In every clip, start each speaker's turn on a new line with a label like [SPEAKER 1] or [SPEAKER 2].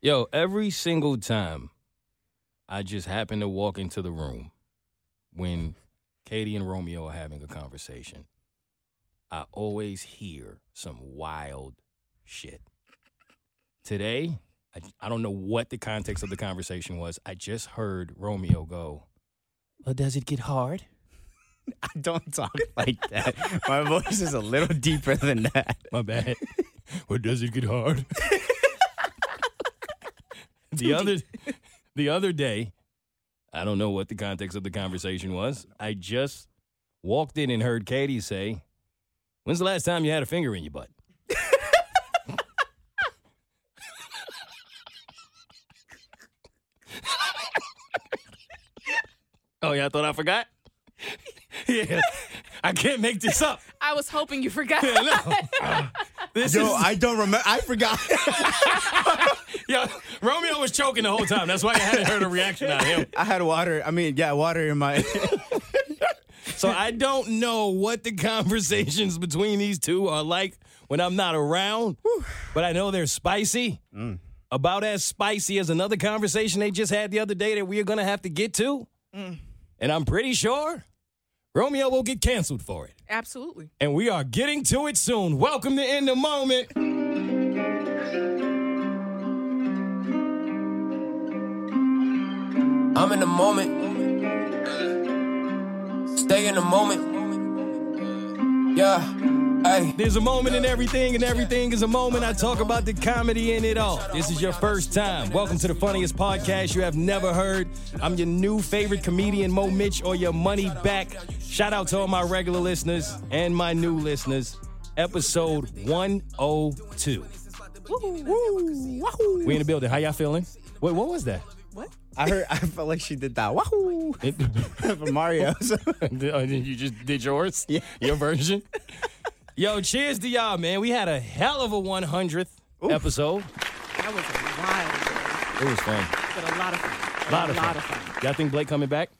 [SPEAKER 1] Yo, every single time I just happen to walk into the room when Katie and Romeo are having a conversation, I always hear some wild shit. Today, I, I don't know what the context of the conversation was. I just heard Romeo go, Well, does it get hard?
[SPEAKER 2] Don't talk like that. My voice is a little deeper than that.
[SPEAKER 1] My bad. well, does it get hard? the other the other day, I don't know what the context of the conversation was. I just walked in and heard Katie say, When's the last time you had a finger in your butt? oh, yeah, I thought I forgot. yeah, I can't make this up.
[SPEAKER 3] I was hoping you forgot.
[SPEAKER 1] Yeah, no. This
[SPEAKER 2] Yo,
[SPEAKER 1] is-
[SPEAKER 2] I don't remember. I forgot.
[SPEAKER 1] Yo, Romeo was choking the whole time. That's why I hadn't heard a reaction out of him.
[SPEAKER 2] I had water. I mean, yeah, water in my.
[SPEAKER 1] So I don't know what the conversations between these two are like when I'm not around, but I know they're spicy. About as spicy as another conversation they just had the other day that we are going to have to get to. And I'm pretty sure Romeo will get canceled for it.
[SPEAKER 3] Absolutely.
[SPEAKER 1] And we are getting to it soon. Welcome to In the Moment.
[SPEAKER 4] I'm in the moment. Stay in the moment. Yeah, hey.
[SPEAKER 1] There's a moment in everything, and everything is a moment. I talk about the comedy in it all. This is your first time. Welcome to the funniest podcast you have never heard. I'm your new favorite comedian, Mo Mitch, or your money back. Shout out to all my regular listeners and my new listeners. Episode 102. We in the building. How y'all feeling? Wait, what was that?
[SPEAKER 2] I heard. I felt like she did that. Wahoo! For Mario.
[SPEAKER 1] you just Oh, did yours?
[SPEAKER 2] Yeah.
[SPEAKER 1] Your version? Yo, cheers to y'all, man. We had a hell of a 100th episode.
[SPEAKER 3] That was wild,
[SPEAKER 1] It was fun.
[SPEAKER 3] but a lot of fun.
[SPEAKER 1] lot of
[SPEAKER 3] a
[SPEAKER 1] fun.
[SPEAKER 3] lot of fun.
[SPEAKER 1] Y'all think Blake coming back?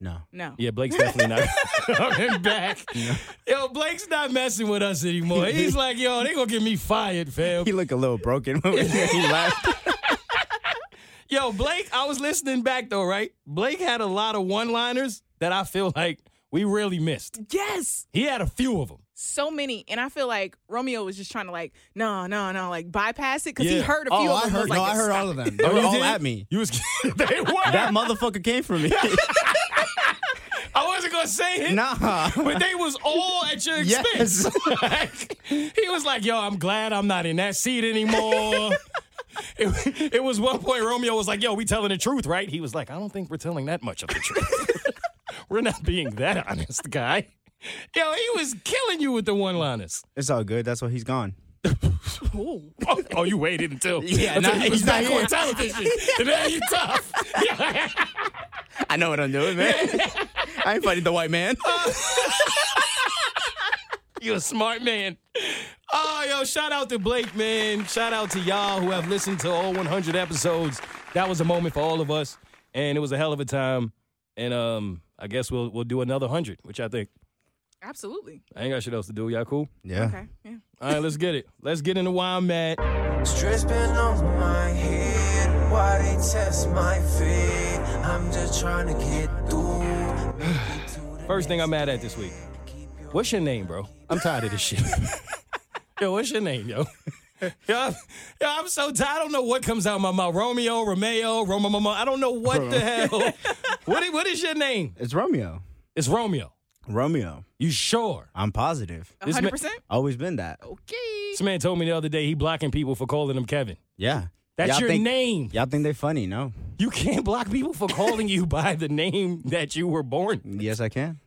[SPEAKER 2] no.
[SPEAKER 3] No.
[SPEAKER 1] Yeah, Blake's definitely not coming back. Yo, Blake's not messing with us anymore. He's like, yo, they gonna get me fired, fam.
[SPEAKER 2] He looked a little broken when we- he left.
[SPEAKER 1] Yo, Blake, I was listening back though, right? Blake had a lot of one-liners that I feel like we really missed.
[SPEAKER 3] Yes.
[SPEAKER 1] He had a few of them.
[SPEAKER 3] So many. And I feel like Romeo was just trying to like, no, no, no, like bypass it because he
[SPEAKER 1] Yeah.
[SPEAKER 3] heard a few
[SPEAKER 2] Oh,
[SPEAKER 3] of
[SPEAKER 2] I
[SPEAKER 3] them.
[SPEAKER 2] heard.
[SPEAKER 3] was like,
[SPEAKER 2] no, I heard
[SPEAKER 3] stop
[SPEAKER 2] all of
[SPEAKER 3] it.
[SPEAKER 2] them. They were
[SPEAKER 1] Oh, you
[SPEAKER 2] all
[SPEAKER 1] did?
[SPEAKER 2] at me.
[SPEAKER 1] You was they were.
[SPEAKER 2] That motherfucker came for me.
[SPEAKER 1] I wasn't gonna say it.
[SPEAKER 2] nah.
[SPEAKER 1] But they was all at your
[SPEAKER 2] Yes.
[SPEAKER 1] expense. Like, he was like, "Yo, I'm glad I'm not in that seat anymore." it, it was one point Romeo was like, "Yo, we telling the truth, right?" He was like, "I don't think we're telling that much of the truth. we're not being that honest, guy." Yo, he was killing you with the one-liners.
[SPEAKER 2] It's all good. That's why he's gone.
[SPEAKER 1] Oh, oh, you waited until
[SPEAKER 2] Yeah,
[SPEAKER 1] until
[SPEAKER 2] nah,
[SPEAKER 1] he was
[SPEAKER 2] he's not
[SPEAKER 1] back
[SPEAKER 2] here.
[SPEAKER 1] on television, and now you tough. Yeah.
[SPEAKER 2] I know what I'm doing, man. I ain't fighting the white man.
[SPEAKER 1] you a smart man. Oh, yo, shout out to Blake, man. Shout out to y'all who have listened to all 100 episodes. That was a moment for all of us, and it was a hell of a time. And um, I guess we'll we'll do another 100, which I think
[SPEAKER 3] Absolutely.
[SPEAKER 1] I ain't got shit else to do. Y'all cool?
[SPEAKER 2] Yeah.
[SPEAKER 3] Okay. Yeah.
[SPEAKER 1] All right, let's get it. Let's get into why I'm mad.
[SPEAKER 4] Stress been on my head. Why they test my feet? I'm just trying to get through.
[SPEAKER 1] First thing I'm mad at this week. What's your name, bro? I'm tired of this shit. yo, what's your name, yo? Yo, I'm- yo, I'm so tired. I don't know what comes out of my mouth. Romeo, Romeo, Roma, Mama. I don't know what the hell. what, is, what is your name?
[SPEAKER 2] It's Romeo.
[SPEAKER 1] It's Romeo.
[SPEAKER 2] Romeo.
[SPEAKER 1] You sure?
[SPEAKER 2] I'm positive.
[SPEAKER 3] A
[SPEAKER 1] This ma-
[SPEAKER 3] 100%?
[SPEAKER 2] Always been that.
[SPEAKER 3] okay.
[SPEAKER 1] This man told me the other day he blocking people for calling him Kevin.
[SPEAKER 2] Yeah.
[SPEAKER 1] That's
[SPEAKER 2] Y'all
[SPEAKER 1] your
[SPEAKER 2] think-
[SPEAKER 1] name.
[SPEAKER 2] Y'all think they funny? No.
[SPEAKER 1] You can't block people for calling you by the name that you were born.
[SPEAKER 2] Yes, I can.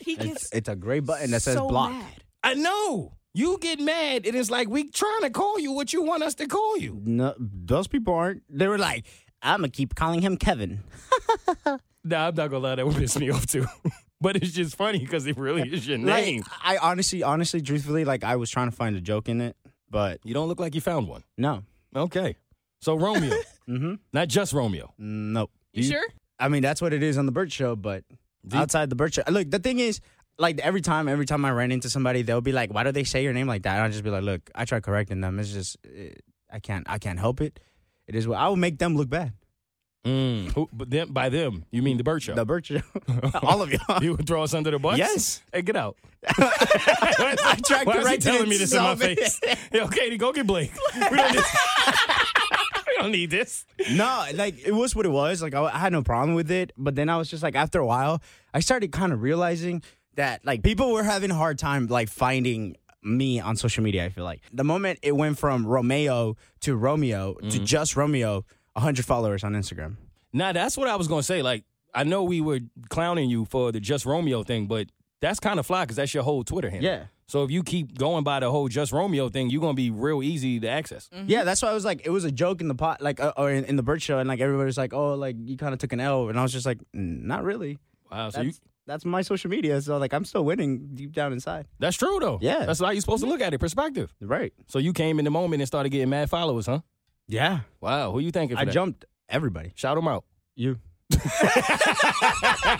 [SPEAKER 3] He gets
[SPEAKER 2] It's, it's a gray button that says
[SPEAKER 3] so
[SPEAKER 2] block.
[SPEAKER 3] mad.
[SPEAKER 1] I know. You get mad, and it's like we trying to call you what you want us to call you.
[SPEAKER 2] No, those people aren't. They were like, I'm gonna keep calling him Kevin.
[SPEAKER 1] Nah, I'm not gonna lie, that would piss me off too. but it's just funny because it really is your
[SPEAKER 2] Like,
[SPEAKER 1] name.
[SPEAKER 2] I honestly, honestly, truthfully, like I was trying to find a joke in it, but
[SPEAKER 1] You don't look like you found one.
[SPEAKER 2] no,
[SPEAKER 1] Okay. So Romeo,
[SPEAKER 2] mm-hmm,
[SPEAKER 1] not just Romeo.
[SPEAKER 2] nope.
[SPEAKER 3] You sure?
[SPEAKER 2] I mean, that's what it is on the Burt Show, but
[SPEAKER 1] Do you-
[SPEAKER 2] outside the Burt Show, look, the thing is, like every time, every time I ran into somebody, they'll be like, "Why do they say your name like that?" And I'll just be like, "Look, I try correcting them. It's just, eh, I can't, I can't help it. It is what I will make them look bad.
[SPEAKER 1] Mm. Who, but them, by them, you mean the Bird Show?
[SPEAKER 2] The Burt Show. All of y'all.
[SPEAKER 1] you would throw us under the bus?
[SPEAKER 2] Yes.
[SPEAKER 1] Hey, get out.
[SPEAKER 2] I tried
[SPEAKER 1] Why is he
[SPEAKER 2] correcting
[SPEAKER 1] telling
[SPEAKER 2] it
[SPEAKER 1] me this
[SPEAKER 2] so
[SPEAKER 1] in my
[SPEAKER 2] many-
[SPEAKER 1] face? Yo, Katie, go get Blake. We don't need, we don't need this.
[SPEAKER 2] No, like it was what it was. Like I, I had no problem with it, but then I was just like, after a while, I started kind of realizing that like people were having a hard time like finding me on social media. I feel like the moment it went from Romeo to Romeo to just Romeo, hundred followers on Instagram.
[SPEAKER 1] Now, that's what I was going to say. Like, I know we were clowning you for the Just Romeo thing, but that's kind of fly because that's your whole Twitter handle.
[SPEAKER 2] Yeah.
[SPEAKER 1] So if you keep going by the whole Just Romeo thing, you're going to be real easy to access.
[SPEAKER 2] Yeah, that's why I was like, it was a joke in the pot, like uh, or in, in the bird show, and like everybody was like, oh, like you kind of took an L, and I was just like, "Mm, not really.
[SPEAKER 1] Wow. So
[SPEAKER 2] That's
[SPEAKER 1] you,
[SPEAKER 2] that's my social media, so like I'm still winning deep down inside.
[SPEAKER 1] that's true, though.
[SPEAKER 2] Yeah.
[SPEAKER 1] That's how you're supposed to look at it, perspective.
[SPEAKER 2] Right.
[SPEAKER 1] So you came in the moment and started getting mad followers, huh?
[SPEAKER 2] Yeah.
[SPEAKER 1] Wow. Who you thinking for
[SPEAKER 2] I
[SPEAKER 1] that?
[SPEAKER 2] jumped everybody.
[SPEAKER 1] Shout them out.
[SPEAKER 2] You.
[SPEAKER 1] I'm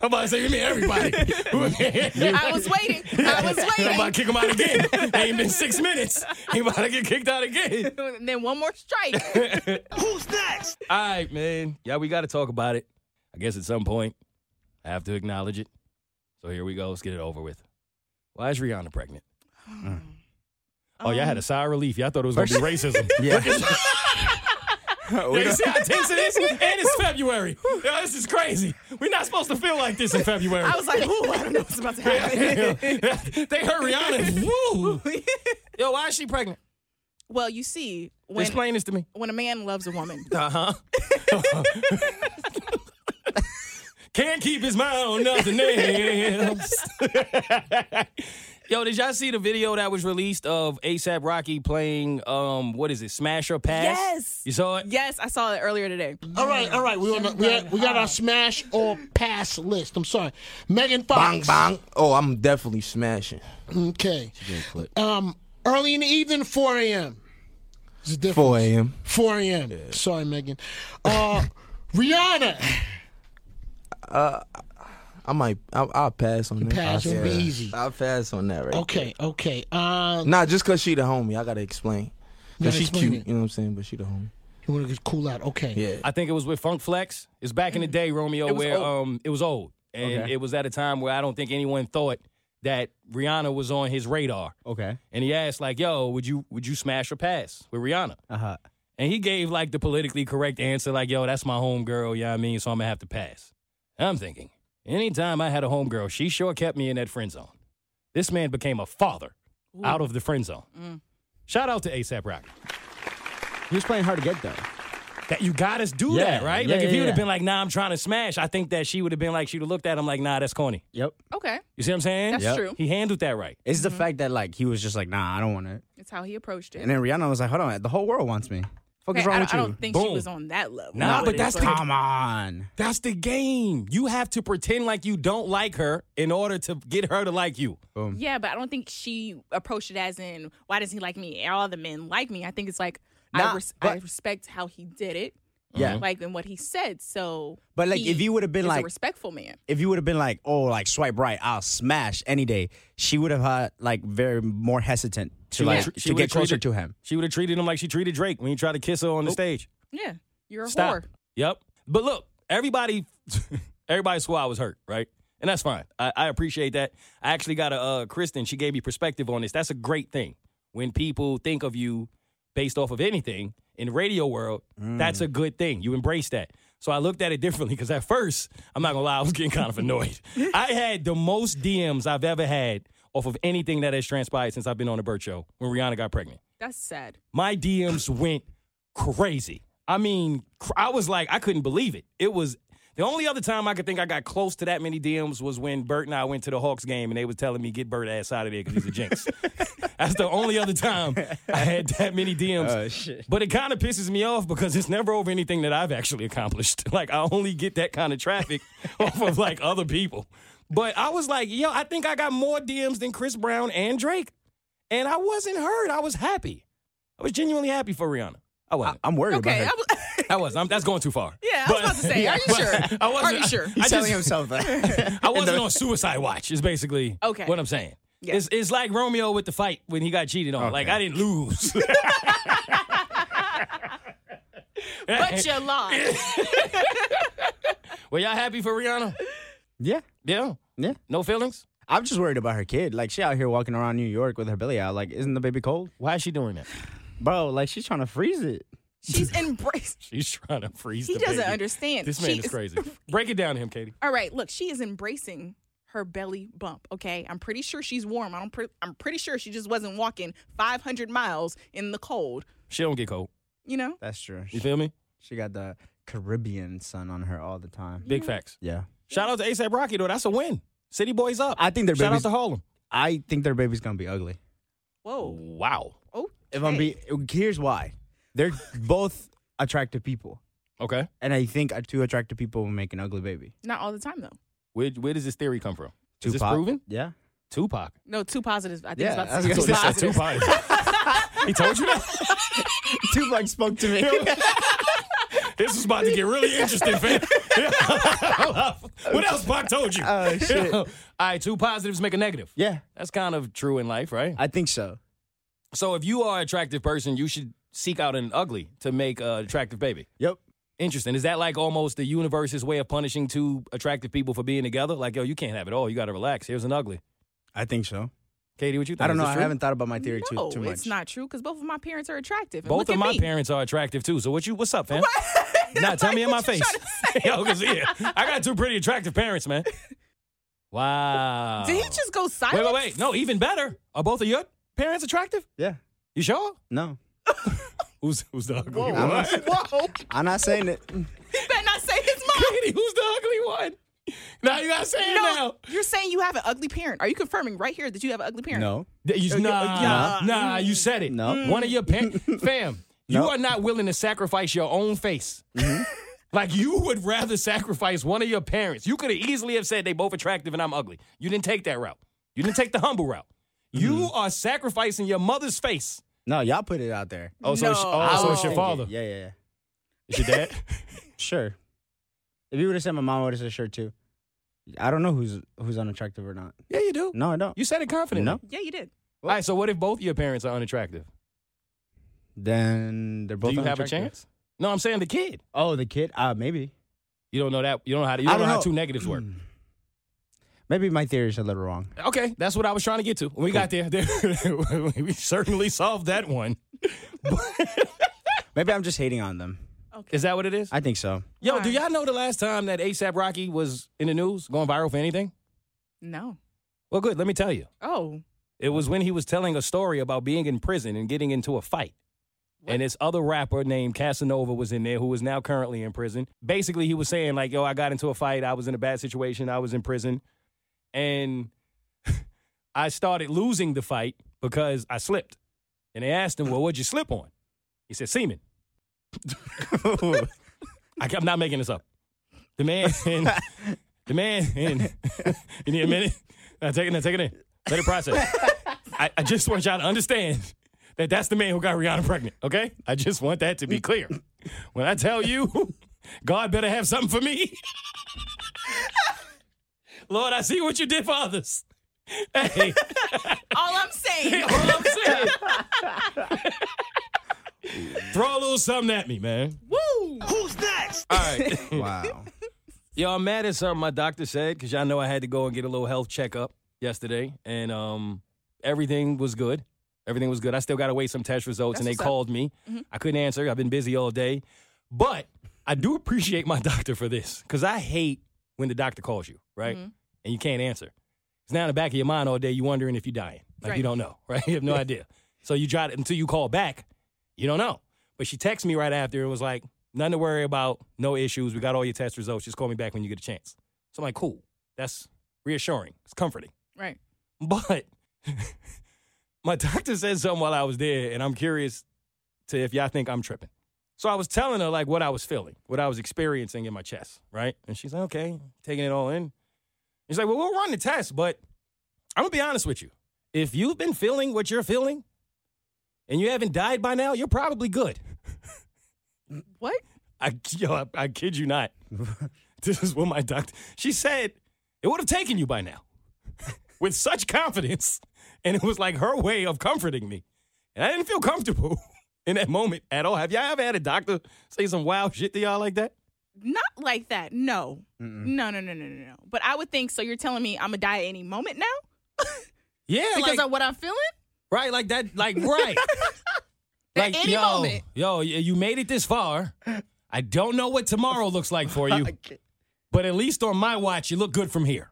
[SPEAKER 1] about to say, you mean everybody.
[SPEAKER 3] I was waiting. I
[SPEAKER 1] I'm
[SPEAKER 3] was
[SPEAKER 1] about to
[SPEAKER 3] waiting.
[SPEAKER 1] kick him out again. Ain't been six minutes. He about to get kicked out again.
[SPEAKER 3] And then one more strike.
[SPEAKER 1] All right, man. Yeah, we got to talk about it. I guess at some point, I have to acknowledge it. So here we go. Let's get it over with. Why is Rihanna pregnant?
[SPEAKER 3] Mm.
[SPEAKER 1] Oh, y'all had a sigh of relief. Y'all thought it was going to be racism.
[SPEAKER 2] Yeah. Oh,
[SPEAKER 1] Yeah, you see how tense it is? And it's February. Yeah, this is crazy. We're not supposed to feel like this in February.
[SPEAKER 3] I was like, ooh, I don't know what's about to happen.
[SPEAKER 1] they hurt Rihanna. Woo. Yo, why is she pregnant?
[SPEAKER 3] well, you see, when
[SPEAKER 1] Explain this to me.
[SPEAKER 3] when a man loves a woman,
[SPEAKER 1] Uh huh. Can't keep his mind on nothing else. Yo, did y'all see the video that was released of ASAP Rocky playing um what is it, Smash or Pass?
[SPEAKER 3] Yes.
[SPEAKER 1] You saw it?
[SPEAKER 3] yes, I saw it earlier today.
[SPEAKER 5] All right, all right. We on the, we, had- we got our smash or pass list. I'm sorry, Megan Fox.
[SPEAKER 6] bang. Oh, I'm definitely smashing.
[SPEAKER 5] Okay. Um, early in the evening, 4 a.m. It's a
[SPEAKER 2] Oh,
[SPEAKER 5] difference.
[SPEAKER 6] 4 a.m.
[SPEAKER 5] 4 a.m. Sorry, Megan. Uh, Rihanna.
[SPEAKER 6] I might. I'll, I'll pass on that.
[SPEAKER 5] Pass would be easy.
[SPEAKER 6] I'll pass on that right
[SPEAKER 5] Okay, okay. Uh,
[SPEAKER 6] there. Nah, just cause she the homie, I gotta explain.
[SPEAKER 5] gotta
[SPEAKER 6] Cause she's
[SPEAKER 5] explain
[SPEAKER 6] cute,
[SPEAKER 5] it.
[SPEAKER 6] you know what I'm saying? But she the homie.
[SPEAKER 5] you want to get cool out? Okay.
[SPEAKER 6] Yeah.
[SPEAKER 1] I think it was with Funk Flex. It's back in the day, Romeo,
[SPEAKER 6] was
[SPEAKER 1] where
[SPEAKER 6] old.
[SPEAKER 1] um it was old. And
[SPEAKER 2] Okay.
[SPEAKER 1] it was at a time where I don't think anyone thought that Rihanna was on his radar.
[SPEAKER 2] Okay.
[SPEAKER 1] And he asked, like, yo, would you would you smash or pass with Rihanna?
[SPEAKER 2] Uh huh.
[SPEAKER 1] And he gave like the politically correct answer, like, yo, that's my homegirl, you know what I mean? So I'm gonna have to pass. And I'm thinking, anytime I had a homegirl, she sure kept me in that friend zone. This man became a father out of the friend zone.
[SPEAKER 3] Mm.
[SPEAKER 1] Shout out to ASAP Rocky.
[SPEAKER 2] He was playing hard to get though.
[SPEAKER 1] That you gotta do
[SPEAKER 2] Yeah,
[SPEAKER 1] that, right?
[SPEAKER 2] yeah,
[SPEAKER 1] like if
[SPEAKER 2] yeah,
[SPEAKER 1] he would have
[SPEAKER 2] yeah.
[SPEAKER 1] been like, nah, I'm trying to smash, I think that she would have been like, she'd have looked at him like, nah, that's corny.
[SPEAKER 2] Yep.
[SPEAKER 3] Okay,
[SPEAKER 1] You see what I'm saying?
[SPEAKER 3] That's Yep. true.
[SPEAKER 1] He handled that right.
[SPEAKER 2] It's the fact that like he was just like, nah, I don't want it.
[SPEAKER 3] that's how he approached it.
[SPEAKER 2] And then Rihanna was like, hold on, the whole world wants me. Fuck
[SPEAKER 3] Okay,
[SPEAKER 2] is wrong
[SPEAKER 3] I,
[SPEAKER 2] with
[SPEAKER 3] I
[SPEAKER 2] you?
[SPEAKER 3] don't think she
[SPEAKER 1] Boom.
[SPEAKER 3] was on that level.
[SPEAKER 1] Nah, but
[SPEAKER 3] it's
[SPEAKER 1] that's
[SPEAKER 3] like-
[SPEAKER 2] Come on.
[SPEAKER 1] That's the game. You have to pretend like you don't like her in order to get her to like you.
[SPEAKER 3] yeah, but I don't think she approached it as in why doesn't he like me? All the men like me. I think it's like I,
[SPEAKER 2] Nah,
[SPEAKER 3] res- I
[SPEAKER 2] but-
[SPEAKER 3] respect how he did it.
[SPEAKER 1] Mm-hmm.
[SPEAKER 2] Yeah.
[SPEAKER 3] like and what he said. So,
[SPEAKER 2] But, like, if you would've been,
[SPEAKER 3] is
[SPEAKER 2] like-
[SPEAKER 3] a respectful man,
[SPEAKER 2] If you would have been like, oh, like swipe right, I'll smash any day. She would have had like very more hesitant to
[SPEAKER 1] would've
[SPEAKER 2] like
[SPEAKER 1] tr- she
[SPEAKER 2] to
[SPEAKER 1] would've
[SPEAKER 2] get closer
[SPEAKER 1] treated-
[SPEAKER 2] to him.
[SPEAKER 1] She would have treated him like she treated Drake when he tried to kiss her on the stage.
[SPEAKER 3] yeah, you're a
[SPEAKER 1] Stop.
[SPEAKER 3] whore.
[SPEAKER 1] Yep. But look, everybody, everybody swore I was hurt, right? And that's fine. I, I appreciate that. I actually got a uh, Kristen. She gave me perspective on this. That's a great thing. When people think of you based off of anything in the radio world, that's a good thing. You embrace that. So I looked at it differently because at first, I'm not gonna lie, I was getting kind of annoyed. I had the most DMs I've ever had off of anything that has transpired since I've been on the Burt Show when Rihanna got pregnant
[SPEAKER 3] That's sad.
[SPEAKER 1] my DMs went crazy. I mean, cr- I was like, I couldn't believe it. It was the only other time I could think I got close to that many DMs was when Bert and I went to the Hawks game and they was telling me get Bert ass out of there because he's a jinx. That's the only other time I had that many DMs.
[SPEAKER 2] Oh, shit.
[SPEAKER 1] But it kind of pisses me off because it's never over anything that I've actually accomplished. Like I only get that kind of traffic off of like other people. But I was like, yo, I think I got more DMs than Chris Brown and Drake. And I wasn't hurt. I was happy. I was genuinely happy for Rihanna. I
[SPEAKER 2] I-
[SPEAKER 1] wasn't.
[SPEAKER 2] I'm worried
[SPEAKER 3] Okay,
[SPEAKER 2] about her.
[SPEAKER 3] I was,
[SPEAKER 1] I, wasn't. I'm, that's going too far.
[SPEAKER 3] yeah, I was
[SPEAKER 1] But-
[SPEAKER 3] about to say, are you
[SPEAKER 1] but
[SPEAKER 3] sure?
[SPEAKER 1] I wasn't,
[SPEAKER 3] Are you
[SPEAKER 1] I,
[SPEAKER 3] sure?
[SPEAKER 1] I
[SPEAKER 2] He's telling
[SPEAKER 1] just,
[SPEAKER 2] himself that.
[SPEAKER 1] I wasn't on suicide watch. Is basically
[SPEAKER 3] Okay.
[SPEAKER 1] what I'm saying.
[SPEAKER 3] Yeah.
[SPEAKER 1] It's it's like Romeo with the fight when he got cheated on. Like I didn't lose.
[SPEAKER 3] but you lost.
[SPEAKER 1] Were y'all happy for Rihanna?
[SPEAKER 2] Yeah.
[SPEAKER 1] Yeah.
[SPEAKER 2] Yeah.
[SPEAKER 1] No feelings?
[SPEAKER 2] I'm just worried about her kid. Like she out here walking around New York with her belly out. Like, isn't the baby cold?
[SPEAKER 1] Why is she doing that?
[SPEAKER 2] Bro, like she's trying to freeze it.
[SPEAKER 3] She's embraced.
[SPEAKER 1] She's trying to freeze.
[SPEAKER 3] He
[SPEAKER 1] the
[SPEAKER 3] doesn't
[SPEAKER 1] baby.
[SPEAKER 3] understand.
[SPEAKER 1] This man
[SPEAKER 3] She
[SPEAKER 1] is
[SPEAKER 3] is-
[SPEAKER 1] crazy. Break it down to him, Katie.
[SPEAKER 3] All right, look, she is embracing her belly bump. Okay, I'm pretty sure she's warm. I don't. Pre- I'm pretty sure she just wasn't walking 500 miles in the cold.
[SPEAKER 1] She don't get cold.
[SPEAKER 3] You know,
[SPEAKER 2] That's true.
[SPEAKER 1] You
[SPEAKER 2] She,
[SPEAKER 1] feel me?
[SPEAKER 2] she got the Caribbean sun on her all the time.
[SPEAKER 3] Mm-hmm.
[SPEAKER 1] Big facts.
[SPEAKER 2] Yeah.
[SPEAKER 1] Shout out to ASAP Rocky though. That's a win. City boys up.
[SPEAKER 2] I think their
[SPEAKER 1] Shout out
[SPEAKER 2] baby's
[SPEAKER 1] to Harlem.
[SPEAKER 2] I think their baby's gonna be ugly.
[SPEAKER 3] whoa.
[SPEAKER 1] Wow.
[SPEAKER 3] Oh,
[SPEAKER 2] If I'm be here's why. They're both attractive people.
[SPEAKER 1] Okay.
[SPEAKER 2] And I think uh, two attractive people will make an ugly baby.
[SPEAKER 3] not all the time though.
[SPEAKER 1] Where where does this theory come from? Is this
[SPEAKER 2] Tupac.
[SPEAKER 1] proven?
[SPEAKER 2] Yeah.
[SPEAKER 1] Tupac.
[SPEAKER 3] No, two positives. I think
[SPEAKER 2] Yeah,
[SPEAKER 3] it's
[SPEAKER 2] I
[SPEAKER 3] about to
[SPEAKER 2] was
[SPEAKER 3] say two
[SPEAKER 2] gonna say
[SPEAKER 3] positives.
[SPEAKER 1] Tupac. he told you that.
[SPEAKER 2] Tupac spoke to me.
[SPEAKER 1] This is about to get really interesting, fam. what else Pac told you?
[SPEAKER 2] Oh, shit.
[SPEAKER 1] All right, two positives make a negative.
[SPEAKER 2] yeah,
[SPEAKER 1] That's kind of true in life, right?
[SPEAKER 2] I think so.
[SPEAKER 1] So if you are an attractive person, you should seek out an ugly to make an attractive baby.
[SPEAKER 2] Yep.
[SPEAKER 1] Interesting. Is that like almost the universe's way of punishing two attractive people for being together? Like, yo, you can't have it all. You got to relax. Here's an ugly.
[SPEAKER 2] I think so.
[SPEAKER 1] Katie, what you think?
[SPEAKER 2] I don't
[SPEAKER 1] Is
[SPEAKER 2] know.
[SPEAKER 1] this
[SPEAKER 2] I
[SPEAKER 1] true?
[SPEAKER 2] haven't thought about my theory
[SPEAKER 3] no,
[SPEAKER 2] too too much.
[SPEAKER 3] it's not true because both of my parents are attractive. And
[SPEAKER 1] Both
[SPEAKER 3] look
[SPEAKER 1] of
[SPEAKER 3] at
[SPEAKER 1] my
[SPEAKER 3] me.
[SPEAKER 1] parents are attractive too. So what you? What's up, fam? nah, tell me in my
[SPEAKER 3] What you
[SPEAKER 1] face.
[SPEAKER 3] tryna say?
[SPEAKER 1] yo, cause yeah, I got two pretty attractive parents, man. Wow.
[SPEAKER 3] Did he just go silent?
[SPEAKER 1] Oh. Wait, wait, wait. No, even better. Are both of your parents attractive?
[SPEAKER 2] Yeah.
[SPEAKER 1] You sure?
[SPEAKER 2] No.
[SPEAKER 1] Who's who's the ugly
[SPEAKER 2] I'm
[SPEAKER 1] one?
[SPEAKER 2] not, I'm not saying it.
[SPEAKER 3] You better not say his mom.
[SPEAKER 1] Katie, who's the ugly one? Now you gotta say it now.
[SPEAKER 3] No, you're saying you have an ugly parent. Are you confirming right here that you have an ugly parent?
[SPEAKER 2] No.
[SPEAKER 1] Th- You, nah, nah, you said it.
[SPEAKER 2] No.
[SPEAKER 1] One of your parents, fam, you
[SPEAKER 2] No. Mm-hmm.
[SPEAKER 1] are not willing to sacrifice your own face. like you would rather sacrifice one of your parents. You could have easily have said they both attractive and I'm ugly. You didn't take that route. You didn't take the humble route. You
[SPEAKER 2] Mm-hmm.
[SPEAKER 1] are sacrificing your mother's face.
[SPEAKER 2] No, y'all put it out there.
[SPEAKER 1] Oh, so, it's,
[SPEAKER 3] No.
[SPEAKER 1] oh, so it's your
[SPEAKER 3] Oh.
[SPEAKER 1] father.
[SPEAKER 2] Yeah, yeah, yeah.
[SPEAKER 1] It's your dad.
[SPEAKER 2] Sure. If you would have said my mom would have said sure too. I don't know who's who's unattractive or not.
[SPEAKER 1] yeah, you do.
[SPEAKER 2] No, I don't.
[SPEAKER 1] You said it confidently.
[SPEAKER 2] No.
[SPEAKER 3] Yeah, you did.
[SPEAKER 1] All right, so what if both of your parents are unattractive?
[SPEAKER 2] Then they're both.
[SPEAKER 1] do you have a
[SPEAKER 2] unattractive.
[SPEAKER 1] chance? No, I'm saying the kid.
[SPEAKER 2] Oh, the kid. Uh, maybe.
[SPEAKER 1] You don't know that. You don't know how. To, you don't, know,
[SPEAKER 2] I don't
[SPEAKER 1] how
[SPEAKER 2] know. Mm.
[SPEAKER 1] two negatives work.
[SPEAKER 2] Maybe my theory's a little wrong.
[SPEAKER 1] Okay, that's what I was trying to get to. When we got there, there- we certainly solved that one.
[SPEAKER 2] Maybe I'm just hating on them.
[SPEAKER 1] Is that what it is?
[SPEAKER 2] I think so.
[SPEAKER 1] Yo,
[SPEAKER 3] Why?
[SPEAKER 1] do y'all know the last time that ASAP Rocky was in the news, going viral for anything?
[SPEAKER 3] No.
[SPEAKER 1] Well, good. Let me tell you.
[SPEAKER 3] Oh,
[SPEAKER 1] It was when he was telling a story about being in prison and getting into a fight. And this other rapper named Casanova was in there who is now currently in prison. Basically, he was saying, like, yo, I got into a fight. I was in a bad situation. I was in prison. And I started losing the fight because I slipped. And they asked him, well, what'd you slip on? He said, semen. I, I'm not making this up. The man, in, the man, in, you need a minute? Now take it in, take it in. Let it process. I, I just want y'all to understand that that's the man who got Rihanna pregnant, okay? I just want that to be clear. When I tell you, God better have something for me. Lord, I see what you did for others. Hey,
[SPEAKER 3] all I'm saying.
[SPEAKER 1] all I'm saying. Throw a little something at me, man.
[SPEAKER 3] Woo!
[SPEAKER 1] All right.
[SPEAKER 2] Wow.
[SPEAKER 1] Yo, I'm mad at something my doctor said because y'all know I had to go and get a little health checkup yesterday, and um, everything was good. Everything was good. I still got to wait some test results, and they
[SPEAKER 3] That's what's up. Mm-hmm.
[SPEAKER 1] called me. I couldn't answer. I've been busy all day, but I do appreciate my doctor for this because I hate when the doctor calls you, right?
[SPEAKER 3] Mm-hmm.
[SPEAKER 1] And you can't answer. It's now in the back of your mind all day. You wondering if you're dying, like you
[SPEAKER 3] Right.
[SPEAKER 1] don't know, right? You have no idea. So you try to, until you call back. You don't know. But she texted me right after and was like, nothing to worry about, no issues. We got all your test results. Just call me back when you get a chance. So I'm like, cool. That's reassuring. It's comforting.
[SPEAKER 3] Right.
[SPEAKER 1] But my doctor said something while I was there, and I'm curious to if y'all think I'm tripping. So I was telling her like what I was feeling, what I was experiencing in my chest, right? And she's like, okay, taking it all in. She's like, well, we'll run the test, but I'm gonna be honest with you. If you've been feeling what you're feeling and you haven't died by now, you're probably good.
[SPEAKER 3] What?
[SPEAKER 1] I, yo, I, I kid you not. this is what my doctor. She said it would have taken you by now, with such confidence, and it was like her way of comforting me, and I didn't feel comfortable. in that moment at all. Have y'all ever had a doctor say some wild shit to y'all like that?
[SPEAKER 3] Not like that. No.
[SPEAKER 1] Mm.
[SPEAKER 3] No, no, no, no, no, no. But I would think so. You're telling me I'm gonna die at any moment now
[SPEAKER 1] Yeah,
[SPEAKER 3] because
[SPEAKER 1] like,
[SPEAKER 3] of what I'm feeling?
[SPEAKER 1] right, like that, like right. like
[SPEAKER 3] any
[SPEAKER 1] yo,
[SPEAKER 3] moment.
[SPEAKER 1] yo, y- you made it this far. I don't know what tomorrow looks like for you, but at least on my watch, you look good from here.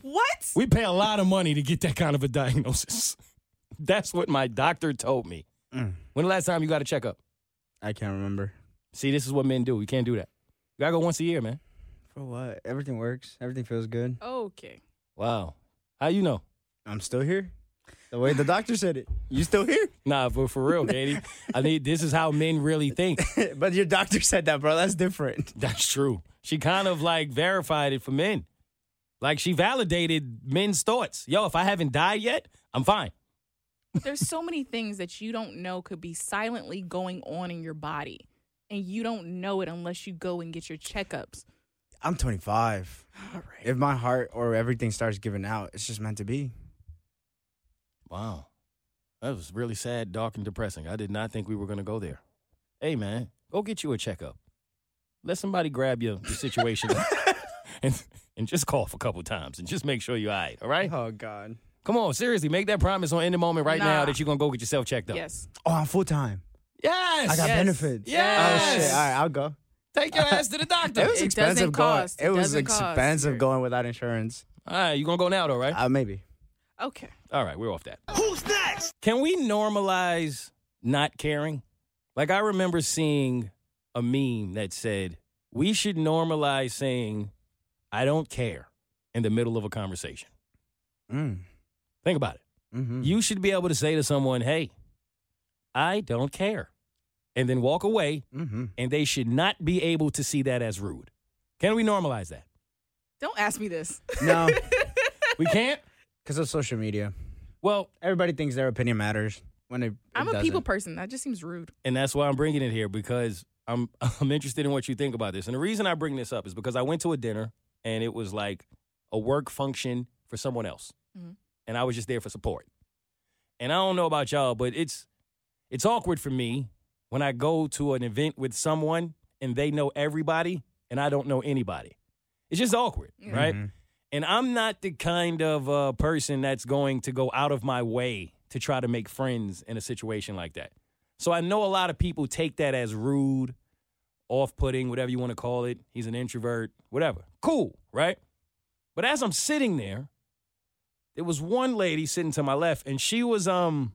[SPEAKER 3] What?
[SPEAKER 1] We pay a lot of money to get that kind of a diagnosis. That's what my doctor told me. When the last time you got a checkup?
[SPEAKER 2] I can't remember.
[SPEAKER 1] See, this is what men do. You can't do that. You gotta go once a year, man.
[SPEAKER 2] For what? Everything works. Everything feels good.
[SPEAKER 3] Okay.
[SPEAKER 1] Wow. How you know?
[SPEAKER 2] I'm still here. The way the doctor said it. You still here?
[SPEAKER 1] Nah, but for real, Katie. I need this is how men really think.
[SPEAKER 2] but your doctor said that, bro. That's different.
[SPEAKER 1] That's true. She kind of like verified it for men. Like she validated men's thoughts. Yo, if I haven't died yet, I'm fine.
[SPEAKER 3] There's so many things that you don't know could be silently going on in your body, and you don't know it unless you go and get your checkups.
[SPEAKER 2] I'm 25. If my heart or everything starts giving out, it's just meant to be.
[SPEAKER 1] Wow. That was really sad, dark, and depressing. I did not think we were going to go there. Hey, man, go get you a checkup. Let somebody grab your, your situation and, and just cough a couple times and just make sure you're all right, all right?
[SPEAKER 2] Oh God.
[SPEAKER 1] Come on, seriously, make that promise on any moment right now
[SPEAKER 3] Nah.
[SPEAKER 1] that you're going to go get yourself checked up.
[SPEAKER 3] Yes.
[SPEAKER 2] Oh, I'm full time.
[SPEAKER 1] Yes.
[SPEAKER 2] I got
[SPEAKER 3] Yes.
[SPEAKER 2] benefits.
[SPEAKER 1] Yes.
[SPEAKER 2] Oh shit. All right, I'll go.
[SPEAKER 1] Take your ass to the doctor.
[SPEAKER 2] It was
[SPEAKER 3] It doesn't
[SPEAKER 2] expensive going.
[SPEAKER 3] cost. It
[SPEAKER 2] It was
[SPEAKER 3] doesn't cost.
[SPEAKER 2] expensive going without insurance.
[SPEAKER 1] all right, you going to go now, though, right?
[SPEAKER 2] Uh, maybe.
[SPEAKER 3] Okay.
[SPEAKER 1] All right, we're off that. Who's next? Can we normalize not caring? Like I remember seeing a meme that said, "We should normalize saying I don't care" in the middle of a conversation.
[SPEAKER 2] Mm.
[SPEAKER 1] Think about it.
[SPEAKER 2] Mm-hmm.
[SPEAKER 1] You should be able to say to someone, "Hey, I don't care." And then walk away,
[SPEAKER 2] Mm-hmm.
[SPEAKER 1] and they should not be able to see that as rude. Can we normalize that?
[SPEAKER 3] Don't ask me this.
[SPEAKER 2] No,
[SPEAKER 1] We can't?
[SPEAKER 2] because of social media.
[SPEAKER 1] Well,
[SPEAKER 2] Everybody thinks their opinion matters when it. it
[SPEAKER 3] I'm a
[SPEAKER 2] doesn't.
[SPEAKER 3] people person. That just seems rude.
[SPEAKER 1] and that's why I'm bringing it here because I'm I'm interested in what you think about this. And the reason I bring this up is because I went to a dinner and it was like a work function for someone else,
[SPEAKER 3] Mhm.
[SPEAKER 1] and I was just there for support. And I don't know about y'all, but it's it's awkward for me when I go to an event with someone and they know everybody and I don't know anybody. It's just awkward, right?
[SPEAKER 2] Mhm.
[SPEAKER 1] And I'm not the kind of uh, person that's going to go out of my way to try to make friends in a situation like that. So I know a lot of people take that as rude, off putting, whatever you want to call it. He's an introvert, whatever. Cool, right? But as I'm sitting there, there was one lady sitting to my left, and she was um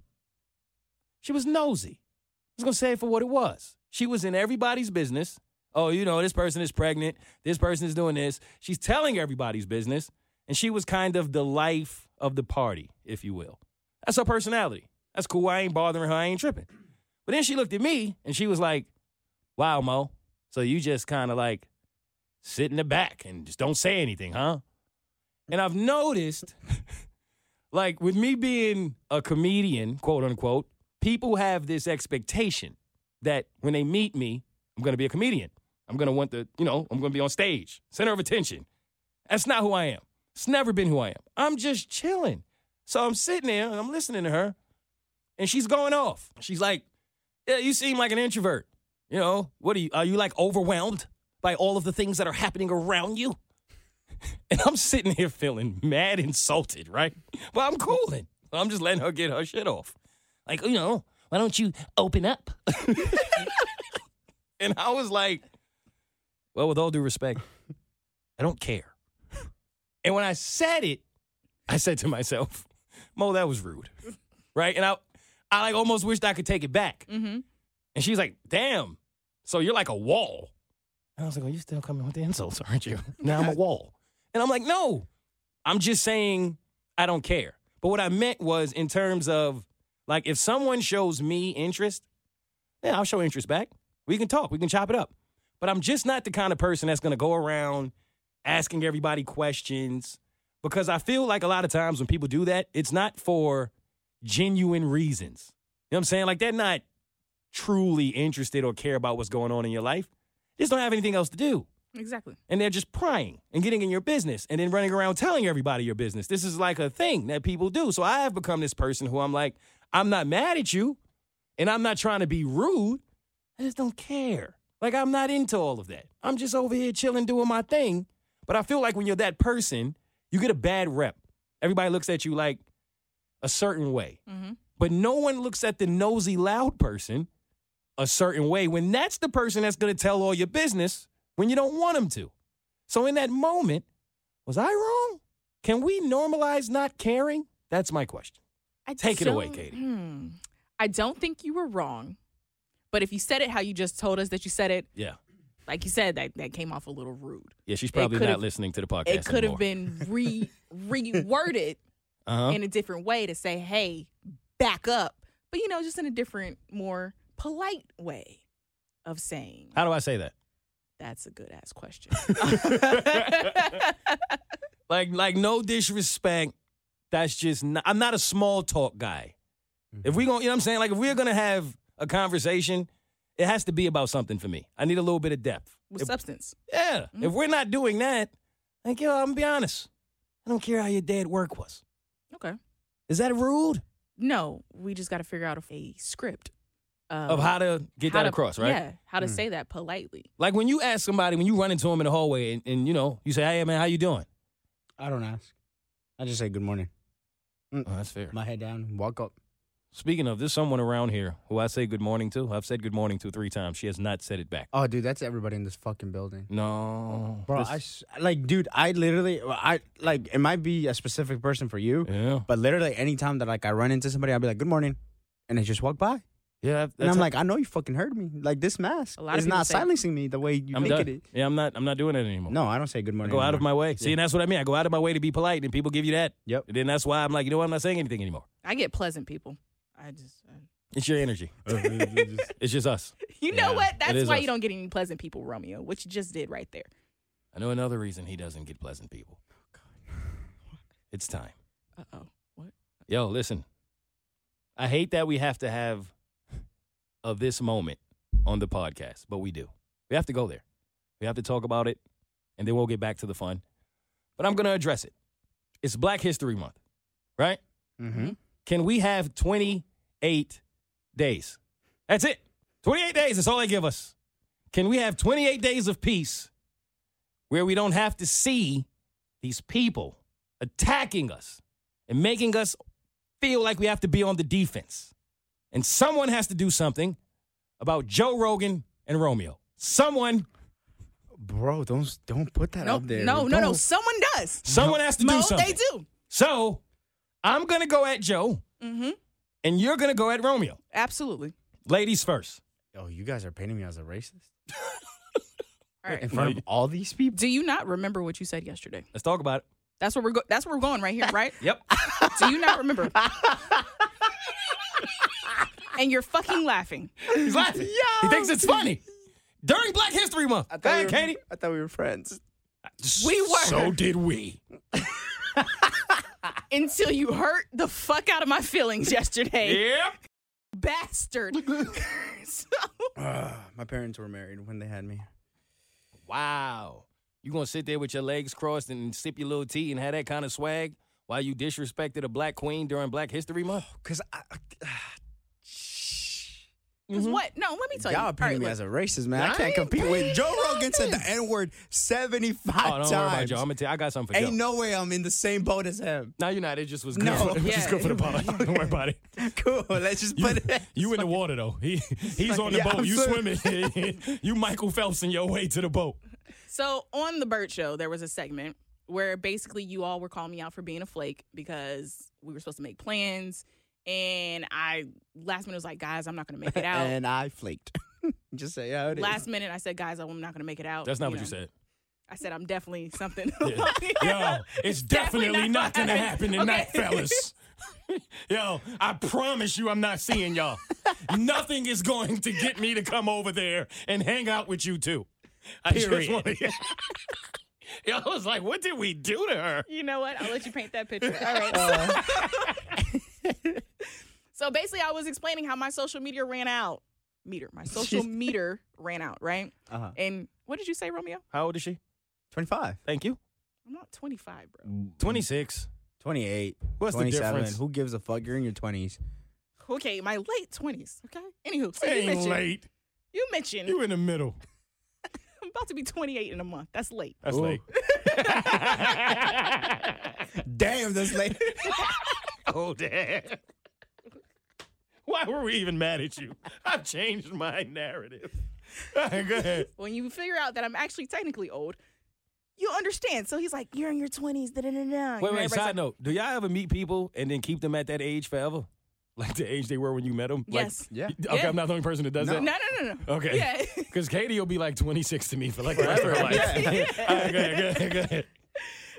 [SPEAKER 1] she was nosy. I was gonna say it for what it was. She was in everybody's business. Oh, you know, this person is pregnant. This person is doing this. She's telling everybody's business. And she was kind of the life of the party, if you will. That's her personality. That's cool. I ain't bothering her. I ain't tripping. But then she looked at me and she was like, wow, Mo. So you just kind of like sit in the back and just don't say anything, huh? And I've noticed, like, with me being a comedian, quote unquote, people have this expectation that when they meet me, I'm going to be a comedian. I'm going to want the, you know, I'm going to be on stage, center of attention. That's not who I am. It's never been who I am. I'm just chilling. So I'm sitting there and I'm listening to her, and she's going off. She's like, "Yeah, you seem like an introvert. You know, what are you? Are you like overwhelmed by all of the things that are happening around you?" And I'm sitting here feeling mad insulted, right? But I'm cooling. I'm just letting her get her shit off. Like, you know, why don't you open up? and I was like, well, with all due respect, I don't care. And when I said it, I said to myself, Mo, that was rude. Right? And I I like almost wished I could take it back.
[SPEAKER 3] Mm-hmm.
[SPEAKER 1] And she's like, damn. So you're like a wall. And I was like, well, you're still coming with the insults, aren't you? Now I'm a wall. And I'm like, no, I'm just saying I don't care. But what I meant was in terms of like if someone shows me interest, yeah, I'll show interest back. We can talk, we can chop it up. But I'm just not the kind of person that's gonna go around asking everybody questions because I feel like a lot of times when people do that, it's not for genuine reasons. You know what I'm saying? Like they're not truly interested or care about what's going on in your life. They just don't have anything else to do.
[SPEAKER 3] Exactly.
[SPEAKER 1] And they're just prying and getting in your business and then running around telling everybody your business. This is like a thing that people do. So I have become this person who I'm like, I'm not mad at you. And I'm not trying to be rude. I just don't care. Like I'm not into all of that. I'm just over here chilling, doing my thing. But I feel like when you're that person, you get a bad rep. Everybody looks at you like a certain way.
[SPEAKER 3] Mhm.
[SPEAKER 1] But no one looks at the nosy, loud person a certain way when that's the person that's going to tell all your business when you don't want them to. So in that moment, was I wrong? Can we normalize not caring? That's my question.
[SPEAKER 3] I
[SPEAKER 1] Take it away,
[SPEAKER 3] don't-
[SPEAKER 1] Katie.
[SPEAKER 3] hmm. I don't think you were wrong, but if you said it how you just told us that you said it,
[SPEAKER 1] Yeah.
[SPEAKER 3] like you said, that, that came off a little rude.
[SPEAKER 1] Yeah, she's probably
[SPEAKER 3] could've-
[SPEAKER 1] not listening to the podcast.
[SPEAKER 3] it could have been re reworded
[SPEAKER 1] uh
[SPEAKER 3] in a different way to say, "Hey, back up," but you know, just in a different, more polite way of saying.
[SPEAKER 1] How do I say that?
[SPEAKER 3] That's a good ass question.
[SPEAKER 1] Like, like no disrespect. That's just not, I'm not a small talk guy. If
[SPEAKER 3] Mm-hmm.
[SPEAKER 1] we going, you know what I'm saying? Like if we're going to have a conversation, it has to be about something for me. I need a little bit of depth.
[SPEAKER 3] With
[SPEAKER 1] If-
[SPEAKER 3] substance,
[SPEAKER 1] Yeah.
[SPEAKER 2] Mm-hmm.
[SPEAKER 1] If we're not doing that, like, yo, I'm gonna be honest. I don't care how your day at work was.
[SPEAKER 3] okay.
[SPEAKER 1] Is that rude?
[SPEAKER 3] No, we just got to figure out a, a script
[SPEAKER 2] Oh.
[SPEAKER 1] Of how to get that
[SPEAKER 3] to-
[SPEAKER 1] across, right?
[SPEAKER 3] Yeah, how
[SPEAKER 2] Mm.
[SPEAKER 3] to say that politely.
[SPEAKER 1] Like when you ask somebody, when you run into them in the hallway and, and you know, you say, Hey man, how you doing?
[SPEAKER 2] I don't ask. I just say good morning.
[SPEAKER 1] Oh, that's fair.
[SPEAKER 2] My head down, walk up.
[SPEAKER 1] Speaking of, there's someone around here who I say good morning to. I've said good morning to three times. She has not said it back.
[SPEAKER 2] Oh, dude, that's everybody in this fucking building.
[SPEAKER 1] No.
[SPEAKER 2] Bro,
[SPEAKER 1] This-
[SPEAKER 2] I s- like, dude, I literally, I like, it might be a specific person for you,
[SPEAKER 1] Yeah.
[SPEAKER 2] but literally anytime that like I run into somebody, I'll be like, good morning. And they just walk by.
[SPEAKER 1] Yeah. that-
[SPEAKER 2] and
[SPEAKER 1] that's
[SPEAKER 2] I'm
[SPEAKER 1] how-
[SPEAKER 2] like, I know you fucking heard me. Like, this mask
[SPEAKER 3] A lot of
[SPEAKER 2] is
[SPEAKER 3] people
[SPEAKER 2] not
[SPEAKER 3] say-
[SPEAKER 2] silencing me the way you
[SPEAKER 1] I'm
[SPEAKER 2] think
[SPEAKER 1] done.
[SPEAKER 2] it is.
[SPEAKER 1] Yeah, I'm not I'm not doing that anymore.
[SPEAKER 2] No, I don't say good
[SPEAKER 1] I
[SPEAKER 2] morning.
[SPEAKER 1] go out of
[SPEAKER 2] anymore.
[SPEAKER 1] my way. See, and that's what I mean. I go out of my way to be polite and people give you that.
[SPEAKER 2] Yep.
[SPEAKER 1] And then that's why I'm like, you know what, I'm not saying anything anymore.
[SPEAKER 3] I get pleasant people. I just, I-
[SPEAKER 1] It's your energy. it's just us.
[SPEAKER 3] you know
[SPEAKER 1] Yeah,
[SPEAKER 3] what?
[SPEAKER 1] it
[SPEAKER 3] That's
[SPEAKER 1] is
[SPEAKER 3] why
[SPEAKER 1] us.
[SPEAKER 3] you don't get any pleasant people, Romeo. What you just did right there.
[SPEAKER 1] I know another reason he doesn't get pleasant people. It's time.
[SPEAKER 3] Uh oh. What?
[SPEAKER 1] Yo, listen. I hate that we have to have a this moment on the podcast, but we do. We have to go there. We have to talk about it, and then we'll get back to the fun. But I'm going to address it. It's Black History Month, right?
[SPEAKER 2] Mm-hmm.
[SPEAKER 1] Can we have 28 days? That's it. 28 days is all they give us. Can we have 28 days of peace where we don't have to see these people attacking us and making us feel like we have to be on the defense? And someone has to do something about Joe Rogan and Romeo. Someone,
[SPEAKER 2] Bro, don't don't put that
[SPEAKER 3] No,
[SPEAKER 2] up there.
[SPEAKER 3] no, no, no.
[SPEAKER 2] Don't.
[SPEAKER 3] Someone does.
[SPEAKER 1] someone has to do
[SPEAKER 3] Mo,
[SPEAKER 1] something.
[SPEAKER 3] they do.
[SPEAKER 1] So I'm going to go at Joe
[SPEAKER 3] Mm-hmm.
[SPEAKER 1] and you're going to go at Romeo.
[SPEAKER 3] Absolutely.
[SPEAKER 1] Ladies first.
[SPEAKER 2] Oh, you guys are painting me as a racist
[SPEAKER 3] All
[SPEAKER 2] in
[SPEAKER 3] right.
[SPEAKER 2] front of all these people.
[SPEAKER 3] Do you not remember what you said yesterday?
[SPEAKER 1] Let's talk about it.
[SPEAKER 3] That's where we're go- that's where we're going right here, right?
[SPEAKER 1] Yep.
[SPEAKER 3] Do you not remember? and you're fucking laughing.
[SPEAKER 1] He's laughing. He thinks it's funny. During Black History Month. Go ahead, Katie.
[SPEAKER 6] I thought we were friends.
[SPEAKER 1] We were. So did we.
[SPEAKER 3] Until you hurt the fuck out of my feelings yesterday.
[SPEAKER 1] Yep.
[SPEAKER 3] Bastard. so
[SPEAKER 2] my parents were married when they had me.
[SPEAKER 1] Wow. You gonna sit there with your legs crossed and sip your little tea and have that kind of swag while you disrespected a black queen during Black History Month?
[SPEAKER 2] Cause I,
[SPEAKER 3] Because what? No, let me tell
[SPEAKER 2] Mm-hmm.
[SPEAKER 3] you.
[SPEAKER 2] y'all
[SPEAKER 3] All
[SPEAKER 2] are painting
[SPEAKER 3] right,
[SPEAKER 2] me
[SPEAKER 3] look.
[SPEAKER 2] as a racist man. I,
[SPEAKER 1] I
[SPEAKER 2] can't
[SPEAKER 1] ain't
[SPEAKER 2] compete with Joe
[SPEAKER 3] painting
[SPEAKER 2] Rogan said the N word seventy
[SPEAKER 1] Oh,
[SPEAKER 2] five
[SPEAKER 1] don't
[SPEAKER 2] times.
[SPEAKER 1] worry about Joe. I'm gonna tell I got something for
[SPEAKER 2] Ain't
[SPEAKER 1] Joe.
[SPEAKER 2] no way I'm in the same boat as him.
[SPEAKER 1] No, you're not. It just was good.
[SPEAKER 2] No.
[SPEAKER 1] for- It was just
[SPEAKER 3] Yeah.
[SPEAKER 1] good for the pod. Don't worry about it.
[SPEAKER 2] Cool. Let's just put it.
[SPEAKER 1] You in the water though. He he's on the
[SPEAKER 2] Yeah,
[SPEAKER 1] boat.
[SPEAKER 2] I'm
[SPEAKER 1] you
[SPEAKER 2] sorry.
[SPEAKER 1] swimming. you Michael Phelps in your way to the boat.
[SPEAKER 3] So on the Burt Show, there was a segment where basically you all were calling me out for being a flake because we were supposed to make plans, and I last minute was like, guys, I'm not gonna make it out.
[SPEAKER 2] And I flaked. just say how it is.
[SPEAKER 3] last minute, I said, guys, I'm not gonna make it out.
[SPEAKER 1] That's not what
[SPEAKER 3] know.
[SPEAKER 1] you said.
[SPEAKER 3] I said I'm definitely something.
[SPEAKER 1] Yeah. Yo, it's definitely,
[SPEAKER 3] Definitely
[SPEAKER 1] not,
[SPEAKER 3] not
[SPEAKER 1] gonna
[SPEAKER 3] gonna
[SPEAKER 1] happen tonight, fellas. Yo, I promise you, I'm not seeing y'all. Nothing is going to get me to come over there and hang out with you two. I just
[SPEAKER 2] Period.
[SPEAKER 1] wanna- Yo, I was like, what did we do to her?
[SPEAKER 3] You know what? I'll let you paint that picture. All right.
[SPEAKER 1] Uh.
[SPEAKER 3] so basically, I was explaining how my social media ran out. Meter. My social meter ran out. Right.
[SPEAKER 2] Uh-huh.
[SPEAKER 3] And what did you say, Romeo?
[SPEAKER 1] How old is she?
[SPEAKER 2] Twenty five.
[SPEAKER 1] Thank you.
[SPEAKER 3] I'm not 25, bro.
[SPEAKER 1] 26.
[SPEAKER 2] 28.
[SPEAKER 1] What's the
[SPEAKER 2] 27.
[SPEAKER 1] difference?
[SPEAKER 2] Who gives a fuck? You're in your 20s.
[SPEAKER 3] okay, my late twenties. Okay. Anywho, so you
[SPEAKER 1] Ain't
[SPEAKER 3] mentioned
[SPEAKER 1] late.
[SPEAKER 3] you mentioned
[SPEAKER 1] You in the middle.
[SPEAKER 3] I'm about to be 28 in a month. That's late.
[SPEAKER 1] That's
[SPEAKER 6] Ooh.
[SPEAKER 1] late.
[SPEAKER 2] Damn, this lady.
[SPEAKER 1] Oh damn. Why were we even mad at you? I've changed my narrative. All right, go ahead.
[SPEAKER 3] When you figure out that I'm actually technically old, you understand. So he's like, "You're in your 20s." Da da da da.
[SPEAKER 1] Wait, wait, side note. Do y'all ever meet people and then keep them at that age forever? Like the age they were when you met them? Like-
[SPEAKER 3] Yes.
[SPEAKER 2] Yeah.
[SPEAKER 1] Okay,
[SPEAKER 3] Yeah.
[SPEAKER 1] I'm not the only person that does
[SPEAKER 2] No.
[SPEAKER 1] that.
[SPEAKER 3] No, no, no, no.
[SPEAKER 1] Okay.
[SPEAKER 3] Yeah.
[SPEAKER 1] Because Katie will be like 26 to me for like the rest of her life. All right, go ahead, go ahead, go ahead.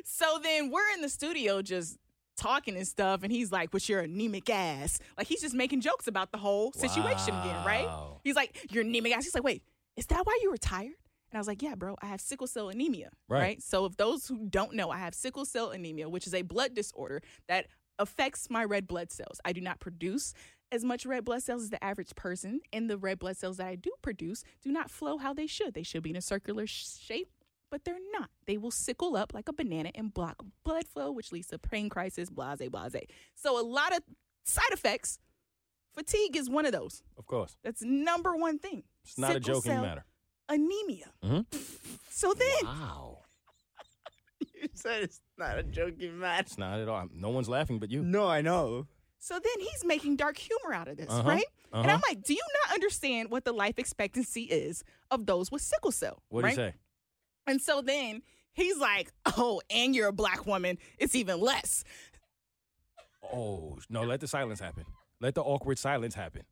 [SPEAKER 3] So then we're in the studio just talking and stuff, and he's like, "But your anemic ass." Like he's just making jokes about the whole situation again, right?
[SPEAKER 1] Wow.
[SPEAKER 3] He's like, "Your anemic ass." He's like, "Wait, is that why you were tired?" And I was like, "Yeah, bro, I have sickle cell anemia."
[SPEAKER 1] Right.
[SPEAKER 3] So if those who don't know, I have sickle cell anemia, which is a blood disorder that affects my red blood cells. I do not produce as much red blood cells as the average person, and the red blood cells that I do produce do not flow how they should. They should be in a circular sh- shape but they're not. They will sickle up like a banana and block blood flow, which leads to pain crisis, blase, blase. So a lot of side effects. Fatigue is one of those.
[SPEAKER 1] Of course.
[SPEAKER 3] That's number one thing.
[SPEAKER 1] It's not a
[SPEAKER 3] Sickle
[SPEAKER 1] joking
[SPEAKER 3] cell
[SPEAKER 1] matter.
[SPEAKER 3] Anemia. So then,
[SPEAKER 1] Wow.
[SPEAKER 2] You said it's not a joking match.
[SPEAKER 1] It's not at all. No one's laughing but you.
[SPEAKER 2] No, I know.
[SPEAKER 3] so then he's making dark humor out of this,
[SPEAKER 1] Uh-huh,
[SPEAKER 3] right? And
[SPEAKER 1] uh-huh.
[SPEAKER 3] I'm like, do you not understand what the life expectancy is of those with sickle cell?
[SPEAKER 1] What do
[SPEAKER 3] right?
[SPEAKER 1] you say?
[SPEAKER 3] And so then he's like, oh, and you're a black woman. It's even less.
[SPEAKER 1] Oh, no, let the silence happen. Let the awkward silence happen.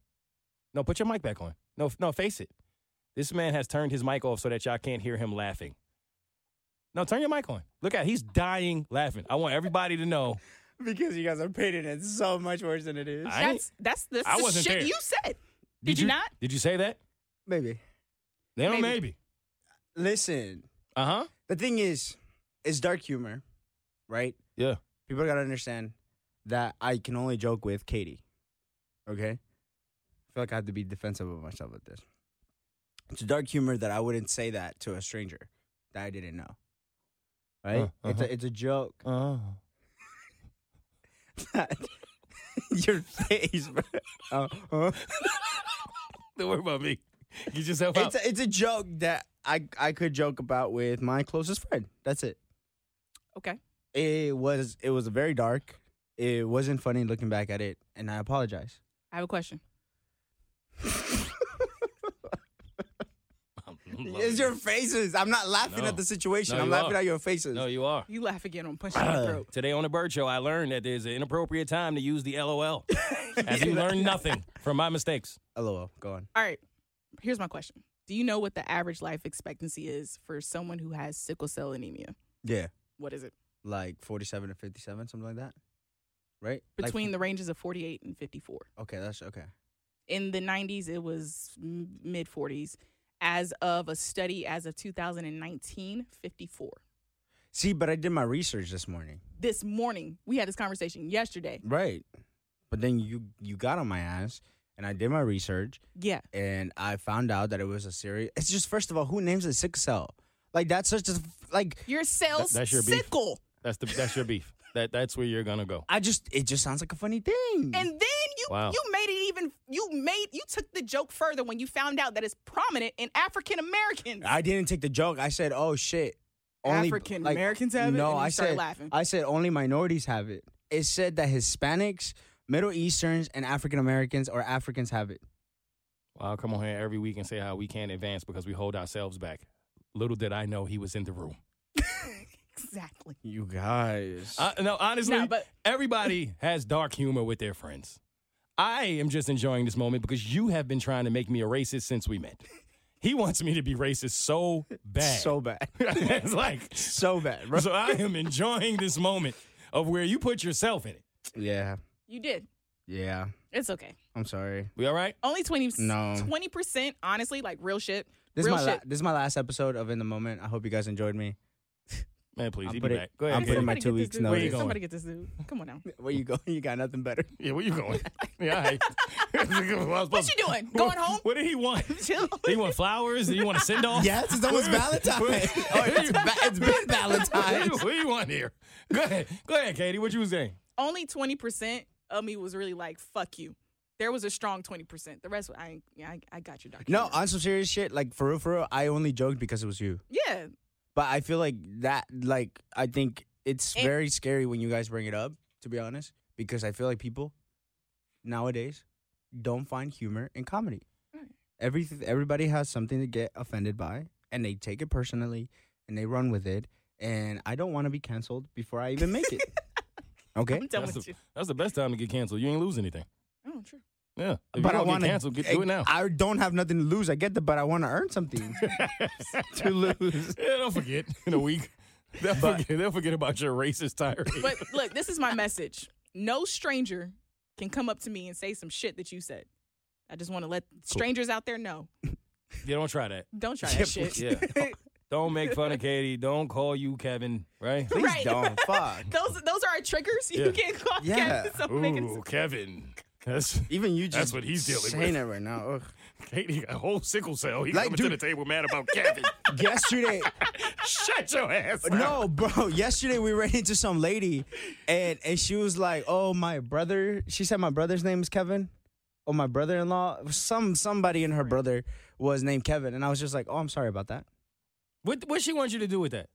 [SPEAKER 1] No, put your mic back on. No, f- no, face it. This man has turned his mic off so that y'all can't hear him laughing. No, turn your mic on. Look at he's dying laughing. I want everybody to know.
[SPEAKER 2] Because you guys are painting it so much worse than it is.
[SPEAKER 1] I ain't-
[SPEAKER 3] That's that's, that's
[SPEAKER 1] I
[SPEAKER 3] the
[SPEAKER 1] wasn't
[SPEAKER 3] shit
[SPEAKER 1] there.
[SPEAKER 3] you said. Did, you not?
[SPEAKER 1] Did you say that?
[SPEAKER 2] Maybe.
[SPEAKER 1] They don't
[SPEAKER 3] Maybe.
[SPEAKER 1] maybe.
[SPEAKER 2] Listen,
[SPEAKER 1] Uh huh.
[SPEAKER 2] the thing is, it's dark humor, right?
[SPEAKER 1] Yeah.
[SPEAKER 2] People gotta understand that I can only joke with Katie. Okay? I feel like I have to be defensive of myself with this. It's dark humor that I wouldn't say that to a stranger that I didn't know. Right?
[SPEAKER 1] Uh,
[SPEAKER 2] It's
[SPEAKER 1] uh-huh.
[SPEAKER 2] a it's a joke.
[SPEAKER 1] Uh huh.
[SPEAKER 2] Your face, bro. Uh, huh?
[SPEAKER 1] Don't worry about me. Get yourself out.
[SPEAKER 2] It's a, it's a joke that I I could joke about with my closest friend. That's it.
[SPEAKER 3] Okay.
[SPEAKER 2] It was it was very dark. It wasn't funny looking back at it, and I apologize.
[SPEAKER 3] I have a question.
[SPEAKER 2] It's your faces. I'm not laughing
[SPEAKER 1] No.
[SPEAKER 2] at the situation.
[SPEAKER 1] No,
[SPEAKER 2] I'm
[SPEAKER 1] you
[SPEAKER 2] laughing
[SPEAKER 1] are.
[SPEAKER 2] at your faces.
[SPEAKER 1] No, you are.
[SPEAKER 3] You laugh again on punching my throat.
[SPEAKER 1] Today on the Bird Show, I learned that there's an inappropriate time to use the LOL. As you learn nothing from my mistakes.
[SPEAKER 2] LOL. Go on.
[SPEAKER 3] All right. Here's my question. Do you know what the average life expectancy is for someone who has sickle cell anemia?
[SPEAKER 2] Yeah,
[SPEAKER 3] What is it?
[SPEAKER 2] like 47 to 57, something like that, right?
[SPEAKER 3] Between the ranges of 48 and 54.
[SPEAKER 2] the okay, that's okay.
[SPEAKER 3] In the 90s, it was mid 40s. As of a study as of 2019, 54.
[SPEAKER 2] See, but I did my research this morning,
[SPEAKER 3] This morning, we had this conversation yesterday.
[SPEAKER 2] right? But then you you got on my ass, and I did my research,
[SPEAKER 3] Yeah.
[SPEAKER 2] and I found out that it was a series. It's just first of all, who names it sickle cell? Like that's such a like.
[SPEAKER 3] Your cells
[SPEAKER 1] that's your beef.
[SPEAKER 3] sickle.
[SPEAKER 1] That's the that's your beef. That that's where you're gonna go.
[SPEAKER 2] I just it just sounds like a funny thing.
[SPEAKER 3] And then you
[SPEAKER 1] Wow.
[SPEAKER 3] you made it even you made you took the joke further when you found out that it's prominent in African Americans.
[SPEAKER 2] I didn't take the joke. I said, "Oh shit."
[SPEAKER 3] African Americans have it?
[SPEAKER 2] No,
[SPEAKER 3] And you
[SPEAKER 2] I
[SPEAKER 3] started
[SPEAKER 2] said
[SPEAKER 3] laughing.
[SPEAKER 2] I said only minorities have it. It said that Hispanics, Middle Easterns, and African Americans or Africans have it.
[SPEAKER 1] Well, I'll uh, come on here every week and say how we can't advance because we hold ourselves back. Little did I know he was in the room.
[SPEAKER 3] exactly.
[SPEAKER 2] You guys.
[SPEAKER 1] Uh, no, honestly,
[SPEAKER 3] Nah, but-
[SPEAKER 1] everybody has dark humor with their friends. I am just enjoying this moment because you have been trying to make me a racist since we met. He wants me to be racist so bad.
[SPEAKER 2] so bad.
[SPEAKER 1] it's like
[SPEAKER 2] so bad, bro.
[SPEAKER 1] so I am enjoying this moment of where you put yourself in it.
[SPEAKER 2] yeah.
[SPEAKER 3] You did.
[SPEAKER 2] Yeah.
[SPEAKER 3] It's okay.
[SPEAKER 2] I'm sorry.
[SPEAKER 1] We all right?
[SPEAKER 3] Only 20
[SPEAKER 2] No.
[SPEAKER 3] 20%, honestly, like real shit.
[SPEAKER 2] This
[SPEAKER 3] real
[SPEAKER 2] is
[SPEAKER 3] shit.
[SPEAKER 2] my la- this is my last episode of In the Moment. I hope you guys enjoyed me.
[SPEAKER 1] Man, please,
[SPEAKER 2] I'm
[SPEAKER 1] he be
[SPEAKER 2] putting-
[SPEAKER 1] back. Go ahead.
[SPEAKER 2] I'm
[SPEAKER 1] Katie.
[SPEAKER 2] putting my
[SPEAKER 3] Somebody
[SPEAKER 2] two
[SPEAKER 3] get this
[SPEAKER 2] weeks
[SPEAKER 3] dude.
[SPEAKER 1] notice.
[SPEAKER 3] Somebody get this dude. Come on now.
[SPEAKER 2] Where you go? You got nothing better.
[SPEAKER 1] Yeah, where you going? Yeah, all right.
[SPEAKER 3] What you doing? Going home?
[SPEAKER 1] What did he want?
[SPEAKER 3] Chill.
[SPEAKER 1] Did he want flowers? Did he want to send off?
[SPEAKER 2] Yes, it's almost Valentine. oh, it's, ba- it's been
[SPEAKER 1] What do
[SPEAKER 2] Valentine's.
[SPEAKER 1] you- what do you want here? Go ahead. Go ahead, Katie. What you was saying?
[SPEAKER 3] Only 20% of me was really like, fuck you. there was a strong twenty percent. The rest, I ain't- yeah, I, I got you, Dr.
[SPEAKER 2] No,
[SPEAKER 3] Dre.
[SPEAKER 2] on some serious shit, like for real, for real, I only joked because it was you.
[SPEAKER 3] yeah,
[SPEAKER 2] But I feel like that, like, I think it's
[SPEAKER 3] And-
[SPEAKER 2] very scary when you guys bring it up, to be honest, because I feel like people nowadays don't find humor in comedy.
[SPEAKER 3] Right.
[SPEAKER 2] Every, everybody has something to get offended by, and they take it personally and they run with it. And I don't want to be canceled before I even make it. okay?
[SPEAKER 3] I'm done
[SPEAKER 1] That's
[SPEAKER 3] with
[SPEAKER 1] the,
[SPEAKER 3] you.
[SPEAKER 1] that's the best time to get canceled. You ain't lose anything.
[SPEAKER 3] Oh, true.
[SPEAKER 1] Yeah. If
[SPEAKER 2] but
[SPEAKER 1] you
[SPEAKER 2] I
[SPEAKER 1] don't
[SPEAKER 2] want
[SPEAKER 1] get canceled. Get, do it now.
[SPEAKER 2] I don't have nothing to lose. I get that, but I want to earn something to lose.
[SPEAKER 1] yeah, don't forget in a week. They'll, forget, they'll forget about your racist tirade.
[SPEAKER 3] But look, this is my message. No stranger can come up to me and say some shit that you said. I just want to let strangers out there know.
[SPEAKER 1] yeah, don't try that.
[SPEAKER 3] Don't try that shit.
[SPEAKER 1] Yeah. Don't make fun of Katie. Don't call you Kevin, right?
[SPEAKER 2] Please
[SPEAKER 3] Right.
[SPEAKER 2] don't. Fuck.
[SPEAKER 3] Those those are our triggers.
[SPEAKER 1] Yeah.
[SPEAKER 3] You can't call
[SPEAKER 2] Yeah.
[SPEAKER 3] Kevin. So making
[SPEAKER 1] Kevin. That's
[SPEAKER 2] Even you just
[SPEAKER 1] That's what he's dealing
[SPEAKER 2] saying it right now. Ugh.
[SPEAKER 1] Katie, a whole sickle cell. He
[SPEAKER 2] Like, dude-
[SPEAKER 1] table mad about Kevin.
[SPEAKER 2] yesterday,
[SPEAKER 1] Shut your ass up.
[SPEAKER 2] no, bro. Yesterday we ran into some lady, and and she was like, "Oh, my brother." She said my brother's name is Kevin. Oh, my brother-in-law. Some somebody in her brother was named Kevin, and I was just like, "Oh, I'm sorry about that."
[SPEAKER 1] What what she wants you to do with that?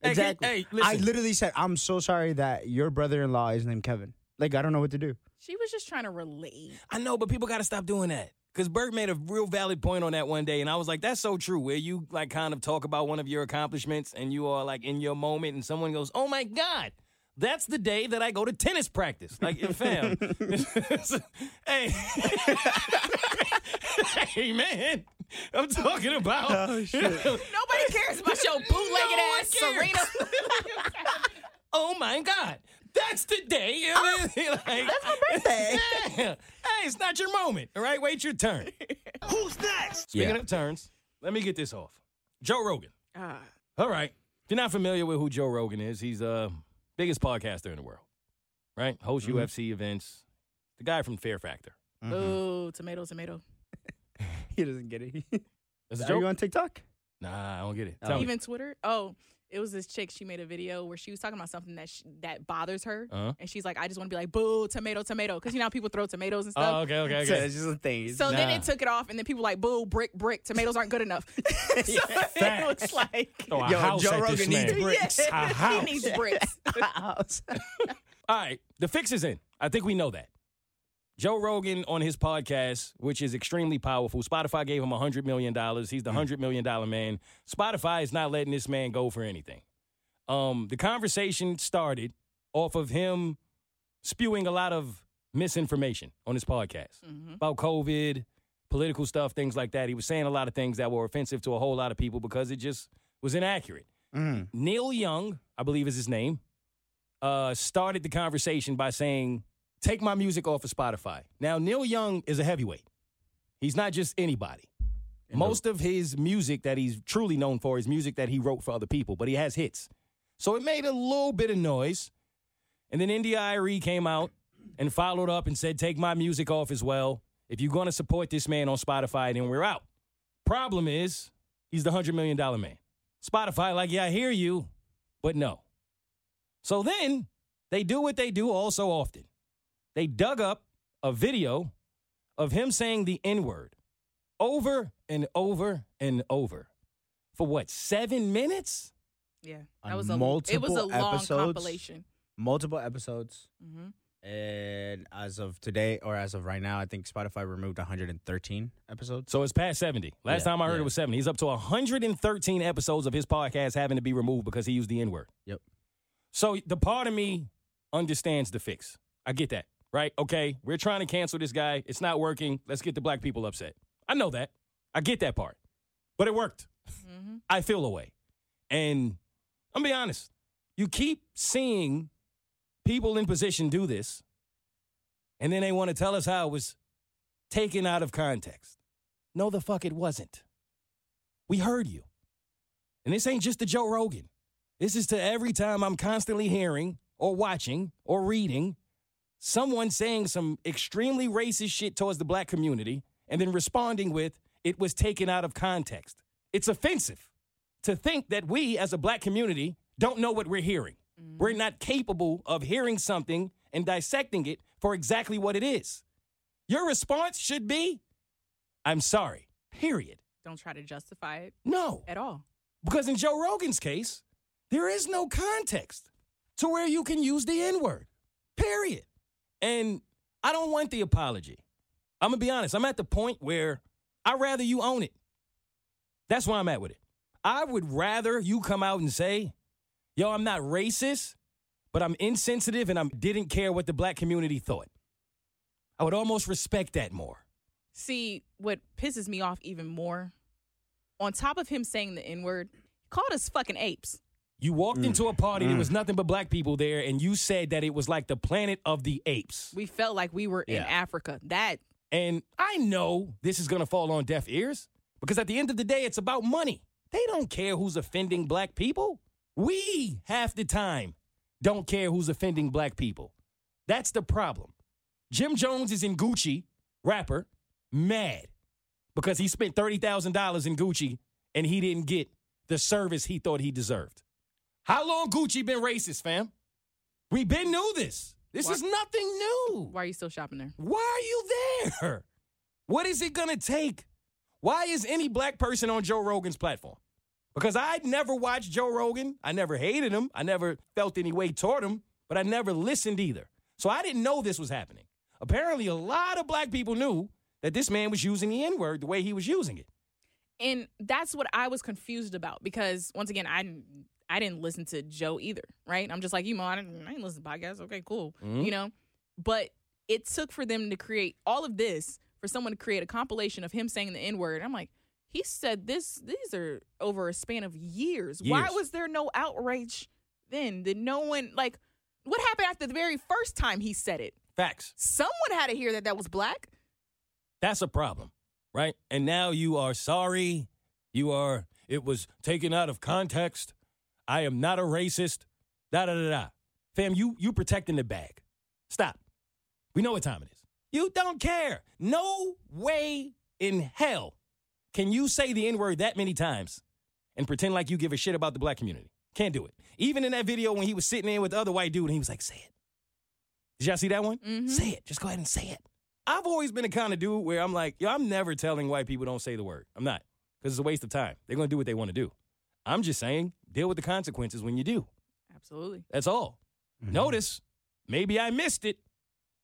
[SPEAKER 1] Hey, can-
[SPEAKER 2] Exactly.
[SPEAKER 1] hey,
[SPEAKER 2] I
[SPEAKER 1] listen.
[SPEAKER 2] literally said, "I'm so sorry that your brother-in-law is named Kevin." Like I don't know what to do.
[SPEAKER 3] She was just trying to relate.
[SPEAKER 1] I know, but people got to stop doing that. Because Berg made a real valid point on that one day, and I was like, that's so true. Where you like kind of talk about one of your accomplishments and you are like in your moment, and someone goes, oh my God. That's the day that I go to tennis practice. Like, fam. hey. hey, man. I'm talking about.
[SPEAKER 3] Nobody cares about your bootlegged
[SPEAKER 1] No one
[SPEAKER 3] ass
[SPEAKER 1] cares.
[SPEAKER 3] Serena.
[SPEAKER 1] oh my God, that's the day. Oh, that's my birthday. Hey, it's not your moment. All right, wait your turn. Who's next? Speaking
[SPEAKER 2] Yeah.
[SPEAKER 1] of turns, let me get this off. Joe Rogan.
[SPEAKER 3] Ah,
[SPEAKER 1] All right. If you're not familiar with who Joe Rogan is, he's uh biggest podcaster in the world. Right? Hosts
[SPEAKER 2] Mm-hmm.
[SPEAKER 1] UFC events. The guy from Fair Factor.
[SPEAKER 3] Ooh, tomato, tomato.
[SPEAKER 2] He doesn't get it.
[SPEAKER 1] That's a
[SPEAKER 2] Are you
[SPEAKER 1] joke?
[SPEAKER 2] on TikTok?
[SPEAKER 1] Nah, I don't get it. Tell me.
[SPEAKER 3] Even Twitter. Oh, it was this chick. She made a video where she was talking about something that sh- that bothers her,
[SPEAKER 1] Uh-huh.
[SPEAKER 3] and she's like, "I just want to be like, boo, tomato, tomato," because you know how people throw tomatoes and
[SPEAKER 1] Oh,
[SPEAKER 3] stuff.
[SPEAKER 1] okay, okay,
[SPEAKER 2] So
[SPEAKER 1] okay.
[SPEAKER 2] it's just a thing. It's
[SPEAKER 3] So then
[SPEAKER 1] Nah.
[SPEAKER 3] it took it off, and then people were like, "Boo, brick, brick, tomatoes aren't good enough." so it
[SPEAKER 1] Facts.
[SPEAKER 3] was like,
[SPEAKER 1] Throw Oh, a
[SPEAKER 2] Yo,
[SPEAKER 1] house
[SPEAKER 2] Joe
[SPEAKER 1] at this
[SPEAKER 2] Rogan needs
[SPEAKER 1] man.
[SPEAKER 2] bricks.
[SPEAKER 1] A house.
[SPEAKER 3] he needs bricks.
[SPEAKER 2] house.
[SPEAKER 1] All right, the fix is in. I think we know that. Joe Rogan on his podcast, which is extremely powerful. Spotify gave him $100 million. He's the $100 million man. Spotify is not letting this man go for anything. Um, the conversation started off of him spewing a lot of misinformation on his podcast about COVID, political stuff, things like that. He was saying a lot of things that were offensive to a whole lot of people because it just was inaccurate.
[SPEAKER 2] Mm.
[SPEAKER 1] Neil Young, I believe is his name, uh, started the conversation by saying, Take my music off of Spotify. Now, Neil Young is a heavyweight. He's not just anybody. Most of his music that he's truly known for is music that he wrote for other people, but he has hits. So it made a little bit of noise. And then NDIRE E came out and followed up and said, Take my music off as well. If you're going to support this man on Spotify, then we're out. Problem is, he's the $100 million man. Spotify, like, yeah, I hear you, but no. So then they do what they do all so often. They dug up a video of him saying the N word over and over and over for what, seven minutes?
[SPEAKER 3] Yeah,
[SPEAKER 2] On
[SPEAKER 3] that was a it was a
[SPEAKER 2] multiple
[SPEAKER 3] long
[SPEAKER 2] episodes?
[SPEAKER 3] compilation. Mm-hmm,
[SPEAKER 2] Multiple episodes. And as of today, or as of right now, I think Spotify removed 113 episodes.
[SPEAKER 1] So it's past 70. Last
[SPEAKER 2] Yeah,
[SPEAKER 1] time I heard it
[SPEAKER 2] yeah.
[SPEAKER 1] was 70. He's up to 113 episodes of his podcast having to be removed because he used the N word.
[SPEAKER 2] Yep.
[SPEAKER 1] So the part of me understands the fix. I get that, right? Okay, we're trying to cancel this guy. It's not working. Let's get the black people upset. I know that. I get that part. But it worked.
[SPEAKER 3] mm-hmm.
[SPEAKER 1] I feel away. And I'm gonna be honest. You keep seeing people in position do this, and then they want to tell us how it was taken out of context. No, the fuck it wasn't. We heard you. And this ain't just to Joe Rogan. This is to every time I'm constantly hearing or watching or reading someone saying some extremely racist shit towards the black community and then responding with, it was taken out of context. It's offensive to think that we as a black community don't know what we're hearing. We're not capable of hearing something and dissecting it for exactly what it is. Your response should be, I'm sorry, period.
[SPEAKER 3] Don't try to justify it
[SPEAKER 1] No.
[SPEAKER 3] at all.
[SPEAKER 1] Because in Joe Rogan's case, there is no context to where you can use the N word, period. And I don't want the apology. I'm going to be honest. I'm at the point where I'd rather you own it. That's where I'm at with it. I would rather you come out and say, yo, I'm not racist, but I'm insensitive and I didn't care what the black community thought. I would almost respect that more.
[SPEAKER 3] See, what pisses me off even more, on top of him saying the N word, he called us fucking apes.
[SPEAKER 1] You walked into a party, there was nothing but black people there, and you said that it was like the planet of the apes.
[SPEAKER 3] We felt like we were in
[SPEAKER 2] Yeah.
[SPEAKER 3] Africa. That
[SPEAKER 1] And I know this is gonna fall on deaf ears because at the end of the day, it's about money. They don't care who's offending black people. We, half the time, don't care who's offending black people. That's the problem. Jim Jones is in Gucci, rapper, mad because he spent $30,000 in Gucci and he didn't get the service he thought he deserved. How long Gucci been racist, fam? We been knew this. This
[SPEAKER 3] Why-
[SPEAKER 1] is nothing new.
[SPEAKER 3] why are you still shopping there?
[SPEAKER 1] Why are you there? What is it gonna take? Why is any black person on Joe Rogan's platform? Because I'd never watched Joe Rogan. I never hated him. I never felt any way toward him, but I never listened either. So I didn't know this was happening. Apparently, a lot of black people knew that this man was using the N word the way he was using it.
[SPEAKER 3] And that's what I was confused about because once again, I didn't I didn't listen to Joe either, right? I'm just like, you know, I didn't, I didn't listen to podcasts. Okay, cool. You know? But it took for them to create all of this for someone to create a compilation of him saying the N-word. I'm like, he said this these are over a span of years. Why
[SPEAKER 1] Years.
[SPEAKER 3] was there no outrage then? Did no one like what happened after the very first time he said it?
[SPEAKER 1] Facts.
[SPEAKER 3] Someone had to hear that that was black.
[SPEAKER 1] That's a problem, right? And now you are sorry. You are, it was taken out of context. I am not a racist. Da da da da. Fam, you you protecting the bag. Stop. We know what time it is. You don't care. No way in hell can you say the N-word that many times and pretend like you give a shit about the black community. Can't do it. Even in that video when he was sitting in with the other white dude and he was like, say it. Did y'all see that one? Say it. Just go ahead and say it. I've always been the kind of dude where I'm like, yo, I'm never telling white people don't say the word. I'm not. Because it's a waste of time. They're gonna do what they want to do. I'm just saying, deal with the consequences when you do.
[SPEAKER 3] Absolutely.
[SPEAKER 1] That's all.
[SPEAKER 2] Mm-hmm.
[SPEAKER 1] Notice, maybe I missed it,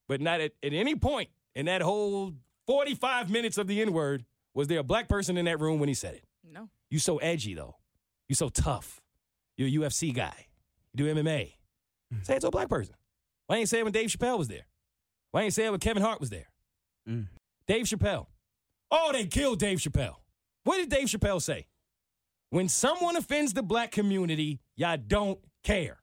[SPEAKER 1] but not at, at any point in that whole 45 minutes of the N word was there a black person in that room when he said it.
[SPEAKER 3] No.
[SPEAKER 1] You so edgy though. You so tough. You're a UFC guy. You do MMA. Say it to a black person. Why ain't you say it when Dave Chappelle was there? Why ain't you say it when Kevin Hart was there?
[SPEAKER 2] Mm.
[SPEAKER 1] Dave Chappelle. Oh, they killed Dave Chappelle. What did Dave Chappelle say? When someone offends the black community, y'all don't care.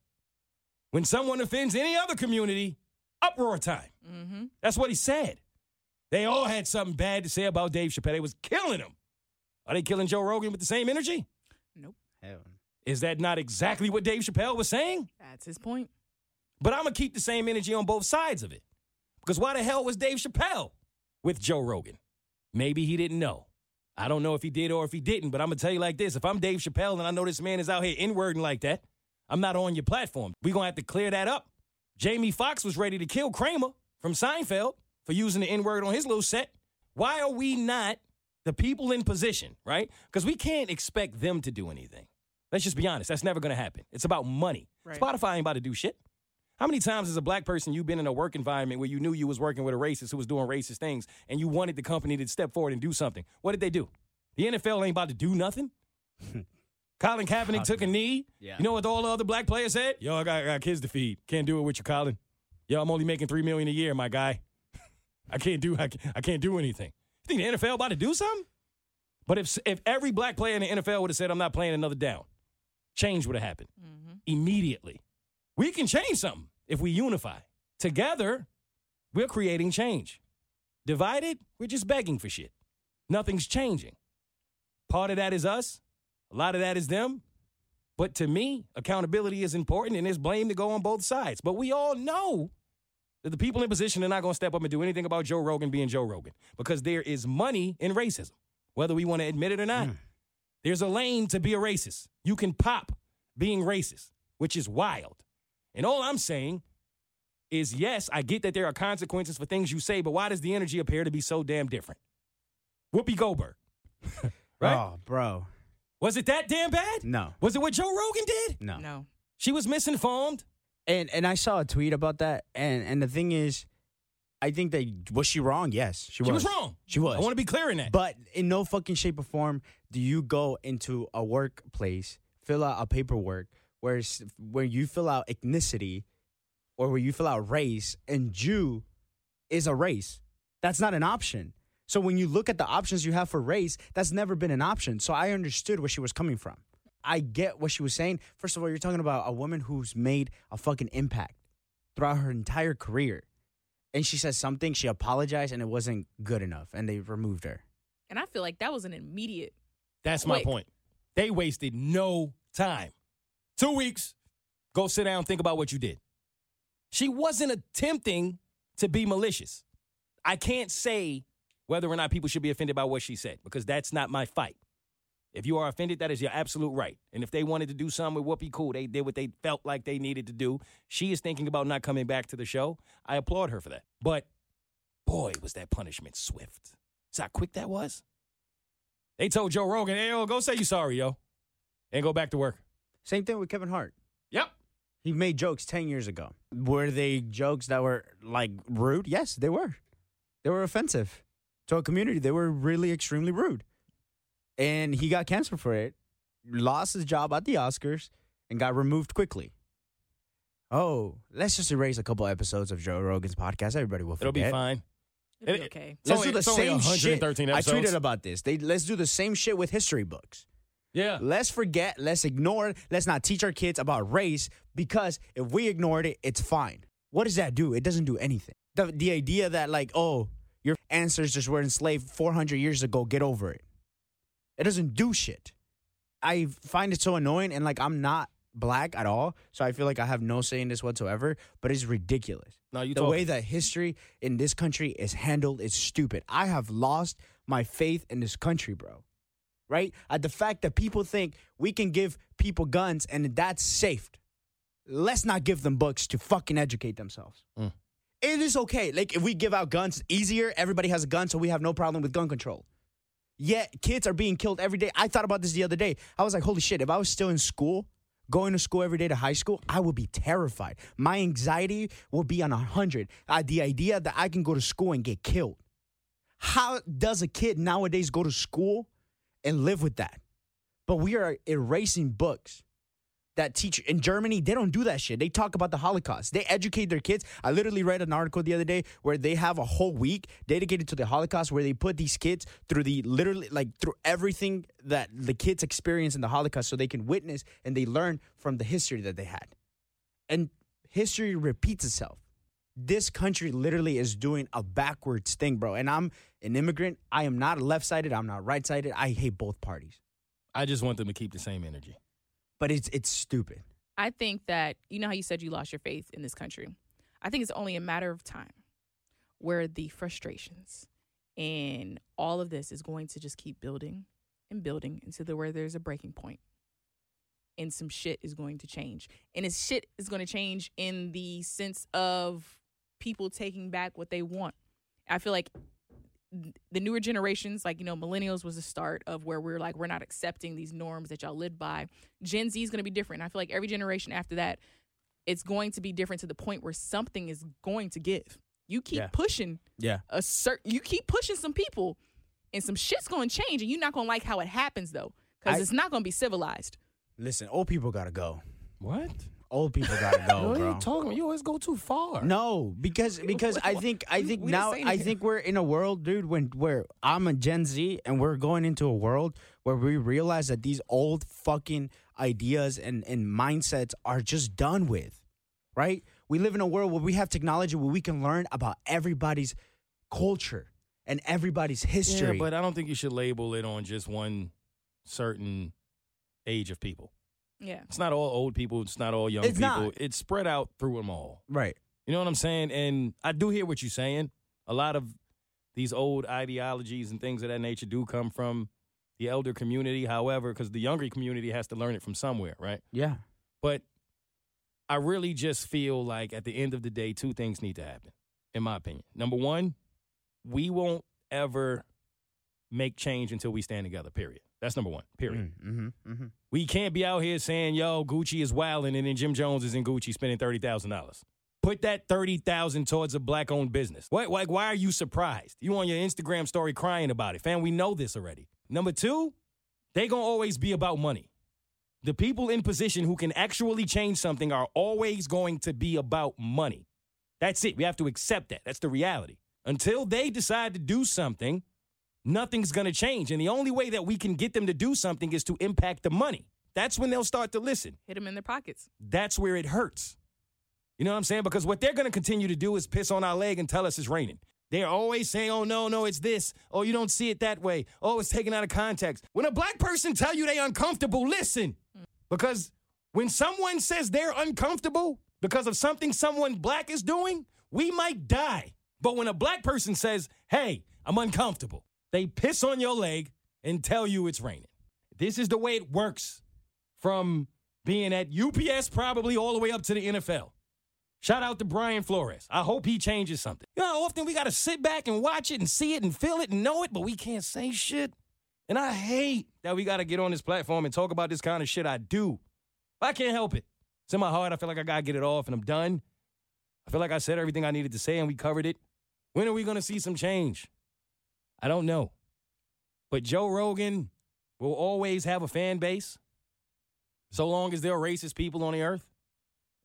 [SPEAKER 1] When someone offends any other community, uproar time.
[SPEAKER 3] Mm-hmm.
[SPEAKER 1] That's what he said. They all had something bad to say about Dave Chappelle. They was killing him. Are they killing Joe Rogan with the same energy?
[SPEAKER 3] Nope.
[SPEAKER 1] Is that not exactly what Dave Chappelle was saying?
[SPEAKER 3] That's his point.
[SPEAKER 1] But I'm gonna keep the same energy on both sides of it. Because why the hell was Dave Chappelle with Joe Rogan? Maybe he didn't know. I don't know if he did or if he didn't, but I'm gonna tell you like this if I'm Dave Chappelle and I know this man is out here N-wording like that, I'm not on your platform. We're gonna have to clear that up. Jamie Foxx was ready to kill Kramer from Seinfeld for using the N-word on his little set. Why are we not the people in position, right? Because we can't expect them to do anything. Let's just be honest. That's never gonna happen. It's about money.
[SPEAKER 3] Right.
[SPEAKER 1] Spotify ain't about to do shit. How many times as a black person you been in a work environment where you knew you was working with a racist who was doing racist things and you wanted the company to step forward and do something? What did they do? The NFL ain't about to do nothing. Colin Kaepernick took a knee.
[SPEAKER 2] Yeah.
[SPEAKER 1] You know what all the other black players said? Yo, I got, I got kids to feed. Can't do it with you, Colin. Yo, I'm only making three million a year, my guy. I can't do I can't, I can't do anything. You think the NFL about to do something? But if if every black player in the NFL would have said, "I'm not playing another down," change would have happened immediately. We can change something if we unify. Together, we're creating change. Divided, we're just begging for shit. Nothing's changing. Part of that is us, a lot of that is them. But to me, accountability is important and there's blame to go on both sides. But we all know that the people in position are not going to step up and do anything about Joe Rogan being Joe Rogan because there is money in racism, whether we want to admit it or not. There's a lane to be a racist. You can pop being racist, which is wild. And all I'm saying is yes, I get that there are consequences for things you say, but why does the energy appear to be so damn different? Whoopi Goldberg. Right?
[SPEAKER 2] Oh, bro.
[SPEAKER 1] Was it that damn bad?
[SPEAKER 2] No.
[SPEAKER 1] Was it what Joe Rogan did?
[SPEAKER 2] No.
[SPEAKER 3] No.
[SPEAKER 1] She was misinformed.
[SPEAKER 2] And and I saw a tweet about that. And and the thing is, I think that was she wrong? Yes, she was.
[SPEAKER 1] She was wrong.
[SPEAKER 2] She was.
[SPEAKER 1] I want to be clear in that.
[SPEAKER 2] But in no fucking shape or form do you go into a workplace, fill out a paperwork where it's- where you fill out ethnicity or where you fill out race and Jew is a race. That's not an option. So when you look at the options you have for race, that's never been an option. So I understood where she was coming from. I get what she was saying. First of all, you're talking about a woman who's made a fucking impact throughout her entire career. And she said something, she apologized, and it wasn't good enough, and they removed her.
[SPEAKER 3] And I feel like that was an immediate.
[SPEAKER 1] That's my
[SPEAKER 3] Quick.
[SPEAKER 1] point. They wasted no time. Two weeks. Go sit down, think about what you did. She wasn't attempting to be malicious. I can't say whether or not people should be offended by what she said because that's not my fight. If you are offended, that is your absolute right. And if they wanted to do something with Whoopi, cool. They did what they felt like they needed to do. She is thinking about not coming back to the show. I applaud her for that. But boy, was that punishment swift. See how quick that was? They told Joe Rogan, hey, yo, go say you sorry, yo, and go back to work.
[SPEAKER 2] Same thing with Kevin Hart.
[SPEAKER 1] Yep.
[SPEAKER 2] He made jokes 10 years ago. Were they jokes that were like rude? Yes, they were. They were offensive to a community. They were really extremely rude. And he got canceled for it, lost his job at the Oscars, and got removed quickly. Oh, let's just erase a couple episodes of Joe Rogan's podcast. Everybody will
[SPEAKER 1] It'll
[SPEAKER 2] forget.
[SPEAKER 1] be fine.
[SPEAKER 3] It'd
[SPEAKER 1] It-
[SPEAKER 3] be
[SPEAKER 1] it-
[SPEAKER 3] okay.
[SPEAKER 1] It's
[SPEAKER 2] Let's
[SPEAKER 1] only-
[SPEAKER 2] do the
[SPEAKER 1] it's only
[SPEAKER 2] same shit.
[SPEAKER 1] 113
[SPEAKER 2] I
[SPEAKER 1] episodes.
[SPEAKER 2] tweeted about this. They let's do the same shit with history books.
[SPEAKER 1] Yeah.
[SPEAKER 2] Let's forget, let's ignore it, let's not teach our kids about race because if we ignored it, it's fine. What does that do? It doesn't do anything. The, the idea that, like, oh, your ancestors were enslaved 400 years ago, get over it. It doesn't do shit. I find it so annoying and, like, I'm not black at all, so I feel like I have no say in this whatsoever, but it's ridiculous
[SPEAKER 1] No, you
[SPEAKER 2] the
[SPEAKER 1] talking.
[SPEAKER 2] way that history in this country is handled is stupid. I have lost my faith in this country, bro. Right? At the fact that people think we can give people guns and that's safe. Let's not give them books to fucking educate themselves.
[SPEAKER 1] Mm.
[SPEAKER 2] It is okay. Like if we give out guns easier, everybody has a gun, so we have no problem with gun control. Yet kids are being killed every day. I thought about this the other day. I was like, holy shit, if I was still in school, going to school every day to high school, I would be terrified. My anxiety would be on 100. Uh, the idea that I can go to school and get killed. How does a kid nowadays go to school and live with that? But we are erasing books that teach in Germany, they don't do that shit. They talk about the Holocaust. They educate their kids. I literally read an article the other day where they have a whole week dedicated to the Holocaust where they put these kids through the literally like through everything that the kids experience in the Holocaust so they can witness and they learn from the history that they had. And history repeats itself. This country literally is doing a backwards thing, bro. And I'm an immigrant. I am not left-sided, I'm not right-sided. I hate both parties.
[SPEAKER 1] I just want them to keep the same energy.
[SPEAKER 2] But it's it's stupid.
[SPEAKER 3] I think that you know how you said you lost your faith in this country. I think it's only a matter of time where the frustrations and all of this is going to just keep building and building until the, where there's a breaking point and some shit is going to change. And it's shit is going to change in the sense of people taking back what they want. I feel like the newer generations, like, you know, millennials was the start of where we're like, we're not accepting these norms that y'all live by. Gen Z is going to be different. I feel like every generation after that, it's going to be different to the point where something is going to give. You keep
[SPEAKER 2] Yeah.
[SPEAKER 3] pushing
[SPEAKER 2] Yeah.
[SPEAKER 3] a certain, you keep pushing some people and some shit's going to change and you're not going to like how it happens though, because
[SPEAKER 2] I-
[SPEAKER 3] it's not going to be civilized.
[SPEAKER 2] Listen, old people gotta go.
[SPEAKER 1] What?
[SPEAKER 2] Old people gotta go,
[SPEAKER 1] what are
[SPEAKER 2] bro.
[SPEAKER 1] you talking about? You always go too far.
[SPEAKER 2] No, because because I think I
[SPEAKER 3] We-
[SPEAKER 2] think
[SPEAKER 3] we just
[SPEAKER 2] now
[SPEAKER 3] saying
[SPEAKER 2] I
[SPEAKER 3] here.
[SPEAKER 2] think we're in a world, dude, when where I'm a Gen Z and we're going into a world where we realize that these old fucking ideas and and mindsets are just done with. Right? We live in a world where we have technology where we can learn about everybody's culture and everybody's
[SPEAKER 1] Yeah,
[SPEAKER 2] history.
[SPEAKER 1] but I don't think you should label it on just one certain age of people.
[SPEAKER 3] Yeah.
[SPEAKER 1] It's not all old people. It's not all young
[SPEAKER 2] It's
[SPEAKER 1] people.
[SPEAKER 2] not.
[SPEAKER 1] It's spread out through them all.
[SPEAKER 2] right.
[SPEAKER 1] You know what I'm saying? And I do hear what you're saying. A lot of these old ideologies and things of that nature do come from the elder community, however, because the younger community has to learn it from somewhere, right?
[SPEAKER 2] Yeah.
[SPEAKER 1] But I really just feel like at the end of the day, two things need to happen, in my opinion. Number one, we won't ever make change until we stand together, period. That's number one, period.
[SPEAKER 2] Mm-hmm, mm-hmm.
[SPEAKER 1] We can't be out here saying, yo, Gucci is wilding and then Jim Jones is in Gucci spending $30,000. Put that 30000 towards a black owned business. Why, why, why are you surprised? You on your Instagram story crying about it. Fam, we know this already. Number two, they going to always be about money. The people in position who can actually change something are always going to be about money. That's it. We have to accept that. That's the reality. Until they decide to do something, nothing's going to change. And the only way that we can get them to do something is to impact the money. That's when they'll start to listen.
[SPEAKER 3] Hit them in their pockets.
[SPEAKER 1] That's where it hurts. You know what I'm saying? Because what they're going to continue to do is piss on our leg and tell us it's raining. They're always saying, "Oh no, no, it's this. Oh, you don't see it that way. Oh, it's taken out of context." When a black person tell you they uncomfortable, listen. Because when someone says they're uncomfortable because of something someone black is doing, we might die. But when a black person says, hey, I'm uncomfortable, they piss on your leg and tell you it's raining. This is the way it works from being at UPS probably all the way up to the NFL. Shout out to Brian Flores. I hope he changes something. You know, how often we got to sit back and watch it and see it and feel it and know it, but we can't say shit. And I hate that we got to get on this platform and talk about this kind of shit. I do. But I can't help it. It's in my heart. I feel like I got to get it off and I'm done. I feel like I said everything I needed to say and we covered it. When are we going to see some change? I don't know. But Joe Rogan will always have a fan base so long as there are racist people on the earth.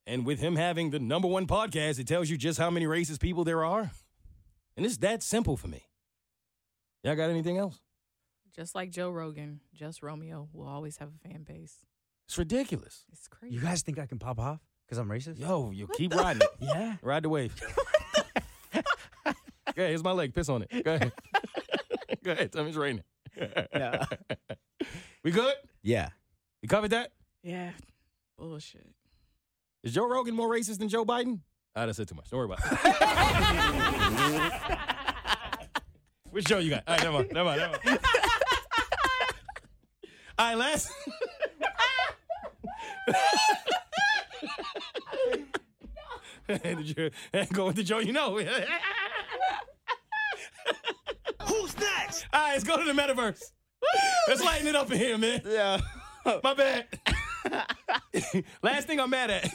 [SPEAKER 1] And with him having the number one podcast, it tells you just how many racist people there are. And it's that simple for me. Y'all got anything else?
[SPEAKER 3] Just like Joe Rogan, just Romeo will always have a fan base.
[SPEAKER 1] It's ridiculous.
[SPEAKER 3] It's crazy.
[SPEAKER 2] You guys think I can pop off because I'm racist?
[SPEAKER 1] Yo, you keep riding it.
[SPEAKER 2] Yeah.
[SPEAKER 1] Ride the wave. Go ahead, here's my leg. Piss on it. Go ahead. Go ahead. Tell me it's raining.
[SPEAKER 2] Yeah.
[SPEAKER 1] We good?
[SPEAKER 2] yeah.
[SPEAKER 1] We covered that?
[SPEAKER 3] yeah. Bullshit.
[SPEAKER 1] Is Joe Rogan more racist than Joe Biden? I done said too much. Don't worry about it. Which Joe you got? All right, never mind. Never mind. Never mind. All right, last. Did you go with the Joe you know? Who's next? All right, let's go to the metaverse. let's lighten it up in here, man.
[SPEAKER 2] Yeah.
[SPEAKER 1] My bad. Last thing I'm mad at.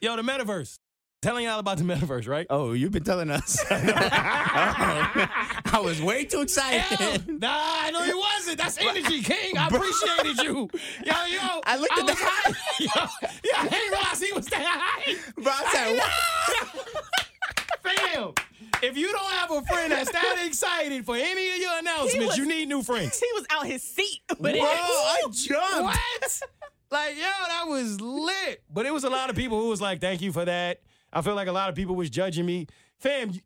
[SPEAKER 1] Yo, the metaverse. Telling y'all about the metaverse, right?
[SPEAKER 2] Oh, you've been telling us. I was way too
[SPEAKER 1] Hell,
[SPEAKER 2] excited.
[SPEAKER 1] nah, I know you wasn't. That's energy, King. I appreciated you. Yo, yo.
[SPEAKER 2] I looked at
[SPEAKER 1] was
[SPEAKER 2] the-
[SPEAKER 1] high. Yo, yo, I didn't realize he was that high.
[SPEAKER 2] Bro, I said, what?
[SPEAKER 1] Fam, if you don't have a friend that's that excited for any of your announcements,
[SPEAKER 3] was-
[SPEAKER 1] you need new friends.
[SPEAKER 3] He was out his seat. But
[SPEAKER 2] Whoa, I jumped.
[SPEAKER 1] What? like, yo, that was lit. But it was a lot of people who was like, thank you for that. I feel like a lot of people was judging me. Fam, you,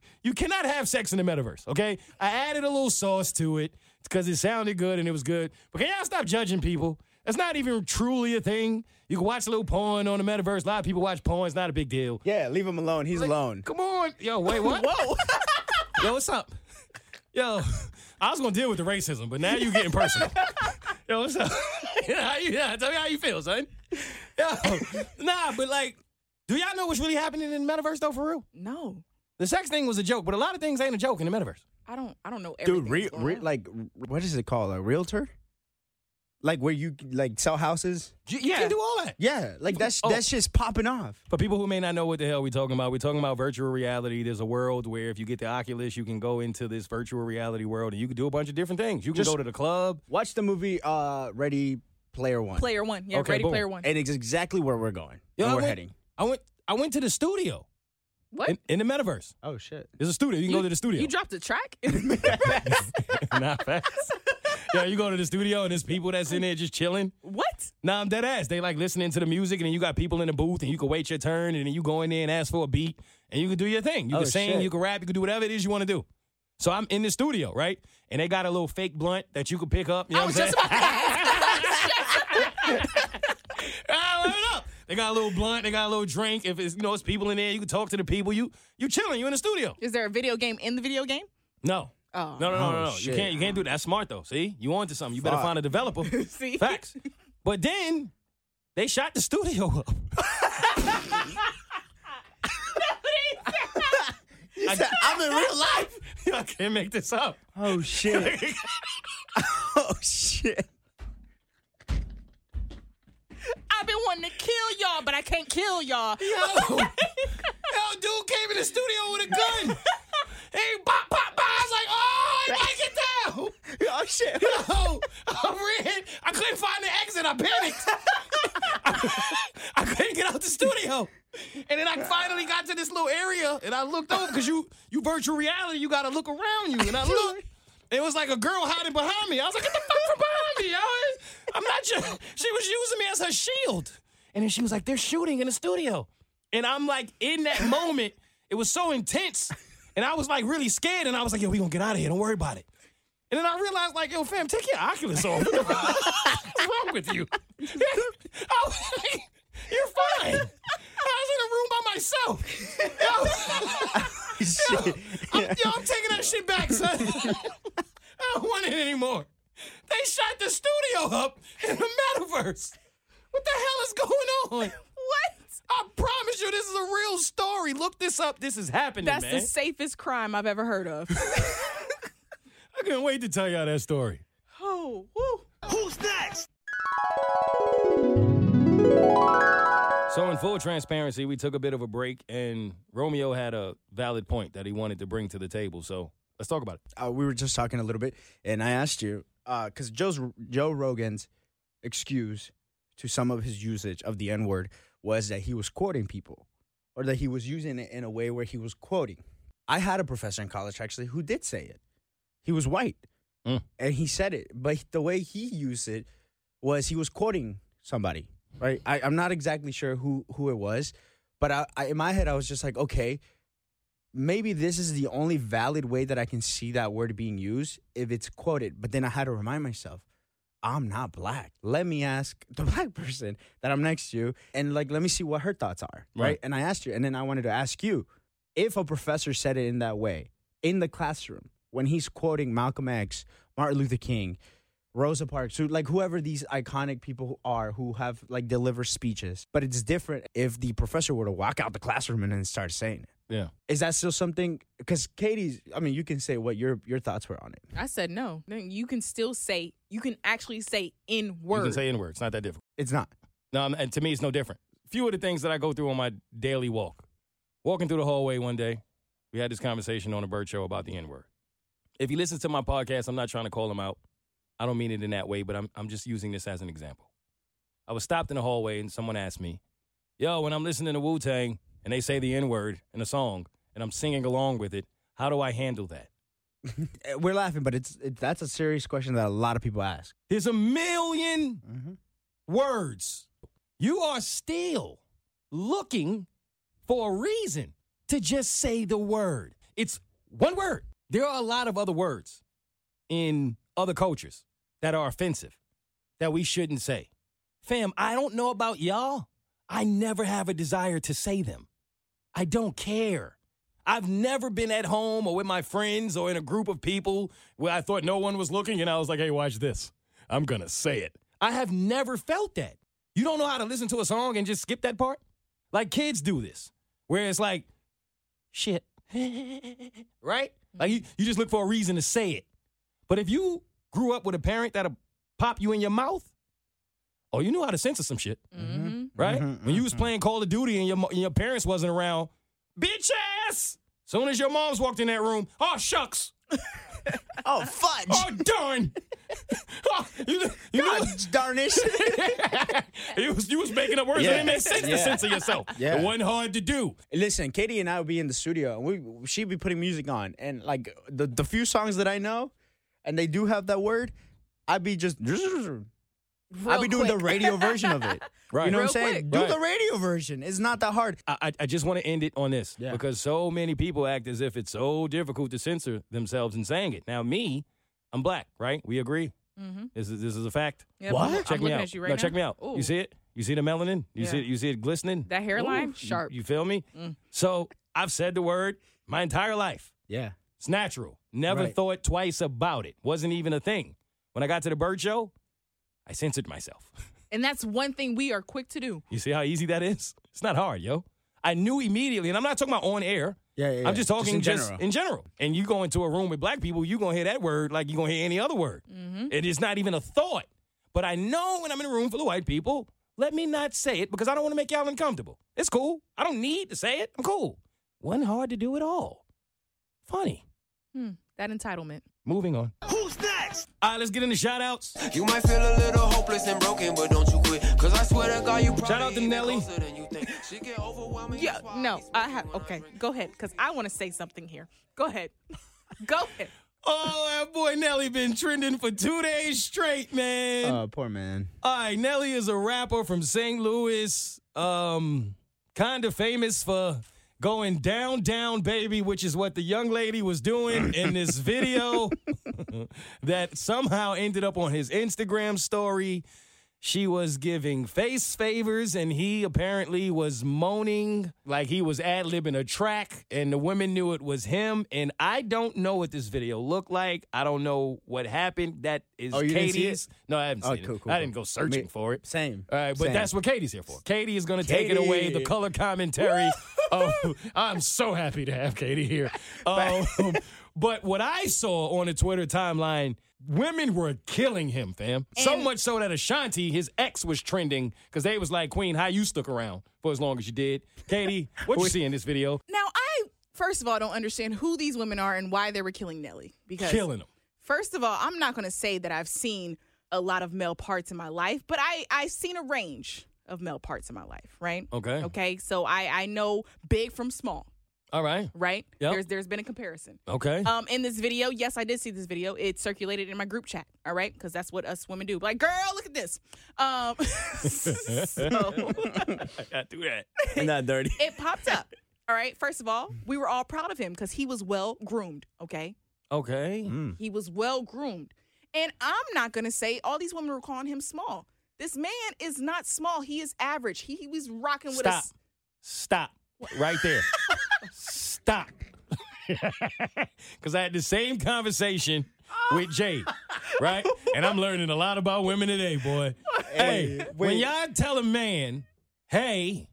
[SPEAKER 1] you cannot have sex in the metaverse, okay? I added a little sauce to it because it sounded good and it was good. But can y'all stop judging people? That's not even truly a thing. You can watch a little porn on the metaverse. A lot of people watch porn. It's not a big deal.
[SPEAKER 2] Yeah, leave him alone. He's alone.
[SPEAKER 1] Come on. Yo, wait, what?
[SPEAKER 2] Whoa.
[SPEAKER 1] Yo, what's up? Yo, I was gonna deal with the racism, but now you getting personal. Yo, what's up? how you, yeah, tell me how you feel, son. Yo, nah, but like, do y'all know what's really happening in the metaverse though? For real,
[SPEAKER 3] no.
[SPEAKER 1] the sex thing was a joke, but a lot of things ain't a joke in the metaverse.
[SPEAKER 3] I don't I don't know everything.
[SPEAKER 2] Dude, re,
[SPEAKER 3] that's going
[SPEAKER 2] re,
[SPEAKER 3] on.
[SPEAKER 2] like, what is it called? A realtor? Like where you like sell houses?
[SPEAKER 1] You, you can do all that.
[SPEAKER 2] Yeah, like that's
[SPEAKER 1] Oh.
[SPEAKER 2] that's just popping off.
[SPEAKER 1] For people who may not know what the hell we're talking about, we're talking about virtual reality. There's a world where if you get the Oculus, you can go into this virtual reality world and you can do a bunch of different things. You can
[SPEAKER 2] Just-
[SPEAKER 1] go to the club.
[SPEAKER 2] Watch the movie uh Ready Player One.
[SPEAKER 3] player one. Yeah,
[SPEAKER 1] Okay,
[SPEAKER 3] ready
[SPEAKER 1] boom.
[SPEAKER 3] player one.
[SPEAKER 2] and it's exactly where we're going.
[SPEAKER 1] Yo,
[SPEAKER 2] where
[SPEAKER 1] I
[SPEAKER 2] we're
[SPEAKER 1] went-
[SPEAKER 2] heading.
[SPEAKER 1] I went. I went to the studio
[SPEAKER 3] what?
[SPEAKER 1] in, in the metaverse.
[SPEAKER 2] Oh shit.
[SPEAKER 1] There's a studio. You can go to the studio.
[SPEAKER 3] You dropped a track?
[SPEAKER 1] Not fast. Yo, you go to the studio and there's people that's in there just chilling.
[SPEAKER 3] what?
[SPEAKER 1] Nah, I'm dead ass. They like listening to the music and then you got people in the booth and you can wait your turn and then you go in there and ask for a beat and you can do your thing. You
[SPEAKER 2] Oh,
[SPEAKER 1] can sing,
[SPEAKER 2] shit.
[SPEAKER 1] you can rap, you can do whatever it is you want to do. So I'm in the studio, right? And they got a little fake blunt that you can pick up. You know
[SPEAKER 3] I was
[SPEAKER 1] what I'm
[SPEAKER 3] just
[SPEAKER 1] saying?
[SPEAKER 3] about to
[SPEAKER 1] Ah, light it up. They got a little blunt, they got a little drink. If it's you know it's people in there, you can talk to the people. You you chilling, you in the studio.
[SPEAKER 3] Is there a video game in the video game?
[SPEAKER 1] No.
[SPEAKER 3] Oh.
[SPEAKER 1] No, no, no, no,
[SPEAKER 2] Oh,
[SPEAKER 1] no. You
[SPEAKER 2] shit.
[SPEAKER 1] can't you can't do that. That's smart though. See? You on to something. You better
[SPEAKER 2] Fuck.
[SPEAKER 1] find a developer.
[SPEAKER 3] See?
[SPEAKER 1] Facts. But then They shot the studio up.
[SPEAKER 2] I, am in real life.
[SPEAKER 1] I can't make this up.
[SPEAKER 2] Oh shit. oh shit.
[SPEAKER 3] I've been wanting to kill y'all, but I can't kill y'all.
[SPEAKER 1] Hell, dude came in the studio with a gun. hey, pop, pop, pop. I was like, oh, I might get down.
[SPEAKER 2] Oh shit.
[SPEAKER 1] Yo, I ran. I couldn't find the exit. I panicked. I couldn't get out the studio. And then I finally got to this little area and I looked over because you you virtual reality, you gotta look around you. And I looked. It was like a girl hiding behind me. I was like, get the fuck from behind me, yo. I'm not sure. She was using me as her shield. And then she was like, they're shooting in the studio. And I'm like, in that moment, it was so intense. And I was like really scared. And I was like, yo, we gonna get out of here. Don't worry about it. And then I realized, like, yo, fam, take your Oculus off. What's wrong with you? I was like, you're fine. I was in a room by myself.
[SPEAKER 2] shit.
[SPEAKER 1] I'm, yo, I'm taking that shit back, son. I don't want it anymore. They shot the studio up in the metaverse. What the hell is going on?
[SPEAKER 3] What?
[SPEAKER 1] I promise you, this is a real story. Look this up. This is happening,
[SPEAKER 3] That's
[SPEAKER 1] man.
[SPEAKER 3] the safest crime I've ever heard of.
[SPEAKER 1] I can't wait to tell y'all that story.
[SPEAKER 3] oh, woo.
[SPEAKER 1] So, in full transparency, we took a bit of a break, and Romeo had a valid point that he wanted to bring to the table. So, let's talk about it.
[SPEAKER 2] uh, we were just talking a little bit, and I asked you because Joe's Joe Rogan's excuse to some of his usage of the N word was that he was quoting people, or that he was using it in a way where he was quoting. I had a professor in college actually who did say it. He was white,
[SPEAKER 1] Mm.
[SPEAKER 2] and he said it, but the way he used it was he was quoting somebody. Right, I, I'm not exactly sure who who it was, but I, I in my head I was just like, okay, maybe this is the only valid way that I can see that word being used if it's quoted. But then I had to remind myself, I'm not black. Let me ask the black person that I'm next to and like let me see what her thoughts are. Right.
[SPEAKER 1] Right.
[SPEAKER 2] And I asked you, and then I wanted to ask you if a professor said it in that way in the classroom when he's quoting Malcolm X, Martin Luther King, Rosa Parks, who, like whoever these iconic people who are who have like delivered speeches. But it's different if the professor were to walk out the classroom and then start saying it
[SPEAKER 1] Yeah.
[SPEAKER 2] is that still something because katie's i mean you can say what your your thoughts were on it
[SPEAKER 3] I said no. Then You can still say, you can actually say in word.
[SPEAKER 1] You can say N word. It's not that difficult.
[SPEAKER 2] it's not
[SPEAKER 1] No, I'm- and to me, it's no different. Few of the things that I go through on my daily walk. Walking through the hallway one day, we had this conversation on the Bird Show about the N word. If you listen to my podcast, I'm not trying to call him out. I don't mean it in that way, but I'm, I'm just using this as an example. I was stopped in the hallway and someone asked me, Yo, when I'm listening to Wu Tang and they say the N word in a song and I'm singing along with it, how do I handle that?
[SPEAKER 2] Eh, we're laughing but it's it, that's a serious question that a lot of people ask
[SPEAKER 1] There's a million
[SPEAKER 2] Mhm.
[SPEAKER 1] words. You are still looking for a reason to just say the word. It's one word. There are a lot of other words in other cultures that are offensive that we shouldn't say. Fam, I don't know about y'all. I never have a desire to say them. I don't care. I've never been at home or with my friends or in a group of people where I thought no one was looking and I was like, hey, watch this. I'm going to say it. I have never felt that. You don't know how to listen to a song and just skip that part? Like kids do this, where it's like, shit, right? Like you, you just look for a reason to say it. But if you grew up with a parent that'll pop you in your mouth, oh, you knew how to censor some shit
[SPEAKER 3] Mhm.
[SPEAKER 1] right?
[SPEAKER 2] Mhm,
[SPEAKER 1] when you was playing Call of Duty and your mo- and your parents wasn't around, bitch ass. Soon as your mom's walked in that room, oh shucks,
[SPEAKER 2] oh fudge
[SPEAKER 1] oh darn, oh, you, you,
[SPEAKER 2] God
[SPEAKER 1] knew-
[SPEAKER 2] darnish
[SPEAKER 1] you was you was making up words
[SPEAKER 2] Yeah.
[SPEAKER 1] that didn't make sense
[SPEAKER 2] Yeah.
[SPEAKER 1] to censor yourself.
[SPEAKER 2] Yeah.
[SPEAKER 1] It wasn't hard to do.
[SPEAKER 2] listen katie and i would be in the studio and we she'd be putting music on and like the, the few songs that i know and they do have that word i'd be just
[SPEAKER 1] Mm-hmm.
[SPEAKER 2] i'd be doing the radio version of it
[SPEAKER 1] Right.
[SPEAKER 2] you know
[SPEAKER 3] Real
[SPEAKER 2] what i'm saying
[SPEAKER 3] quick.
[SPEAKER 2] do
[SPEAKER 1] Right.
[SPEAKER 2] the radio version it's not that hard
[SPEAKER 1] I, I- I just want to end it on this
[SPEAKER 2] Yeah.
[SPEAKER 1] because so many people act as if it's so difficult to censor themselves in saying it. Now, me, I'm black, right? We agree.
[SPEAKER 3] Mhm.
[SPEAKER 1] This is this is a fact.
[SPEAKER 3] Yep,
[SPEAKER 2] What?
[SPEAKER 3] I'm,
[SPEAKER 1] Check
[SPEAKER 3] I'm
[SPEAKER 1] me
[SPEAKER 3] looking
[SPEAKER 1] out.
[SPEAKER 3] at you right
[SPEAKER 1] no,
[SPEAKER 3] now.
[SPEAKER 1] check me out.
[SPEAKER 3] Ooh.
[SPEAKER 1] You see it? You see the melanin? You see
[SPEAKER 3] Yeah.
[SPEAKER 1] it? You see it glistening?
[SPEAKER 3] That hairline?
[SPEAKER 1] you-
[SPEAKER 3] Sharp.
[SPEAKER 1] You, feel me?
[SPEAKER 3] Mm.
[SPEAKER 1] So I've said the word my entire life.
[SPEAKER 2] yeah
[SPEAKER 1] It's natural. Never
[SPEAKER 2] Right.
[SPEAKER 1] thought twice about it. Wasn't even a thing. When I got to the bird show, I censored myself.
[SPEAKER 3] And that's one thing we are quick to do.
[SPEAKER 1] You see how easy that is? It's not hard, yo. I knew immediately, and I'm not talking about on air.
[SPEAKER 2] Yeah, yeah, yeah.
[SPEAKER 1] I'm just talking
[SPEAKER 2] Just in
[SPEAKER 1] just in,
[SPEAKER 2] general.
[SPEAKER 1] general. And you go into a room with black people, you're going to hear that word like you're going to hear any other word. It is not even a thought. But I know when I'm in a room full of white people, let me not say it because I don't want to make y'all uncomfortable. It's cool. I don't need to say it. I'm cool. Wasn't hard to do at all. Funny.
[SPEAKER 3] Hmm, That entitlement.
[SPEAKER 1] Moving on. Who's next? All right, let's get into shout outs.
[SPEAKER 4] You might feel a little hopeless and broken, but don't you quit. Cause I swear to God, you probably
[SPEAKER 1] Shout out to
[SPEAKER 4] even
[SPEAKER 1] Nelly.
[SPEAKER 4] closer than you think. She get overwhelming.
[SPEAKER 3] Yeah,
[SPEAKER 4] that's why I
[SPEAKER 3] no, I
[SPEAKER 4] be smoking
[SPEAKER 3] have.
[SPEAKER 4] when I
[SPEAKER 3] Okay,
[SPEAKER 4] drink.
[SPEAKER 3] go ahead, because I want to say something here. Go ahead. go ahead.
[SPEAKER 1] Oh, that boy Nelly been trending for two days straight, man.
[SPEAKER 2] Oh, poor man.
[SPEAKER 1] All right, Nelly is a rapper from St. Louis, um, kind of famous for going down, down, baby, which is what the young lady was doing in this video that somehow ended up on his Instagram story. She was giving face favors, and he apparently was moaning like he was ad libbing a track, and the women knew it was him. And I don't know what this video looked like. I don't know what happened. That is
[SPEAKER 2] Oh, you didn't
[SPEAKER 1] Katie's.
[SPEAKER 2] see it?
[SPEAKER 1] No, I haven't
[SPEAKER 2] Oh,
[SPEAKER 1] seen
[SPEAKER 2] cool,
[SPEAKER 1] it.
[SPEAKER 2] cool,
[SPEAKER 1] I
[SPEAKER 2] cool.
[SPEAKER 1] didn't go searching
[SPEAKER 2] Me-
[SPEAKER 1] for it.
[SPEAKER 2] Same.
[SPEAKER 1] All right, but
[SPEAKER 2] Same.
[SPEAKER 1] that's what Katie's here for. Katie is going to take it away, the
[SPEAKER 2] Katie.
[SPEAKER 1] color commentary. Oh, I'm so happy to have Katie here. Um, but what I saw on the Twitter timeline, women were killing him, fam. so much so that Ashanti, his ex, was trending because they was like, Queen, how you stuck around for as long as you did. Katie, what you see in this video?
[SPEAKER 3] Now, I first of all don't understand who these women are and why they were killing Nelly. Because
[SPEAKER 1] Killing him.
[SPEAKER 3] First of all, I'm not going to say that I've seen a lot of male parts in my life, but I I've seen a range of male parts in my life, right?
[SPEAKER 1] Okay.
[SPEAKER 3] Okay. So I I know big from small,
[SPEAKER 1] All right.
[SPEAKER 3] right?
[SPEAKER 1] Yep.
[SPEAKER 3] There's there's been a comparison.
[SPEAKER 1] Okay.
[SPEAKER 2] Uh,
[SPEAKER 3] Um, in this video, yes, I did see this video. It circulated in my group chat. All right, because that's what us women do. Like, girl, look at this. Um, so
[SPEAKER 1] I got to do that.
[SPEAKER 2] I'm not dirty.
[SPEAKER 3] it popped up. All right. First of all, we were all proud of him because he was well groomed. Okay.
[SPEAKER 1] Okay.
[SPEAKER 3] He was well groomed. And I'm not going to say all these women were calling him small. This man is not small. He is average. He, he was rocking with
[SPEAKER 1] Stop.
[SPEAKER 3] us.
[SPEAKER 1] Stop. Right there. Stop. Because I had the same conversation with Jade, right? And I'm learning a lot about women today, boy. Hey, when y'all tell a man, hey,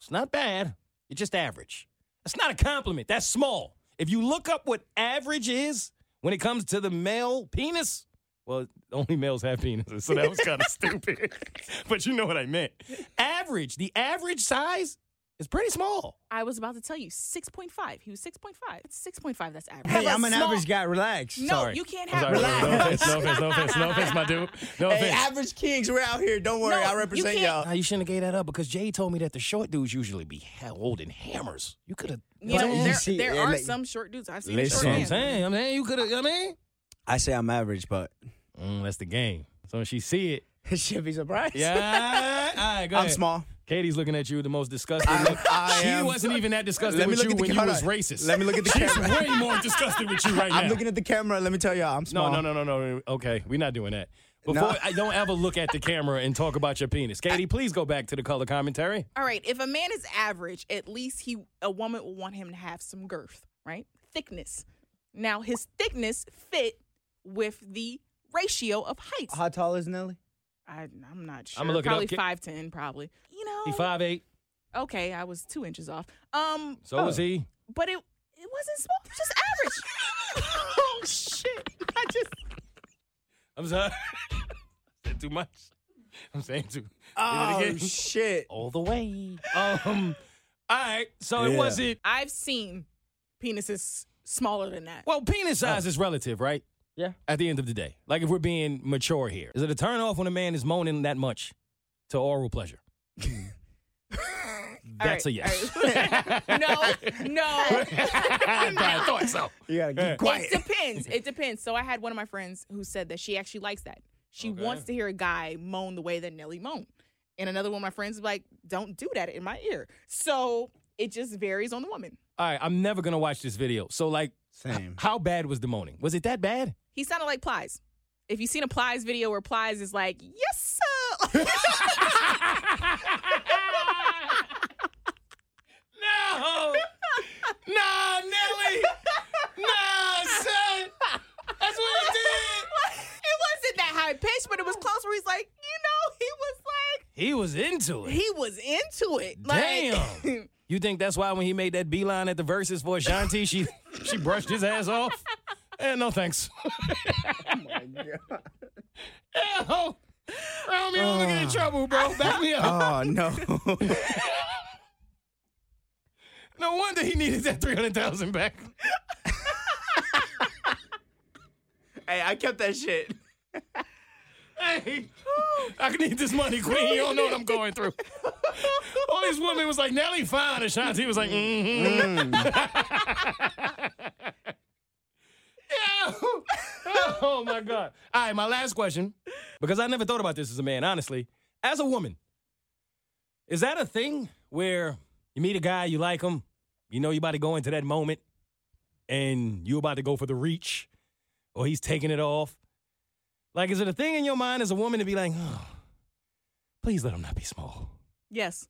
[SPEAKER 1] it's not bad, you're just average. That's not a compliment. That's small. If you look up what average is when it comes to the male penis, well, only males have penises, so that was kind of stupid. But you know what I meant. Average, the average size is pretty small.
[SPEAKER 3] I was about to tell you 6.5. He was 6.5. It's 6.5. That's average.
[SPEAKER 2] Hey,
[SPEAKER 3] Have a
[SPEAKER 2] I'm an
[SPEAKER 3] small-
[SPEAKER 2] average guy. Relax.
[SPEAKER 3] No,
[SPEAKER 1] Sorry.
[SPEAKER 3] you can't
[SPEAKER 1] I'm
[SPEAKER 3] have
[SPEAKER 1] sorry,
[SPEAKER 3] relax.
[SPEAKER 1] No offense, no offense, no offense, no offense, my dude. No
[SPEAKER 2] Hey,
[SPEAKER 1] offense.
[SPEAKER 2] average kings, we're out here. Don't worry,
[SPEAKER 3] No,
[SPEAKER 2] I
[SPEAKER 3] you
[SPEAKER 2] represent
[SPEAKER 3] can't-
[SPEAKER 2] y'all.
[SPEAKER 1] Nah, you shouldn't have gave that up because Jay told me that the short dudes usually be holding hammers. You could have.
[SPEAKER 3] You know,
[SPEAKER 2] But you
[SPEAKER 3] there
[SPEAKER 2] see-
[SPEAKER 3] there
[SPEAKER 2] yeah,
[SPEAKER 3] are
[SPEAKER 2] like-
[SPEAKER 3] some short dudes. I've seen
[SPEAKER 2] Listen.
[SPEAKER 3] a
[SPEAKER 1] I'm
[SPEAKER 3] short man.
[SPEAKER 1] saying. I'm saying you could have. I mean,
[SPEAKER 2] I say I'm average, but
[SPEAKER 1] Mm, that's the game. So when she see it,
[SPEAKER 2] she'll be surprised.
[SPEAKER 1] yeah. All right, go
[SPEAKER 2] I'm
[SPEAKER 1] ahead.
[SPEAKER 2] small.
[SPEAKER 1] Katie's looking at you with the most disgusted
[SPEAKER 2] I-
[SPEAKER 1] look.
[SPEAKER 2] I
[SPEAKER 1] she
[SPEAKER 2] am-
[SPEAKER 1] wasn't even that disgusted
[SPEAKER 2] Let me
[SPEAKER 1] with
[SPEAKER 2] look
[SPEAKER 1] you
[SPEAKER 2] at the
[SPEAKER 1] when you
[SPEAKER 2] camera.
[SPEAKER 1] was racist.
[SPEAKER 2] Let me look at the
[SPEAKER 1] She's
[SPEAKER 2] camera.
[SPEAKER 1] way more disgusted with you right now.
[SPEAKER 2] I'm looking at the camera. Let me tell y'all, I'm
[SPEAKER 1] no,
[SPEAKER 2] small.
[SPEAKER 1] no, no, no, no, no. Okay, we're not doing that. Before
[SPEAKER 2] No.
[SPEAKER 1] I don't ever look at the camera and talk about your penis. Katie, please go back to the color commentary.
[SPEAKER 3] All right, if a man is average, at least he a woman will want him to have some girth, right? Thickness. Now his thickness fit with the ratio of height.
[SPEAKER 2] How tall is Nelly?
[SPEAKER 3] I, I'm not sure.
[SPEAKER 1] I'ma look it up,
[SPEAKER 3] probably
[SPEAKER 1] Ki-
[SPEAKER 3] five ten, probably. You know.
[SPEAKER 1] He five eight.
[SPEAKER 3] Okay, I was two inches off. Um,
[SPEAKER 1] So was he.
[SPEAKER 3] but it it wasn't small. It was just average. oh shit! I just
[SPEAKER 1] I'm sorry. Said too much. I'm saying too.
[SPEAKER 2] Oh
[SPEAKER 1] again.
[SPEAKER 2] shit!
[SPEAKER 1] All the way. Um. All right. So it
[SPEAKER 2] Yeah.
[SPEAKER 1] wasn't.
[SPEAKER 3] I've seen penises smaller than that.
[SPEAKER 1] Well, penis size is relative, right?
[SPEAKER 2] Yeah.
[SPEAKER 1] At the end of the day, like if we're being mature here, is it a turn off when a man is moaning that much to oral pleasure? That's a
[SPEAKER 3] All
[SPEAKER 1] yes.
[SPEAKER 3] no, no.
[SPEAKER 1] I thought so.
[SPEAKER 2] You gotta
[SPEAKER 1] Yeah.
[SPEAKER 2] keep quiet.
[SPEAKER 3] It depends. It depends. So I had one of my friends who said that she actually likes that. She
[SPEAKER 1] Okay.
[SPEAKER 3] wants to hear a guy moan the way that Nelly moaned. And another one of my friends was like, don't do that in my ear. So it just varies on the woman.
[SPEAKER 1] All right, I'm never gonna watch this video. So, like,
[SPEAKER 2] Same.
[SPEAKER 1] how bad was the moaning? Was it that bad?
[SPEAKER 3] He sounded like Plies. If you've seen a Plies video where Plies is like, yes, sir.
[SPEAKER 1] No, no, Nelly, no, son. That's what
[SPEAKER 3] it wasn't that high pitched, but it was close where he's like, you know, he was
[SPEAKER 1] He was into it.
[SPEAKER 3] He was into it. Like,
[SPEAKER 1] Damn. you think that's why when he made that beeline at the verses for Ashanti, she she brushed his ass off? Eh, no thanks. oh my god. Ew. Romeo, I'm gonna get
[SPEAKER 5] Uh.
[SPEAKER 1] in trouble, bro. Back me up.
[SPEAKER 2] Oh no.
[SPEAKER 1] No wonder he needed that three hundred thousand back.
[SPEAKER 2] hey, I kept that shit.
[SPEAKER 1] Hey, I need this money, Queen. You don't know what I'm going through. All these women was like, Nelly, fine. Ashanti was like, mm-hmm. Ew. oh my god. All right, my last question, because I never thought about this as a man, honestly. As a woman, is that a thing where you meet a guy, you like him, you know you about to go into that moment, and you about to go for the reach, or he's taking it off? Like, is it a thing in your mind as a woman to be like, oh, please let him not be small?
[SPEAKER 3] yes,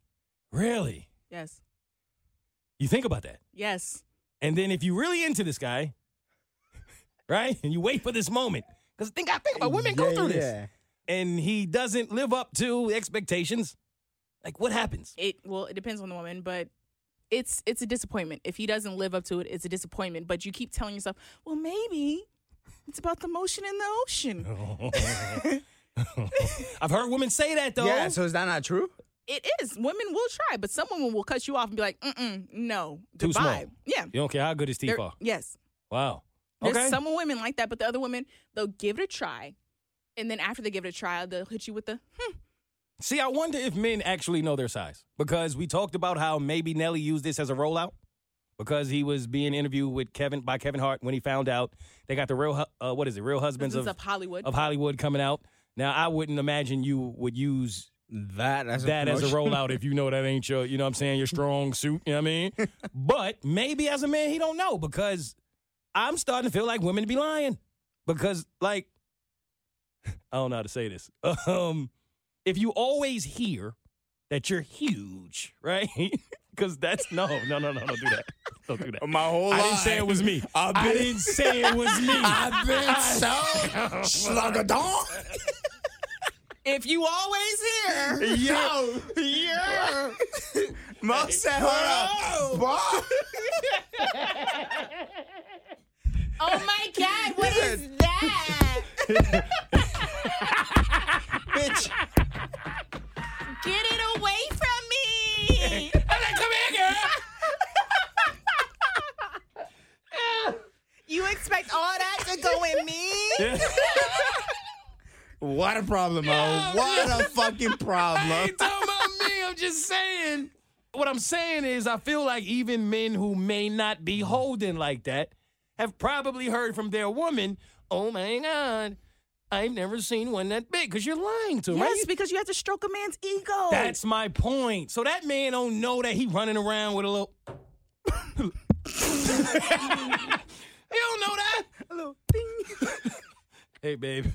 [SPEAKER 1] Really?
[SPEAKER 3] yes,
[SPEAKER 1] You think about that.
[SPEAKER 3] yes.
[SPEAKER 1] And then if you're really into this guy, right, and you wait for this moment, because think I think about women go through this, and he doesn't live up to expectations. Like, what happens?
[SPEAKER 3] It well, it depends on the woman, but it's it's a disappointment. If he doesn't live up to it, it's a disappointment. But you keep telling yourself, well, maybe it's about the motion in the ocean.
[SPEAKER 1] I've heard women say that though.
[SPEAKER 2] Yeah, so is that not true?
[SPEAKER 3] It is. Women will try, but some women will cut you off and be like, mm no,
[SPEAKER 1] Too small.
[SPEAKER 3] goodbye. Yeah.
[SPEAKER 1] you don't care how good his teeth
[SPEAKER 3] There-
[SPEAKER 1] are.
[SPEAKER 3] yes.
[SPEAKER 1] Wow.
[SPEAKER 3] There's
[SPEAKER 1] okay.
[SPEAKER 3] some women like that, but the other women, they'll give it a try. And then after they give it a try, they'll hit you with the, hmm.
[SPEAKER 1] See, I wonder if men actually know their size because we talked about how maybe Nelly used this as a rollout because he was being interviewed with Kevin by Kevin Hart when he found out they got the real Hu- uh, what is it real husbands
[SPEAKER 3] This
[SPEAKER 1] of
[SPEAKER 3] is up Hollywood.
[SPEAKER 1] of Hollywood coming out. Now I wouldn't imagine you would use
[SPEAKER 2] That as
[SPEAKER 1] that as a rollout if you know that ain't your you know what I'm saying your strong suit. You know what I mean? but maybe as a man he don't know because I'm starting to feel like women be lying because like I don't know how to say this. Um, if you always hear that you're huge, right? Because that's no, no, no, no, don't do that. Don't do that.
[SPEAKER 2] My whole
[SPEAKER 1] I
[SPEAKER 2] life.
[SPEAKER 1] didn't say it was me.
[SPEAKER 2] I've
[SPEAKER 1] I
[SPEAKER 2] been-
[SPEAKER 1] didn't say it was me.
[SPEAKER 2] I've been so slugadon.
[SPEAKER 3] if you always hear,
[SPEAKER 2] Yo, yeah. Mo said, hold up.
[SPEAKER 3] oh my God, what is that?
[SPEAKER 2] Bitch.
[SPEAKER 3] Get it away from me.
[SPEAKER 1] I'm like, come here, girl.
[SPEAKER 3] You expect all that to go in me?
[SPEAKER 2] What a problem, Mo. What a fucking problem.
[SPEAKER 1] talking about me. I'm just saying. What I'm saying is, I feel like even men who may not be holding like that have probably heard from their woman, "Oh my God, I've never seen one that big." Because you're lying to him.
[SPEAKER 3] Yes,
[SPEAKER 1] right?
[SPEAKER 3] because you have to stroke a man's ego.
[SPEAKER 1] That's my point. So that man don't know that he running around with a little. he don't know that.
[SPEAKER 3] Hello. Bing.
[SPEAKER 1] Hey, babe.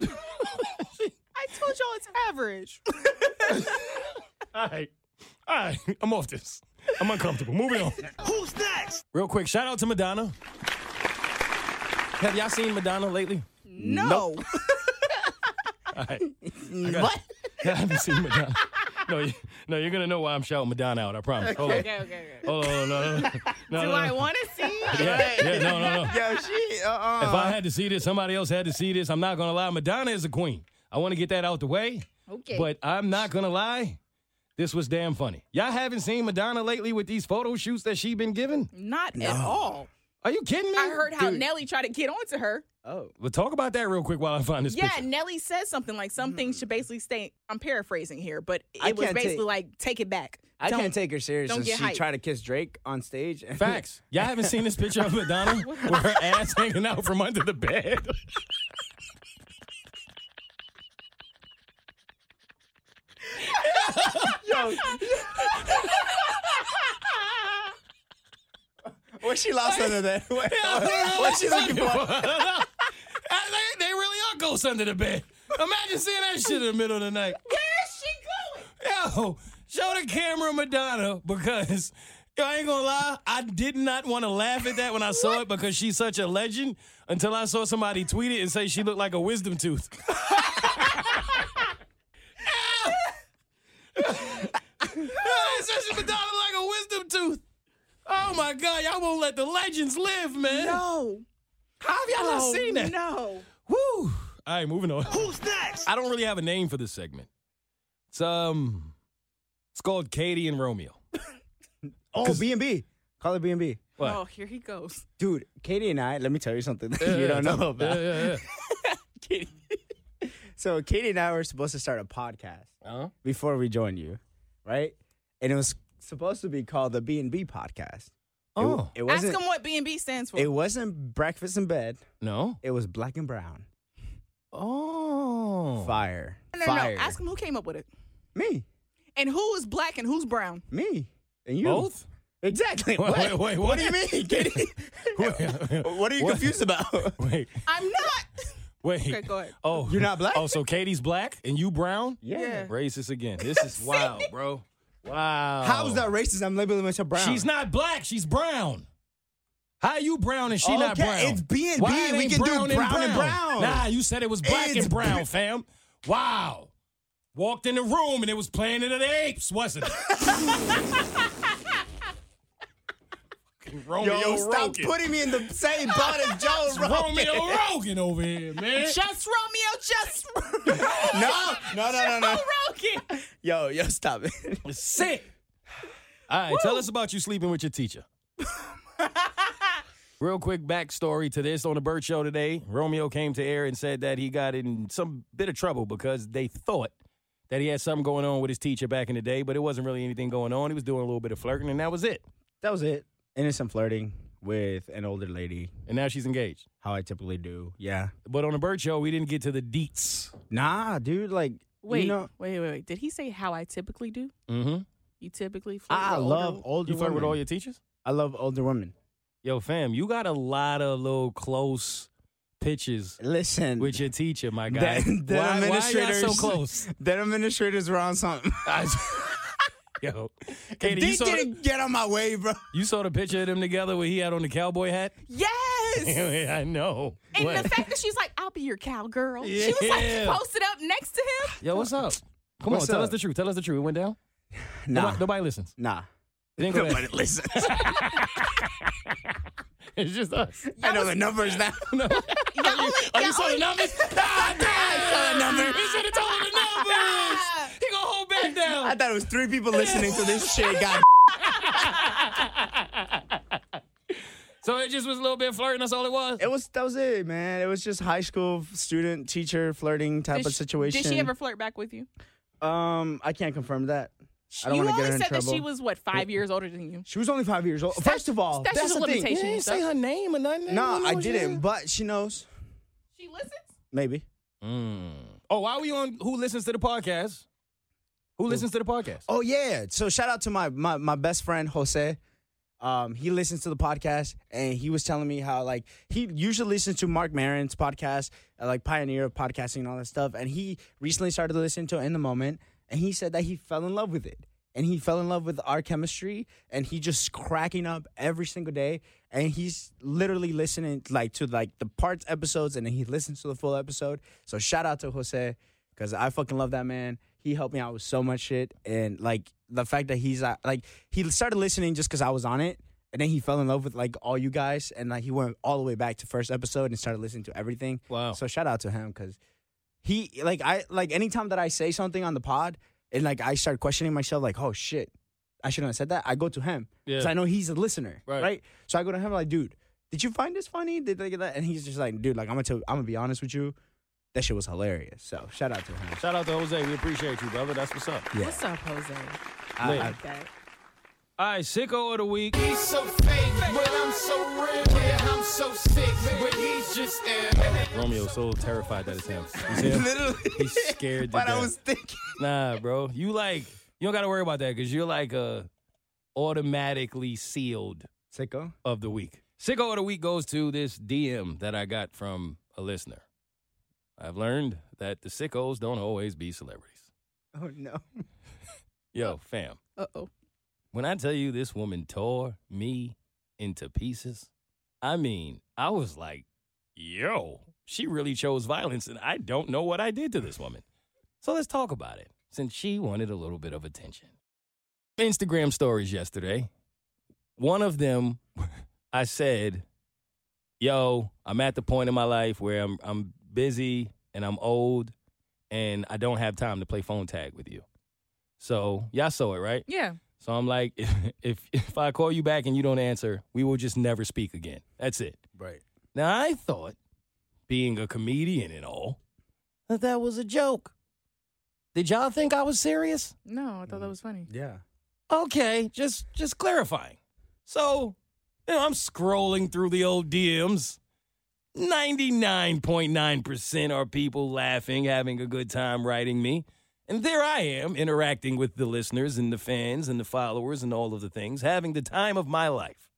[SPEAKER 3] I told y'all it's average.
[SPEAKER 1] All right. All right. I'm off this. I'm uncomfortable. Moving on. Who's next? Real quick, shout out to Madonna. Have y'all seen Madonna lately?
[SPEAKER 3] No.
[SPEAKER 1] All right. What? I haven't seen Madonna. No, you, no, you're gonna know why I'm shouting Madonna out. I promise. Hold on.
[SPEAKER 3] okay, okay.
[SPEAKER 1] Hold on. No, no, no. no,
[SPEAKER 3] Do
[SPEAKER 1] no,
[SPEAKER 3] I
[SPEAKER 1] no.
[SPEAKER 3] want to see?
[SPEAKER 1] Yeah, yeah, no, no, no.
[SPEAKER 2] Yo, she, uh-uh.
[SPEAKER 1] If I had to see this, somebody else had to see this. I'm not gonna lie. Madonna is a queen. I want to get that out the way.
[SPEAKER 3] Okay.
[SPEAKER 1] But I'm not gonna lie. This was damn funny. Y'all haven't seen Madonna lately with these photo shoots that she been giving?
[SPEAKER 3] Not at all.
[SPEAKER 1] Are you kidding me?
[SPEAKER 3] I heard how Nelly tried to get onto her.
[SPEAKER 1] But talk about that real quick while I find this
[SPEAKER 3] Yeah,
[SPEAKER 1] picture.
[SPEAKER 3] Nelly says something like some things should basically stay. I'm paraphrasing here, but it
[SPEAKER 2] Mm. I
[SPEAKER 3] was
[SPEAKER 2] can't
[SPEAKER 3] basically
[SPEAKER 2] take-
[SPEAKER 3] like take it back.
[SPEAKER 2] I
[SPEAKER 3] Don't-
[SPEAKER 2] can't take her serious.
[SPEAKER 3] don't
[SPEAKER 2] since
[SPEAKER 3] get
[SPEAKER 2] she
[SPEAKER 3] hype.
[SPEAKER 2] tried to kiss Drake on stage.
[SPEAKER 1] Facts. Y'all haven't seen this picture of Madonna with her ass hanging out from under the bed.
[SPEAKER 2] What she lost under there? What, what, what she looking for?
[SPEAKER 1] I think Uh, they really are ghosts under the bed. Imagine seeing that shit in the middle of the night.
[SPEAKER 3] Where's she going?
[SPEAKER 1] Yo, show the camera Madonna because yo, I ain't gonna lie, I did not want to laugh at that when I saw it because she's such a legend until I saw somebody tweet it and say she looked like a wisdom tooth. Oh my God, y'all won't let the legends live, man.
[SPEAKER 3] No.
[SPEAKER 1] How have y'all not
[SPEAKER 3] Oh,
[SPEAKER 1] seen that?
[SPEAKER 3] No.
[SPEAKER 1] Woo! All right, moving on. Who's next? I don't really have a name for this segment. It's um, it's called Katie and Romeo.
[SPEAKER 2] Oh, B and B. Call it B and B.
[SPEAKER 1] What?
[SPEAKER 3] Oh, here he goes.
[SPEAKER 2] Dude, Katie and I. Let me tell you something that you don't know about.
[SPEAKER 1] Yeah, yeah, yeah.
[SPEAKER 2] So Katie and I were supposed to start a podcast
[SPEAKER 1] Huh?
[SPEAKER 2] before we joined you, right? And it was supposed to be called the B and B podcast. It-
[SPEAKER 1] Oh
[SPEAKER 2] it,
[SPEAKER 3] Ask
[SPEAKER 2] wasn't.
[SPEAKER 3] him what B&B stands for.
[SPEAKER 2] it wasn't breakfast in bed.
[SPEAKER 1] no.
[SPEAKER 2] It was black and brown.
[SPEAKER 1] Oh.
[SPEAKER 2] Fire.
[SPEAKER 3] no, no, no.
[SPEAKER 2] Fire.
[SPEAKER 3] Ask him who came up with it.
[SPEAKER 2] me.
[SPEAKER 3] And who is black and who's brown?
[SPEAKER 2] Me. And you.
[SPEAKER 1] Both?
[SPEAKER 2] Exactly.
[SPEAKER 1] Wait,
[SPEAKER 2] what?
[SPEAKER 1] wait, wait,
[SPEAKER 2] what do you mean, Katie? what are you confused about?
[SPEAKER 1] Wait,
[SPEAKER 3] I'm not.
[SPEAKER 1] wait.
[SPEAKER 3] Okay, go ahead.
[SPEAKER 1] Oh,
[SPEAKER 2] You're not black?
[SPEAKER 1] Oh, so Katie's black and you brown?
[SPEAKER 3] Yeah.
[SPEAKER 1] Racist again. This is wild, bro. Wow.
[SPEAKER 2] How's that racist? I'm labeling myself brown.
[SPEAKER 1] Oh. She's not black. She's brown. How you brown and she not
[SPEAKER 2] Okay,
[SPEAKER 1] brown?
[SPEAKER 2] it's B&B.
[SPEAKER 1] Why it
[SPEAKER 2] We
[SPEAKER 1] ain't
[SPEAKER 2] can do brown and brown.
[SPEAKER 1] Nah, you said it was black
[SPEAKER 2] It's
[SPEAKER 1] and brown, fam. Wow. Walked in the room and it was Planet of the Apes, wasn't it? Fucking Romeo
[SPEAKER 2] Yo, stop
[SPEAKER 1] Rogan.
[SPEAKER 2] putting me in the same pot as Joe Rogan.
[SPEAKER 1] Romeo Rogan over here, man.
[SPEAKER 3] Just Romeo, just Romeo
[SPEAKER 2] No, no, no, no, no.
[SPEAKER 3] Rogan.
[SPEAKER 2] Yo, yo, stop it.
[SPEAKER 1] It's sick. All right, tell us about you sleeping with your teacher. Real quick backstory to this on the Bird Show today. Romeo came to air and said that he got in some bit of trouble because they thought that he had something going on with his teacher back in the day, but it wasn't really anything going on. He was doing a little bit of flirting, and that was it.
[SPEAKER 2] That was it. Innocent flirting with an older lady,
[SPEAKER 1] And now she's engaged.
[SPEAKER 2] how I typically do. Yeah.
[SPEAKER 1] But on the Bird Show, we didn't get to the deets.
[SPEAKER 2] Nah, dude, like,
[SPEAKER 3] Wait,
[SPEAKER 2] you know,
[SPEAKER 3] wait, wait, wait. Did he say how I typically do?
[SPEAKER 1] Mm-hmm.
[SPEAKER 3] You typically flirt
[SPEAKER 2] I
[SPEAKER 3] with
[SPEAKER 2] love
[SPEAKER 3] older-
[SPEAKER 2] older
[SPEAKER 1] You flirt
[SPEAKER 2] women.
[SPEAKER 1] with all your teachers?
[SPEAKER 2] I love older women.
[SPEAKER 1] Yo, fam, you got a lot of little close pitches
[SPEAKER 2] Listen,
[SPEAKER 1] with your teacher, my guy.
[SPEAKER 2] The- the
[SPEAKER 1] why, why y'all
[SPEAKER 2] administrators-
[SPEAKER 1] so close?
[SPEAKER 2] that administrator's wrong something.
[SPEAKER 1] Yo, Katie, you
[SPEAKER 2] they
[SPEAKER 1] saw, the,
[SPEAKER 2] didn't get on my way, bro.
[SPEAKER 1] you saw the picture of them together where he had on the cowboy hat?
[SPEAKER 3] Yes.
[SPEAKER 1] I know.
[SPEAKER 3] And
[SPEAKER 1] What?
[SPEAKER 3] the fact that she's like, I'll be your cowgirl. She was like
[SPEAKER 1] Yeah.
[SPEAKER 3] posted up next to him.
[SPEAKER 1] Yo, what's up? Come
[SPEAKER 2] What's
[SPEAKER 1] on, tell
[SPEAKER 2] up?
[SPEAKER 1] us the truth. Tell us the truth. It went down?
[SPEAKER 2] Nah,
[SPEAKER 1] Nobody, nobody listens.
[SPEAKER 2] nah.
[SPEAKER 1] It didn't go down.
[SPEAKER 2] listen.
[SPEAKER 1] It's just us.
[SPEAKER 2] I know the numbers now.
[SPEAKER 1] No.
[SPEAKER 3] Y'all only-
[SPEAKER 1] Oh, you
[SPEAKER 3] y'all
[SPEAKER 1] saw the
[SPEAKER 3] only-
[SPEAKER 1] numbers? Ah, damn, I saw the numbers. You should have told him the numbers. He gonna hold back
[SPEAKER 2] I
[SPEAKER 1] down.
[SPEAKER 2] thought it was three people listening to this shit. God,
[SPEAKER 1] So it just was a little bit flirting. That's all it was.
[SPEAKER 2] it was that was it, man. It was just high school student teacher flirting type
[SPEAKER 3] Did
[SPEAKER 2] of
[SPEAKER 3] she-
[SPEAKER 2] situation.
[SPEAKER 3] Did she ever flirt back with you?
[SPEAKER 2] Um, I can't confirm that. I don't
[SPEAKER 3] you
[SPEAKER 2] wanna get
[SPEAKER 3] always
[SPEAKER 2] her in
[SPEAKER 3] said that she
[SPEAKER 2] trouble.
[SPEAKER 3] was what five years older than you.
[SPEAKER 2] She was only five years old. First of all,
[SPEAKER 3] that's
[SPEAKER 2] that's,
[SPEAKER 3] just a
[SPEAKER 2] the thing.
[SPEAKER 3] limitation.
[SPEAKER 1] didn't say her name or nothing.
[SPEAKER 2] No,
[SPEAKER 1] You know
[SPEAKER 2] I
[SPEAKER 1] what she
[SPEAKER 2] didn't.
[SPEAKER 1] is.
[SPEAKER 2] But she knows.
[SPEAKER 3] She listens.
[SPEAKER 2] Maybe.
[SPEAKER 1] Oh, why are we on Who Listens to the Podcast? Who listens to the podcast?
[SPEAKER 2] Oh yeah. So shout out to my my, my best friend Jose. Um, he listens to the podcast and he was telling me how like he usually listens to Mark Marin's podcast, uh, like pioneer of podcasting and all that stuff. And he recently started listening to In the Moment, and he said that he fell in love with it. And he fell in love with our chemistry, and he just cracking up every single day. And he's literally listening like to like the parts episodes, and then he listens to the full episode. So shout out to Jose. Cause I fucking love that man. He helped me out with so much shit, and like the fact that he's uh, like he started listening just cause I was on it, and then he fell in love with like all you guys, and like he went all the way back to first episode and started listening to everything.
[SPEAKER 1] Wow.
[SPEAKER 2] So shout out to him, cause he like I like anytime that I say something on the pod and like I start questioning myself, like oh shit, I shouldn't have said that. I go to him
[SPEAKER 1] Yeah.
[SPEAKER 2] because I know he's a listener,
[SPEAKER 1] Right.
[SPEAKER 2] right. So I go to him like, dude, did you find this funny? Did they get that? And he's just like, dude, like I'm gonna tell, I'm gonna be honest with you, that shit was hilarious. So shout out to him.
[SPEAKER 1] Shout out to Jose. We appreciate you, brother. That's what's up.
[SPEAKER 2] Yeah.
[SPEAKER 3] What's up, Jose?
[SPEAKER 2] I-
[SPEAKER 1] Lit.
[SPEAKER 2] I-
[SPEAKER 3] That.
[SPEAKER 1] All right, sicko of the week.
[SPEAKER 7] He's so fake, but I'm so real. Yeah, I'm so sick, but he's just ill.
[SPEAKER 1] Romeo's so terrified that it's him. You see him?
[SPEAKER 2] Literally,
[SPEAKER 1] He's scared to
[SPEAKER 2] but I
[SPEAKER 1] death.
[SPEAKER 2] was thinking,
[SPEAKER 1] Nah, bro. You like you don't got to worry about that because you're like uh automatically sealed
[SPEAKER 2] sicko.
[SPEAKER 1] of the week. Sicko of the week goes to this DM that I got from a listener. I've learned that the sickos don't always be celebrities.
[SPEAKER 2] Oh no,
[SPEAKER 1] Yo, fam.
[SPEAKER 3] Uh oh.
[SPEAKER 1] When I tell you this woman tore me into pieces, I mean, I was like, yo, she really chose violence, and I don't know what I did to this woman. So let's talk about it, since she wanted a little bit of attention. Instagram stories yesterday One of them, I said, "Yo, I'm at the point in my life where I'm I'm busy and I'm old, and I don't have time to play phone tag with you." So y'all saw it, right?
[SPEAKER 3] Yeah.
[SPEAKER 1] So I'm like, if, if if I call you back and you don't answer, we will just never speak again. That's it.
[SPEAKER 2] Right.
[SPEAKER 1] Now I thought, being a comedian and all, that that was a joke. Did y'all think I was serious?
[SPEAKER 3] No, I thought
[SPEAKER 2] Mm.
[SPEAKER 3] that was funny.
[SPEAKER 2] Yeah.
[SPEAKER 1] Okay, just just clarifying. So, you know, I'm scrolling through the old DMs. 99.9% are people laughing, having a good time writing me. And there I am interacting with the listeners and the fans and the followers and all of the things, having the time of my life.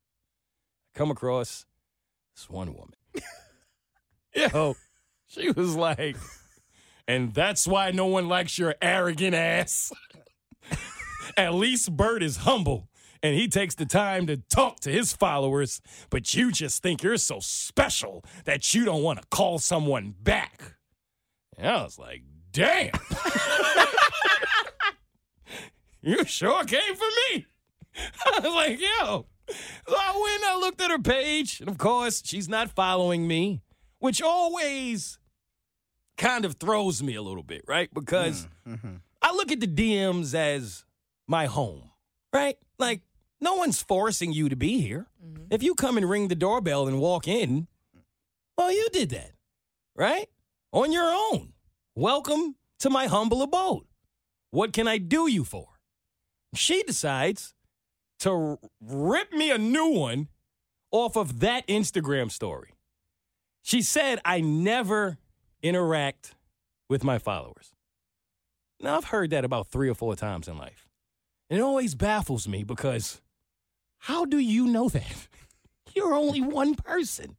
[SPEAKER 1] I come across this one woman. Yo, she was like, and that's why no one likes your arrogant ass. At least Bert is humble and he takes the time to talk to his followers, but you just think you're so special that you don't want to call someone back. And I was like, damn. you sure came for me. I was like, yo. So I went and I looked at her page, and of course, she's not following me, which always kind of throws me a little bit, right? Because I look at the DMs as my home, right? Like, no one's forcing you to be here. If you come and ring the doorbell and walk in, well, you did that, right? On your own. Welcome to my humble abode. What can I do you for? She decides to r- rip me a new one off of that Instagram story. She said, I never interact with my followers. Now, I've heard that about three or four times in life. And it always baffles me because how do you know that? You're only one person.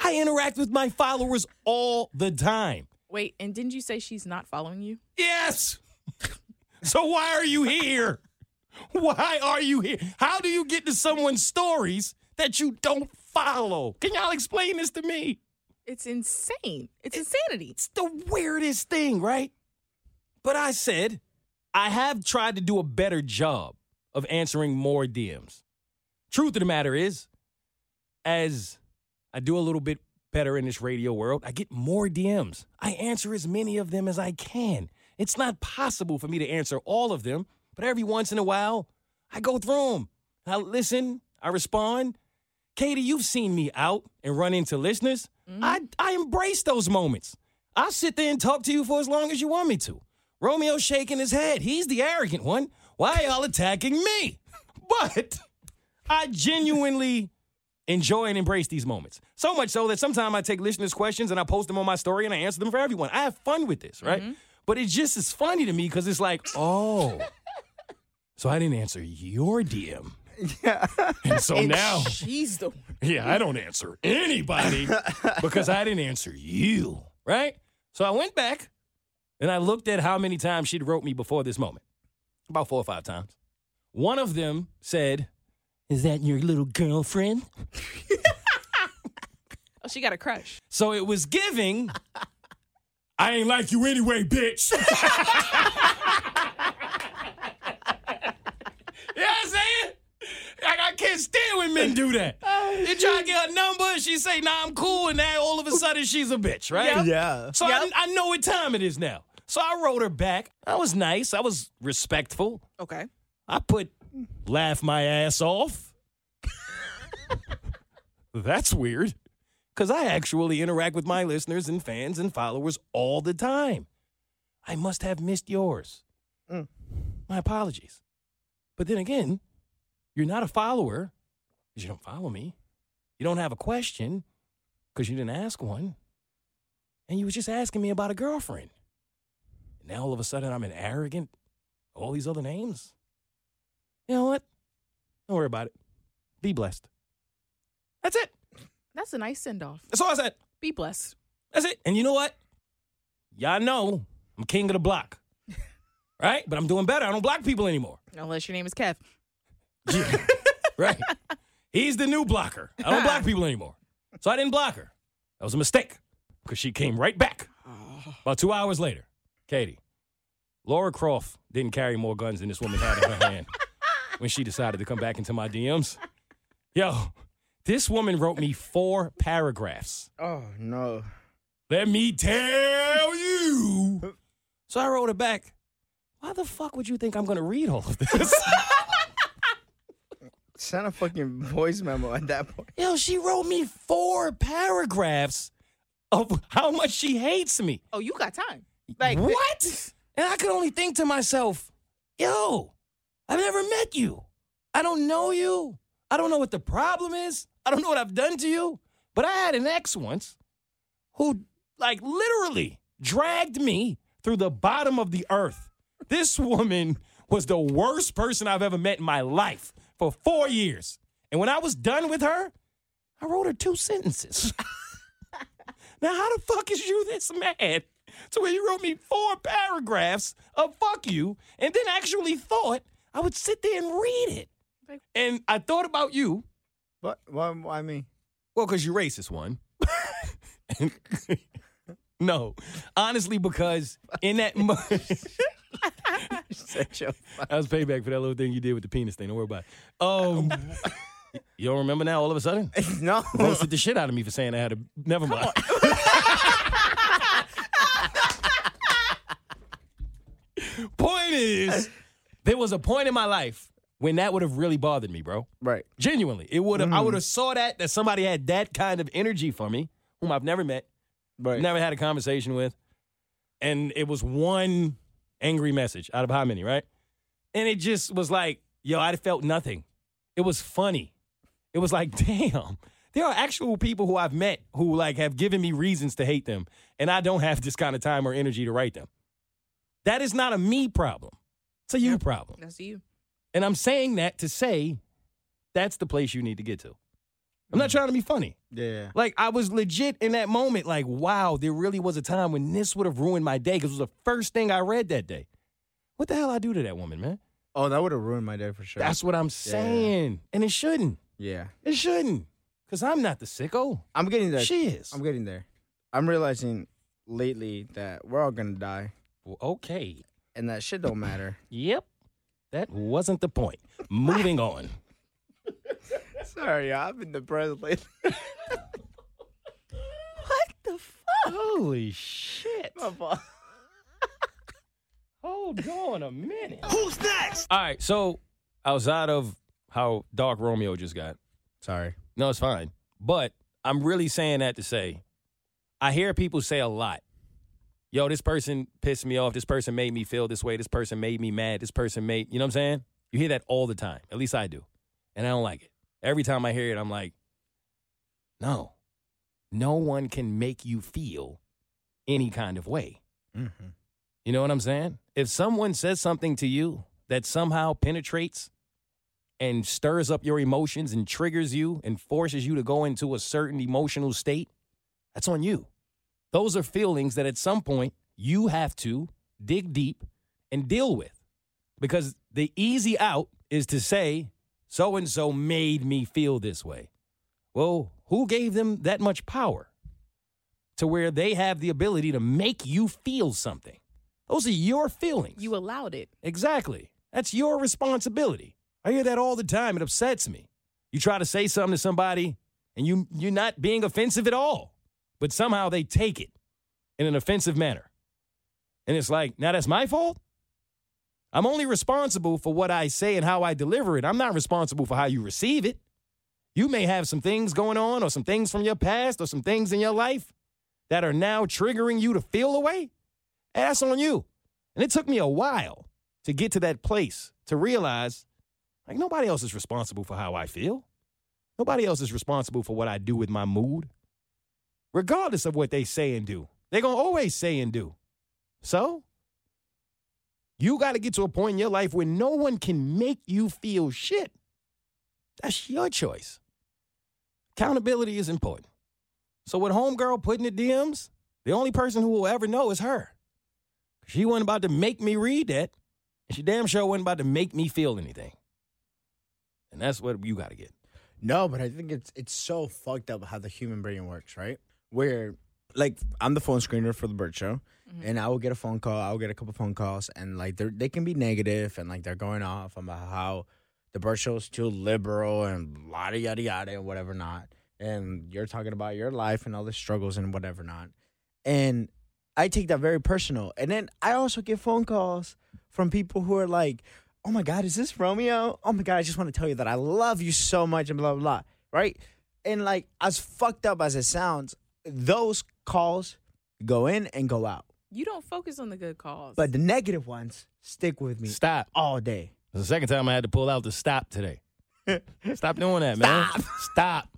[SPEAKER 1] I interact with my followers all the time.
[SPEAKER 3] Wait, and didn't you say she's not following you?
[SPEAKER 1] Yes. so why are you here? Why are you here? How do you get to someone's stories that you don't follow? Can y'all explain this to me?
[SPEAKER 3] It's insane. It's insanity.
[SPEAKER 1] It's the weirdest thing, right? But I said, I have tried to do a better job of answering more DMs. Truth of the matter is, as I do a little bit better in this radio world, I get more DMs. I answer as many of them as I can. It's not possible for me to answer all of them, but every once in a while, I go through them. I listen, I respond. Katie, you've seen me out and run into listeners. I, I embrace those moments. I'll sit there and talk to you for as long as you want me to. Romeo's shaking his head. He's the arrogant one. Why y'all attacking me? But I genuinely enjoy and embrace these moments. So much so that sometimes I take listeners' questions and I post them on my story and I answer them for everyone. I have fun with this, right? But it just is funny to me because it's like, oh, so I didn't answer your DM. And so now
[SPEAKER 3] She's the one.
[SPEAKER 1] yeah, I don't answer anybody because I didn't answer you, right? So I went back and I looked at how many times she'd wrote me before this moment. About four or five times. One of them said, Is that your little girlfriend?
[SPEAKER 3] Oh, she got a crush.
[SPEAKER 1] So it was giving, I ain't like you anyway, bitch. you know what I'm saying? Like, I can't stand when men do that. You try to get her number, she say, nah, I'm cool, and now all of a sudden she's a bitch, right?
[SPEAKER 2] Yeah.
[SPEAKER 1] So I, I know what time it is now. So I wrote her back. I was nice. I was respectful.
[SPEAKER 3] Okay.
[SPEAKER 1] I put laugh my ass off. That's weird. Because I actually interact with my listeners and fans and followers all the time. I must have missed yours. My apologies. But then again, you're not a follower because you don't follow me. You don't have a question because you didn't ask one. And you was just asking me about a girlfriend. Now all of a sudden I'm an arrogant, all these other names. You know what? Don't worry about it. Be blessed. That's it.
[SPEAKER 3] That's a nice send off.
[SPEAKER 1] That's all I said.
[SPEAKER 3] Be blessed.
[SPEAKER 1] That's it. And you know what? Y'all know I'm king of the block. right? But I'm doing better. I don't block people anymore.
[SPEAKER 3] Unless your name is Kev.
[SPEAKER 1] Right? He's the new blocker. I don't block people anymore. So I didn't block her. That was a mistake because she came right back about two hours later. Katie, Laura Croft didn't carry more guns than this woman had in her hand when she decided to come back into my DMs. Yo, this woman wrote me four paragraphs.
[SPEAKER 2] Oh no.
[SPEAKER 1] Let me tell you. So I wrote it back. Why the fuck would you think I'm gonna read all of this?
[SPEAKER 2] Send a fucking voice memo at that point.
[SPEAKER 1] Yo, she wrote me four paragraphs of how much she hates me.
[SPEAKER 3] Oh, you got time. Like th-
[SPEAKER 1] what? And I could only think to myself, yo, I've never met you. I don't know you. I don't know what the problem is. I don't know what I've done to you. But I had an ex once who, like, literally dragged me through the bottom of the earth. This woman was the worst person I've ever met in my life for four years. And when I was done with her, I wrote her two sentences. Now, how the fuck is you this mad to where you wrote me four paragraphs of fuck you and then actually thought I would sit there and read it? And I thought about you.
[SPEAKER 2] But why, why me?
[SPEAKER 1] Well, because you're racist, one. no, honestly, because in that. Mo-
[SPEAKER 2] Such a
[SPEAKER 1] I was payback for that little thing you did with the penis thing. Don't worry about it. Um, you don't remember now all of a sudden?
[SPEAKER 2] fu- no.
[SPEAKER 1] Roasted the shit out of me for saying I had a. Never mind. point is, there was a point in my life when that would have really bothered me, bro.
[SPEAKER 2] Right.
[SPEAKER 1] Genuinely, it would have. I would have saw that that somebody had that kind of energy for me, whom I've never met,
[SPEAKER 2] Right.
[SPEAKER 1] never had a conversation with, and it was one angry message out of how many, right? And it just was like, yo, I felt nothing. It was funny. It was like, damn, there are actual people who I've met who like have given me reasons to hate them, and I don't have this kind of time or energy to write them. That is not a me problem. It's a you problem.
[SPEAKER 3] That's you.
[SPEAKER 1] And I'm saying that to say that's the place you need to get to. I'm not trying to be funny.
[SPEAKER 2] Mm. Yeah.
[SPEAKER 1] Like, I was legit in that moment, like, wow, there really was a time when this would have ruined my day because it was the first thing I read that day. What the hell I do to that woman, man?
[SPEAKER 2] Oh, that would have ruined my day for sure.
[SPEAKER 1] That's what I'm saying. And it shouldn't.
[SPEAKER 2] yeah.
[SPEAKER 1] It shouldn't. Because I'm not the sicko.
[SPEAKER 2] I'm getting there.
[SPEAKER 1] She is.
[SPEAKER 2] I'm getting there. I'm realizing lately that we're all gonna die,
[SPEAKER 1] Well, okay.
[SPEAKER 2] and that shit don't matter.
[SPEAKER 1] Yep. That wasn't the point. Moving on.
[SPEAKER 2] Sorry, I've been depressed lately.
[SPEAKER 3] What the fuck?
[SPEAKER 1] Holy shit.
[SPEAKER 2] fault.
[SPEAKER 1] Hold on a minute. Who's next? All right, so outside of how Dark Romeo just got,
[SPEAKER 2] Sorry.
[SPEAKER 1] no, it's fine. But I'm really saying that to say, I hear people say a lot. Yo, this person pissed me off. This person made me feel this way. This person made me mad. This person made, you know what I'm saying? You hear that all the time. At least I do. And I don't like it. Every time I hear it, I'm like, no, no one can make you feel any kind of way. You know what I'm saying? If someone says something to you that somehow penetrates and stirs up your emotions and triggers you and forces you to go into a certain emotional state, that's on you. Those are feelings that at some point you have to dig deep and deal with. Because the easy out is to say, so and so made me feel this way. Well, who gave them that much power to where they have the ability to make you feel something? Those are your feelings.
[SPEAKER 3] You allowed it.
[SPEAKER 1] Exactly. That's your responsibility. I hear that all the time. It upsets me. You try to say something to somebody and you you're not being offensive at all, but somehow they take it in an offensive manner. And it's like, now that's my fault? I'm only responsible for what I say and how I deliver it. I'm not responsible for how you receive it. You may have some things going on or some things from your past or some things in your life that are now triggering you to feel a way. And that's on you. And it took me a while to get to that place to realize like nobody else is responsible for how I feel. Nobody else is responsible for what I do with my mood. Regardless of what they say and do, they're going to always say and do. So, you got to get to a point in your life where no one can make you feel shit. That's your choice. Accountability is important. So, with Homegirl putting the DMs, the only person who will ever know is her. She wasn't about to make me read that. And she damn sure wasn't about to make me feel anything. And that's what you got to get.
[SPEAKER 2] No, but I think it's it's so fucked up how the human brain works, right? Where like I'm the phone screener for the Bird Show, and I will get a phone call. I will get a couple phone calls, and like they are they can be negative, and like they're going off about how the Burt Show's too liberal and yada yada yada and whatever not. And you're talking about your life and all the struggles and whatever not. And I take that very personal. And then I also get phone calls from people who are like, "Oh my God, is this Romeo? Oh my God, I just want to tell you that I love you so much and blah blah blah." Right? And like as fucked up as it sounds, those calls go in and go out.
[SPEAKER 3] You don't focus on the good cause.
[SPEAKER 2] But the negative ones stick with me
[SPEAKER 1] Stop.
[SPEAKER 2] all day.
[SPEAKER 1] It's the second time I had to pull out the stop today. Stop doing that, man. Stop.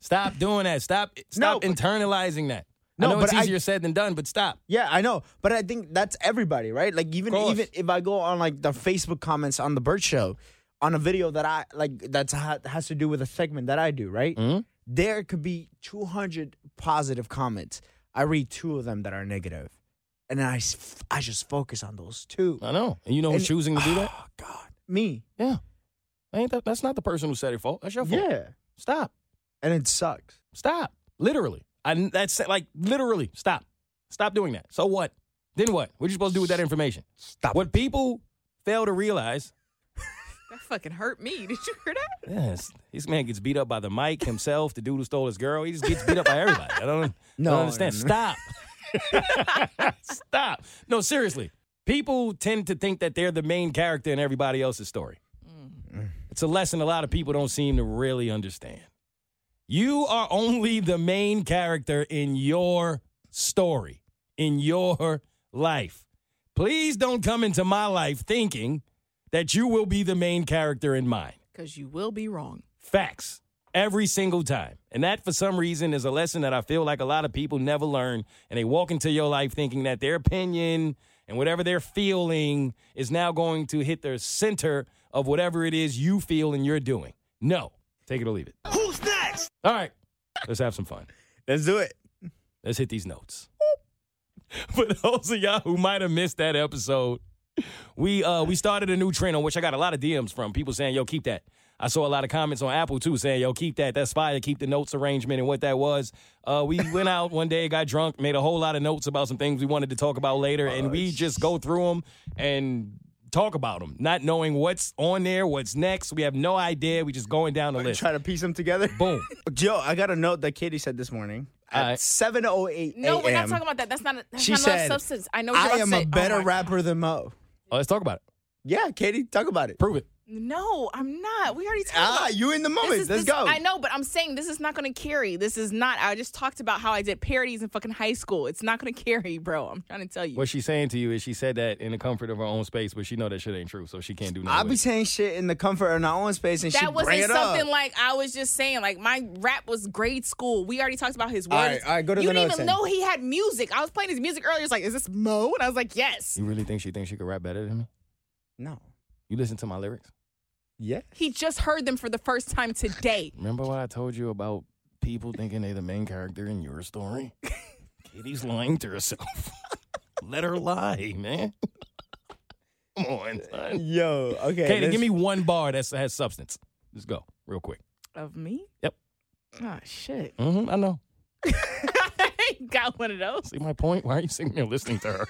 [SPEAKER 1] Stop doing that. Stop. Stop
[SPEAKER 2] No.
[SPEAKER 1] internalizing that.
[SPEAKER 2] No,
[SPEAKER 1] I know it's
[SPEAKER 2] but I-
[SPEAKER 1] easier said than done, but stop.
[SPEAKER 2] Yeah, I know, but I think that's everybody, right? Like even
[SPEAKER 1] Course.
[SPEAKER 2] even if I go on like the Facebook comments on the Bird Show, on a video that I like that's ha- has to do with a segment that I do, right?
[SPEAKER 1] Mm-hmm.
[SPEAKER 2] There could be 200 positive comments. I read two of them that are negative, and I s- f- I just focus on those two.
[SPEAKER 1] I know. And Uh, you know who's
[SPEAKER 2] And-
[SPEAKER 1] choosing to do that?
[SPEAKER 2] Oh God, me.
[SPEAKER 1] Yeah. Ain't that, that's not the person who said it fault. That's your fault.
[SPEAKER 2] Yeah,
[SPEAKER 1] Stop.
[SPEAKER 2] and it sucks.
[SPEAKER 1] Stop. Literally. I, that's like literally. Stop. Stop doing that. So what? Then what? What are you supposed to do with that information?
[SPEAKER 2] Stop.
[SPEAKER 1] What people fail to realize
[SPEAKER 3] that fucking hurt me. Did you hear that?
[SPEAKER 1] Yes, this man gets beat up by the mic himself. The dude who stole his girl, he just gets beat up by everybody. I don't,
[SPEAKER 2] No,
[SPEAKER 1] I don't understand.
[SPEAKER 2] no,
[SPEAKER 1] Stop, stop. No, seriously. People tend to think that they're the main character in everybody else's story. It's a lesson a lot of people don't seem to really understand. You are only the main character in your story, in your life. Please don't come into my life thinking that you will be the main character in mine.
[SPEAKER 3] Because you will be wrong.
[SPEAKER 1] Facts. Every single time. And that, for some reason, is a lesson that I feel like a lot of people never learn. And they walk into your life thinking that their opinion and whatever they're feeling is now going to hit the center of whatever it is you feel and you're doing. No. Take it or leave it. Who's next? All right. Let's have some fun.
[SPEAKER 2] Let's do it.
[SPEAKER 1] Let's hit these notes. For those of y'all who might have missed that episode, we uh we started a new trend on which I got a lot of DMs from people saying, "Yo, keep that." I saw a lot of comments on Apple too saying, "Yo, keep that. That's fire. Keep the notes arrangement and what that was." Uh, we went out one day, got drunk, made a whole lot of notes about some things we wanted to talk about later, and we just go through them and talk about them, not knowing what's on there, what's next. We have no idea. We just going down the list.
[SPEAKER 2] Try to piece them together.
[SPEAKER 1] Boom.
[SPEAKER 2] Joe, I got a note that Katie said this morning
[SPEAKER 1] All
[SPEAKER 2] at
[SPEAKER 1] right.
[SPEAKER 2] 7:08
[SPEAKER 3] No, we're not
[SPEAKER 2] a.m..
[SPEAKER 3] talking about that. That's not. A, that's
[SPEAKER 2] She
[SPEAKER 3] not
[SPEAKER 2] said,
[SPEAKER 3] enough substance. I know. What you're
[SPEAKER 2] I
[SPEAKER 3] about
[SPEAKER 2] am
[SPEAKER 3] to
[SPEAKER 2] a
[SPEAKER 3] say. Oh
[SPEAKER 2] better
[SPEAKER 3] my-
[SPEAKER 2] rapper than Mo.
[SPEAKER 1] Oh, let's talk about it.
[SPEAKER 2] Yeah, Katie, talk about it.
[SPEAKER 1] Prove it.
[SPEAKER 3] No, I'm not. We already talked.
[SPEAKER 2] Ah,
[SPEAKER 3] about
[SPEAKER 2] you in the moment.
[SPEAKER 3] This is-
[SPEAKER 2] Let's
[SPEAKER 3] this-
[SPEAKER 2] go.
[SPEAKER 3] I know, but I'm saying this is not going to carry. This is not. I just talked about how I did parodies in fucking high school. It's not going to carry, bro. I'm trying to tell you.
[SPEAKER 1] What she's saying to you is she said that in the comfort of her own space, but she know that shit ain't true, so she can't do nothing.
[SPEAKER 2] I be
[SPEAKER 1] with it.
[SPEAKER 2] saying shit in the comfort of my own space, and she
[SPEAKER 3] that
[SPEAKER 2] bring
[SPEAKER 3] wasn't
[SPEAKER 2] it
[SPEAKER 3] something
[SPEAKER 2] up.
[SPEAKER 3] like I was just saying. Like my rap was grade school. We already talked about his words.
[SPEAKER 2] All right, all right, go to
[SPEAKER 3] you
[SPEAKER 2] the
[SPEAKER 3] didn't
[SPEAKER 2] notes
[SPEAKER 3] even
[SPEAKER 2] then.
[SPEAKER 3] know he had music. I was playing his music earlier. It's like, is this Mo? And I was like, yes.
[SPEAKER 1] You really think she thinks she could rap better than me?
[SPEAKER 2] no.
[SPEAKER 1] You listen to my lyrics.
[SPEAKER 2] Yeah.
[SPEAKER 3] He just heard them for the first time today.
[SPEAKER 1] Remember what I told you about people thinking they the main character in your story? Katie's lying to herself. Let her lie, man. Come on, son.
[SPEAKER 2] Yo. Okay.
[SPEAKER 1] Katie,
[SPEAKER 2] let's-
[SPEAKER 1] give me one bar that's, that has substance. Let's go real quick.
[SPEAKER 3] Of me?
[SPEAKER 1] Yep.
[SPEAKER 3] Oh shit.
[SPEAKER 1] hmm I know.
[SPEAKER 3] I ain't got one of those.
[SPEAKER 1] See my point? Why are you sitting there listening to her?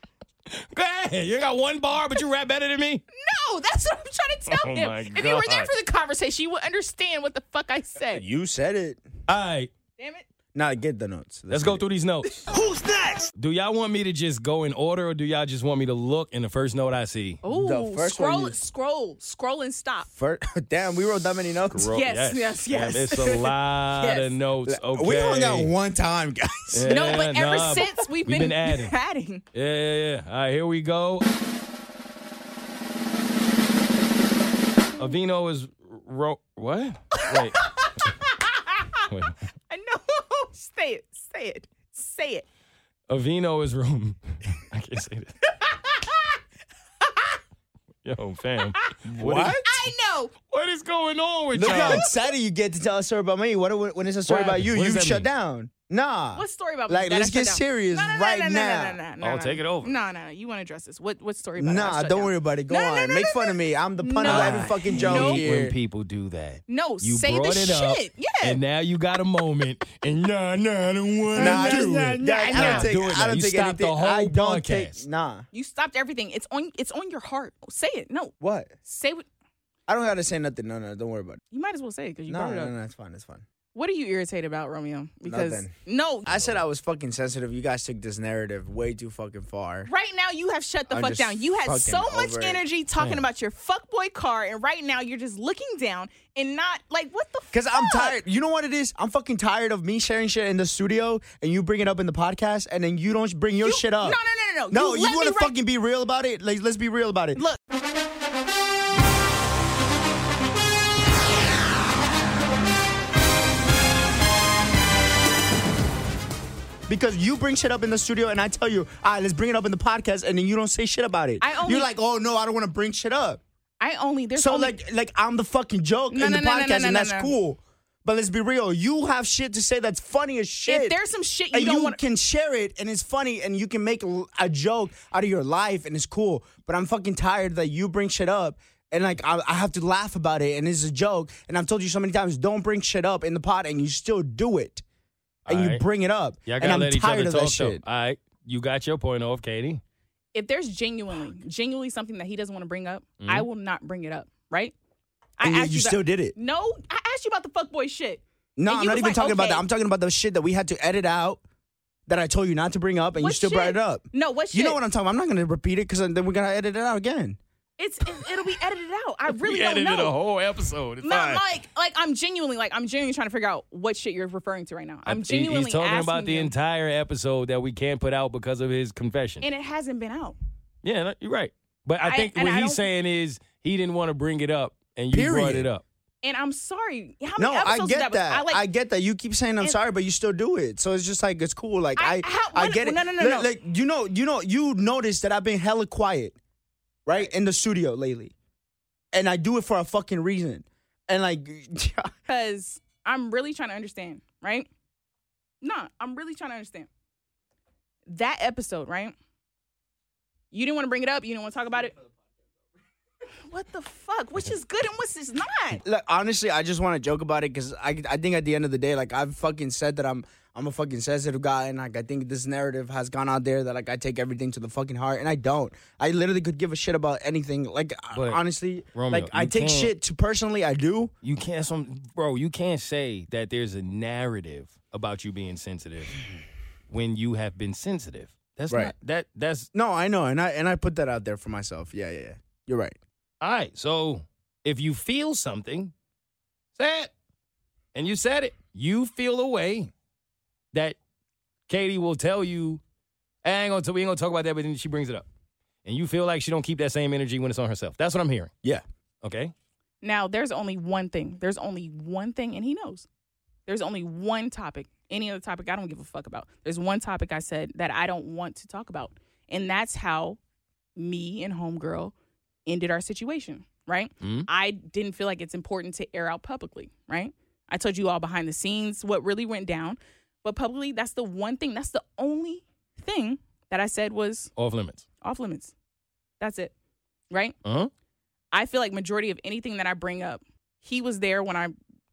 [SPEAKER 1] go ahead. You got one bar, but you rap better than me.
[SPEAKER 3] No, that's what I'm trying to tell
[SPEAKER 1] Oh,
[SPEAKER 3] him.
[SPEAKER 1] my
[SPEAKER 3] If you were there
[SPEAKER 1] God.
[SPEAKER 3] for the conversation, you would understand what the fuck I said.
[SPEAKER 2] You said it.
[SPEAKER 1] All right.
[SPEAKER 3] Damn it.
[SPEAKER 2] Now get the notes.
[SPEAKER 1] Let's go through these notes. Who's next? Do y'all want me to just go in order or do y'all just want me to look and the first note I see?
[SPEAKER 3] Ooh,
[SPEAKER 2] first one
[SPEAKER 3] scroll,
[SPEAKER 2] you-
[SPEAKER 3] scroll, scroll and stop.
[SPEAKER 2] First, damn, we wrote that many notes.
[SPEAKER 1] Bro,
[SPEAKER 3] Yes, yes, yes.
[SPEAKER 1] Damn, it's a lot
[SPEAKER 3] Yes.
[SPEAKER 1] of notes. Okay.
[SPEAKER 2] We only got one time, guys.
[SPEAKER 1] Yeah,
[SPEAKER 3] no, but ever
[SPEAKER 1] nah,
[SPEAKER 3] since we've,
[SPEAKER 1] been adding.
[SPEAKER 3] adding.
[SPEAKER 1] Yeah, yeah, yeah. All right, here we go. Avino is ro- what? Wait. Wait.
[SPEAKER 3] I know. say it. Say it. Say it.
[SPEAKER 1] Avino is room. I can't say that. Yo, fam. What? is-
[SPEAKER 3] I know.
[SPEAKER 1] what is going on with
[SPEAKER 2] Look
[SPEAKER 1] y'all?
[SPEAKER 2] how excited you get to tell a story about me. What when it's a story
[SPEAKER 1] What
[SPEAKER 2] about
[SPEAKER 1] happened?
[SPEAKER 2] you?
[SPEAKER 1] What
[SPEAKER 2] You
[SPEAKER 1] does that
[SPEAKER 2] shut
[SPEAKER 1] mean?
[SPEAKER 2] down. Nah.
[SPEAKER 3] What story about me
[SPEAKER 2] Like,
[SPEAKER 3] that I
[SPEAKER 2] let's
[SPEAKER 3] shut
[SPEAKER 2] get
[SPEAKER 3] down?
[SPEAKER 2] serious
[SPEAKER 3] no, no, no,
[SPEAKER 2] right
[SPEAKER 3] no, no,
[SPEAKER 2] now.
[SPEAKER 3] No, no, no, no,
[SPEAKER 1] Oh,
[SPEAKER 3] no.
[SPEAKER 1] take it over.
[SPEAKER 3] No, no, no. You want to address this? What what story about? I
[SPEAKER 2] Nah,
[SPEAKER 3] shut
[SPEAKER 2] don't
[SPEAKER 3] down?
[SPEAKER 2] worry about it. Go
[SPEAKER 3] No, no,
[SPEAKER 2] on.
[SPEAKER 3] no, no,
[SPEAKER 2] Make
[SPEAKER 3] no,
[SPEAKER 2] fun of me. I'm the pun of
[SPEAKER 3] No.
[SPEAKER 2] every fucking joke
[SPEAKER 1] hate
[SPEAKER 2] here.
[SPEAKER 1] when people do that.
[SPEAKER 3] No,
[SPEAKER 1] you
[SPEAKER 3] say the
[SPEAKER 1] brought it up,
[SPEAKER 3] shit. Yeah.
[SPEAKER 1] and now you got a moment, and nah, nah, I don't want
[SPEAKER 2] Nah, I
[SPEAKER 1] to do
[SPEAKER 2] don't-
[SPEAKER 1] it.
[SPEAKER 2] nah, I
[SPEAKER 1] Nah,
[SPEAKER 2] don't take,
[SPEAKER 1] do it
[SPEAKER 2] I
[SPEAKER 1] now.
[SPEAKER 2] don't
[SPEAKER 1] You
[SPEAKER 2] take
[SPEAKER 1] stopped the
[SPEAKER 2] anything. I
[SPEAKER 1] whole
[SPEAKER 2] don't
[SPEAKER 1] podcast.
[SPEAKER 2] take. Nah.
[SPEAKER 3] You stopped everything. It's on. It's on your heart. Say it. No.
[SPEAKER 2] What?
[SPEAKER 3] Say what.
[SPEAKER 2] I don't gotta say nothing. No, no, don't worry about it.
[SPEAKER 3] You might as well say it because you
[SPEAKER 2] No,
[SPEAKER 3] brought it
[SPEAKER 2] no,
[SPEAKER 3] up.
[SPEAKER 2] no, it's fine, it's fine.
[SPEAKER 3] What are you irritated about, Romeo? Because
[SPEAKER 2] Nothing.
[SPEAKER 3] no,
[SPEAKER 2] I said I was fucking sensitive. You guys took this narrative way too fucking far.
[SPEAKER 3] right now you have shut the
[SPEAKER 2] I'm
[SPEAKER 3] fuck
[SPEAKER 2] just
[SPEAKER 3] down. You had
[SPEAKER 2] fucking
[SPEAKER 3] so much
[SPEAKER 2] over it.
[SPEAKER 3] energy talking about your fuckboy car, and right now you're just looking down and not like what the.
[SPEAKER 2] Cause I'm
[SPEAKER 3] fuck?
[SPEAKER 2] tired. You know what it is? I'm fucking tired of me sharing shit in the studio and you bring it up in the podcast and then you don't bring your
[SPEAKER 3] You-
[SPEAKER 2] shit up.
[SPEAKER 3] no, no, no, no, no.
[SPEAKER 2] No,
[SPEAKER 3] You
[SPEAKER 2] you,
[SPEAKER 3] let me
[SPEAKER 2] want to
[SPEAKER 3] write-
[SPEAKER 2] fucking be real about it? Like, let's be real about it.
[SPEAKER 3] Look.
[SPEAKER 2] Because you bring shit up in the studio and I tell you, all right, let's bring it up in the podcast and then you don't say shit about it.
[SPEAKER 3] I only-
[SPEAKER 2] You're like, oh no, I don't want to bring shit up.
[SPEAKER 3] I only there's
[SPEAKER 2] So
[SPEAKER 3] only-
[SPEAKER 2] like like I'm the fucking joke
[SPEAKER 3] No,
[SPEAKER 2] in
[SPEAKER 3] no,
[SPEAKER 2] the
[SPEAKER 3] no, no, no,
[SPEAKER 2] podcast
[SPEAKER 3] no,
[SPEAKER 2] and that's
[SPEAKER 3] no.
[SPEAKER 2] cool. But let's be real, you have shit to say that's funny as shit.
[SPEAKER 3] if there's some shit you
[SPEAKER 2] and you,
[SPEAKER 3] don't want.
[SPEAKER 2] can share it and it's funny and you can make a, a joke out of your life and it's cool. But I'm fucking tired that you bring shit up and like I, I have to laugh about it and it's a joke. And I've told you so many times, don't bring shit up in the pod and you still do it. And you
[SPEAKER 1] Alright.
[SPEAKER 2] bring it up.
[SPEAKER 1] Y'all
[SPEAKER 2] and
[SPEAKER 1] gotta
[SPEAKER 2] I'm
[SPEAKER 1] let each
[SPEAKER 2] tired
[SPEAKER 1] other
[SPEAKER 2] of
[SPEAKER 1] talk
[SPEAKER 2] that shit.
[SPEAKER 1] though. All right. You got your point off, Katie.
[SPEAKER 3] if there's genuinely, genuinely something that he doesn't want to bring up, I will not bring it up. Right? I
[SPEAKER 2] Mm-hmm. And yet
[SPEAKER 3] asked
[SPEAKER 2] you
[SPEAKER 3] about-
[SPEAKER 2] still did it.
[SPEAKER 3] No, I asked you about the fuckboy shit.
[SPEAKER 2] No,
[SPEAKER 3] And
[SPEAKER 2] I'm
[SPEAKER 3] you
[SPEAKER 2] not
[SPEAKER 3] was
[SPEAKER 2] even
[SPEAKER 3] like,
[SPEAKER 2] talking about
[SPEAKER 3] okay.
[SPEAKER 2] that. I'm talking about the shit that we had to edit out that I told you not to bring up and
[SPEAKER 3] What
[SPEAKER 2] you still brought
[SPEAKER 3] shit?
[SPEAKER 2] it up.
[SPEAKER 3] No, what
[SPEAKER 2] You know
[SPEAKER 3] shit?
[SPEAKER 2] what I'm talking about. I'm not going to repeat it because then we're going to edit it out again.
[SPEAKER 3] It's it, it'll be edited out. I really
[SPEAKER 1] we
[SPEAKER 3] don't
[SPEAKER 1] edited
[SPEAKER 3] know.
[SPEAKER 1] a whole episode. It's
[SPEAKER 3] No,
[SPEAKER 1] fine.
[SPEAKER 3] like, like I'm genuinely, like I'm genuinely trying to figure out what shit you're referring to right now. I'm
[SPEAKER 1] He-
[SPEAKER 3] genuinely
[SPEAKER 1] He's talking
[SPEAKER 3] asking
[SPEAKER 1] about the
[SPEAKER 3] you,
[SPEAKER 1] entire episode that we can't put out because of his confession.
[SPEAKER 3] and it hasn't been out.
[SPEAKER 1] yeah, no, you're right. But I
[SPEAKER 3] I-
[SPEAKER 1] think
[SPEAKER 3] and
[SPEAKER 1] what
[SPEAKER 3] I
[SPEAKER 1] he's
[SPEAKER 3] don't-
[SPEAKER 1] saying is he didn't want to bring it up, and you brought
[SPEAKER 2] Period.
[SPEAKER 1] it up.
[SPEAKER 3] And I'm sorry. How
[SPEAKER 2] No,
[SPEAKER 3] many
[SPEAKER 2] I
[SPEAKER 3] episodes was
[SPEAKER 2] get
[SPEAKER 3] that?
[SPEAKER 2] that. I,
[SPEAKER 3] I like.
[SPEAKER 2] get that. You keep saying I'm
[SPEAKER 3] And-
[SPEAKER 2] sorry, but you still do it. So it's just like it's cool. Like
[SPEAKER 3] I-
[SPEAKER 2] I,
[SPEAKER 3] how-
[SPEAKER 2] I,
[SPEAKER 3] when-
[SPEAKER 2] get it.
[SPEAKER 3] no, no, no,
[SPEAKER 2] Like-
[SPEAKER 3] no.
[SPEAKER 2] Like you know, you know, you notice that I've been hella quiet, right, in the studio lately, and I do it for a fucking reason. And like,
[SPEAKER 3] because I'm really trying to understand, right? Nah, I'm really trying to understand. That episode, right? You didn't want to bring it up. You didn't want to talk about it. What the fuck? Which is good and which is not?
[SPEAKER 2] look, honestly, I just want to joke about it because I, I think at the end of the day, like I've fucking said that I'm. I'm a fucking sensitive guy, and like I think this narrative has gone out there that like I take everything to the fucking heart, and I don't. I literally could give a shit about anything. Like I-
[SPEAKER 1] But,
[SPEAKER 2] honestly,
[SPEAKER 1] Romeo,
[SPEAKER 2] like I
[SPEAKER 1] you
[SPEAKER 2] take
[SPEAKER 1] can't-
[SPEAKER 2] shit to personally. I do.
[SPEAKER 1] You can't, some bro. You can't say that there's a narrative about you being sensitive when you have been sensitive. That's
[SPEAKER 2] Right.
[SPEAKER 1] not that. That's
[SPEAKER 2] No, I know, and I and I put that out there for myself. Yeah, yeah, yeah. You're right.
[SPEAKER 1] all right. So if you feel something, say it, and you said it. You feel a way that Katie will tell you. "I ain't gonna. We ain't gonna talk about that. But then she brings it up, and you feel like she don't keep that same energy when it's on herself. That's what I'm hearing.
[SPEAKER 2] Yeah.
[SPEAKER 1] Okay.
[SPEAKER 3] Now, there's only one thing. There's only one thing, and he knows. There's only one topic. Any other topic, I don't give a fuck about. There's one topic I said that I don't want to talk about. And that's how me and Homegirl ended our situation, right?
[SPEAKER 1] Mhm.
[SPEAKER 3] I didn't feel like it's important to air out publicly, right? I told you all behind the scenes what really went down. But publicly, that's the one thing, that's the only thing that I said was
[SPEAKER 1] Off limits.
[SPEAKER 3] off limits. That's it, right?
[SPEAKER 1] Uh huh.
[SPEAKER 3] I feel like majority of anything that I bring up, he was there when I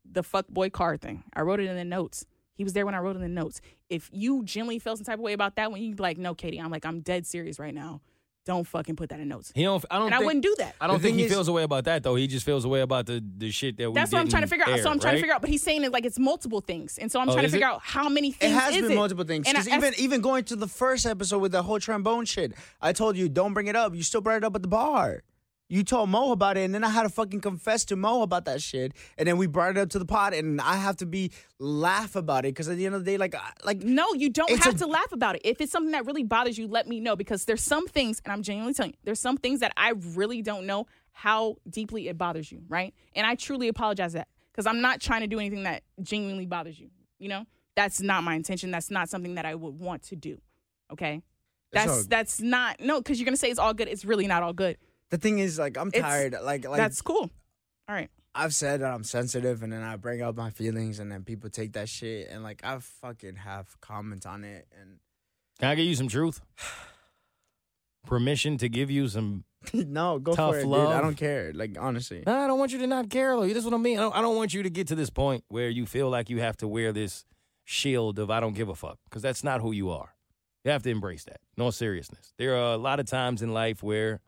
[SPEAKER 3] the fuck boy car thing. I wrote it in the notes. He was there when I wrote in the notes. If you genuinely feel some type of way about that, when you be like, no, Katie, I'm like, I'm dead serious right now. Don't fucking put that in notes.
[SPEAKER 1] He don't. I don't.
[SPEAKER 3] And I
[SPEAKER 1] think-
[SPEAKER 3] wouldn't do that.
[SPEAKER 1] I don't
[SPEAKER 2] The
[SPEAKER 1] think
[SPEAKER 2] thing
[SPEAKER 1] he
[SPEAKER 2] is-
[SPEAKER 1] feels a way about that though. He just feels a way about the the shit that we.
[SPEAKER 3] That's what I'm trying to
[SPEAKER 1] didn't
[SPEAKER 3] figure out.
[SPEAKER 1] air,
[SPEAKER 3] so I'm trying
[SPEAKER 1] right?
[SPEAKER 3] to figure out, but he's saying it like it's multiple things, and so I'm
[SPEAKER 1] Oh,
[SPEAKER 3] trying to
[SPEAKER 1] is
[SPEAKER 3] figure
[SPEAKER 1] it?
[SPEAKER 3] out how many
[SPEAKER 2] It
[SPEAKER 3] things.
[SPEAKER 2] has
[SPEAKER 3] is
[SPEAKER 2] been
[SPEAKER 3] it?
[SPEAKER 2] multiple things.
[SPEAKER 3] And I
[SPEAKER 2] Because even
[SPEAKER 3] asked-
[SPEAKER 2] even going to the first episode with the whole trombone shit, I told you don't bring it up. You still brought it up at the bar. You told Mo about it, and then I had to fucking confess to Mo about that shit, and then we brought it up to the pod, and I have to be laugh about it because at the end of the day, like I- like
[SPEAKER 3] No, you don't
[SPEAKER 2] It's
[SPEAKER 3] have
[SPEAKER 2] a-
[SPEAKER 3] to laugh about it. If it's something that really bothers you, let me know because there's some things, and I'm genuinely telling you, there's some things that I really don't know how deeply it bothers you, right? And I truly apologize for that because I'm not trying to do anything that genuinely bothers you. You know, that's not my intention. That's not something that I would want to do. Okay, that's
[SPEAKER 2] all-
[SPEAKER 3] that's not no because you're gonna say it's all good. It's really not all good.
[SPEAKER 2] the thing is, like I'm
[SPEAKER 3] It's-
[SPEAKER 2] tired. Like like
[SPEAKER 3] that's cool. All right.
[SPEAKER 2] I've said that I'm sensitive and then I bring up my feelings and then people take that shit and like I fucking have comments on it and
[SPEAKER 1] Can I give you some truth? Permission to give you some.
[SPEAKER 2] no, go
[SPEAKER 1] Tough
[SPEAKER 2] for it, dude. I
[SPEAKER 1] love.
[SPEAKER 2] don't care. Like honestly.
[SPEAKER 1] No, I don't want you to not care. Though. That's what I mean. I don't, I don't want you to get to this point where you feel like you have to wear this shield of I don't give a fuck because that's not who you are. You have to embrace that. No seriousness. There are a lot of times in life where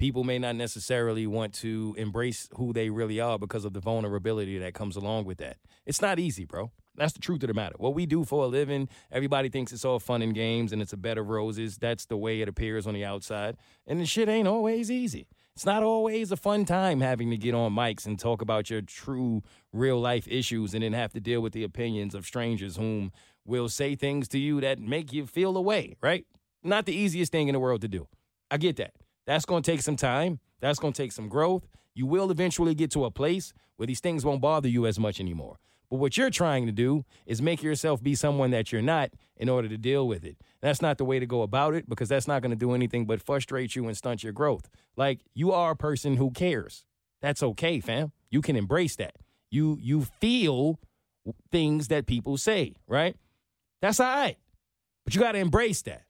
[SPEAKER 1] people may not necessarily want to embrace who they really are because of the vulnerability that comes along with that. It's not easy, bro. That's the truth of the matter. What we do for a living, everybody thinks it's all fun and games and it's a bed of roses. That's the way it appears on the outside. And the shit ain't always easy. It's not always a fun time having to get on mics and talk about your true real life issues and then have to deal with the opinions of strangers whom will say things to you that make you feel away, right? Not the easiest thing in the world to do. I get that. That's going to take some time. That's going to take some growth. You will eventually get to a place where these things won't bother you as much anymore. But what you're trying to do is make yourself be someone that you're not in order to deal with it. That's not the way to go about it because that's not going to do anything but frustrate you and stunt your growth. Like you are a person who cares. That's okay, fam. You can embrace that. You you feel things that people say, right? That's all right. But you got to embrace that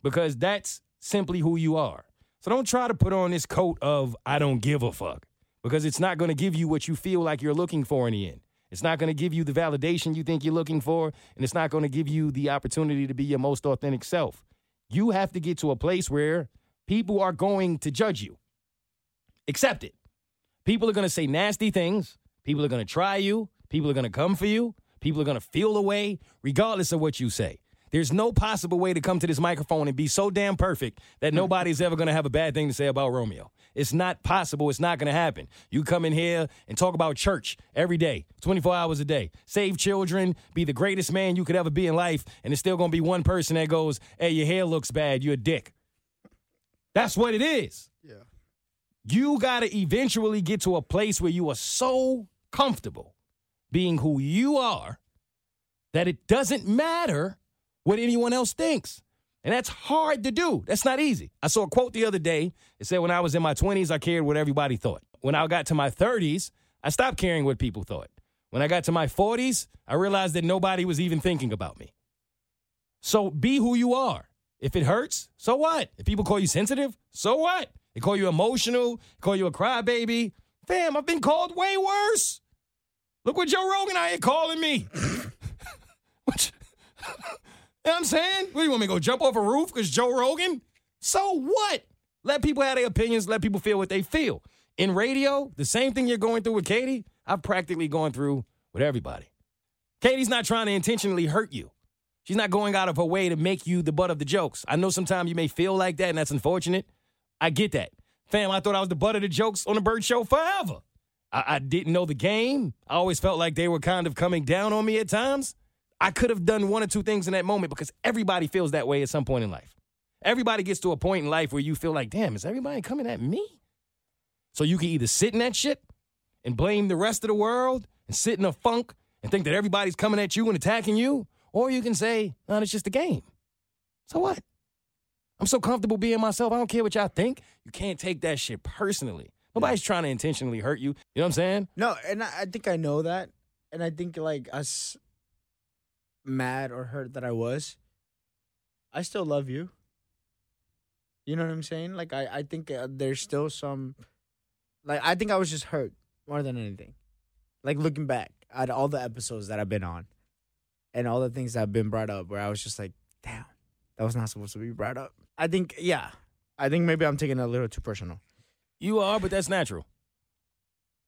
[SPEAKER 1] because that's simply who you are. So don't try to put on this coat of I don't give a fuck because it's not going to give you what you feel like you're looking for in the end. It's not going to give you the validation you think you're looking for, and it's not going to give you the opportunity to be your most authentic self. You have to get to a place where people are going to judge you. Accept it. People are going to say nasty things. People are going to try you. People are going to come for you. People are going to feel the way, regardless of what you say. There's no possible way to come to this microphone and be so damn perfect that nobody's ever going to have a bad thing to say about Romeo. It's not possible. It's not going to happen. You come in here and talk about church every day, 24 hours a day, save children, be the greatest man you could ever be in life, and it's still going to be one person that goes, hey, your hair looks bad. You're a dick. That's what it is. Yeah. You got to eventually get to a place where you are so comfortable being who you are that it doesn't matter what anyone else thinks. And that's hard to do. That's not easy. I saw a quote the other day. It said, When I was in my 20s, I cared what everybody thought. When I got to my 30s, I stopped caring what people thought. When I got to my 40s, I realized that nobody was even thinking about me. So be who you are. If it hurts, so what? If people call you sensitive, so what? They call you emotional, call you a crybaby. Fam, I've been called way worse. Look what Joe Rogan out here calling me. what? You know what I'm saying? What do you want me to go jump off a roof because Joe Rogan? So what? Let people have their opinions, let people feel what they feel. In radio, the same thing you're going through with Katie, I've practically gone through with everybody. Katie's not trying to intentionally hurt you. She's not going out of her way to make you the butt of the jokes. I know sometimes you may feel like that, and that's unfortunate. I get that. Fam, I thought I was the butt of the jokes on the Bird Show forever. I, I didn't know the game. I always felt like they were kind of coming down on me at times. I could have done one or two things in that moment because everybody feels that way at some point in life. Everybody gets to a point in life where you feel like, damn, is everybody coming at me? So you can either sit in that shit and blame the rest of the world and sit in a funk and think that everybody's coming at you and attacking you, or you can say, no, it's just a game. So what? I'm so comfortable being myself. I don't care what y'all think. You can't take that shit personally. Nobody's trying to intentionally hurt you. You know what I'm saying?
[SPEAKER 2] No, and I, I think I know that, and I think like us mad or hurt that I was, I still love you. You know what I'm saying? Like I, I think uh, there's still some, like I think I was just hurt more than anything. Like looking back at all the episodes that I've been on, and all the things that have been brought up, where I was just like, damn, that was not supposed to be brought up. I think, yeah, I think maybe I'm taking it a little too personal.
[SPEAKER 1] You are, but that's natural.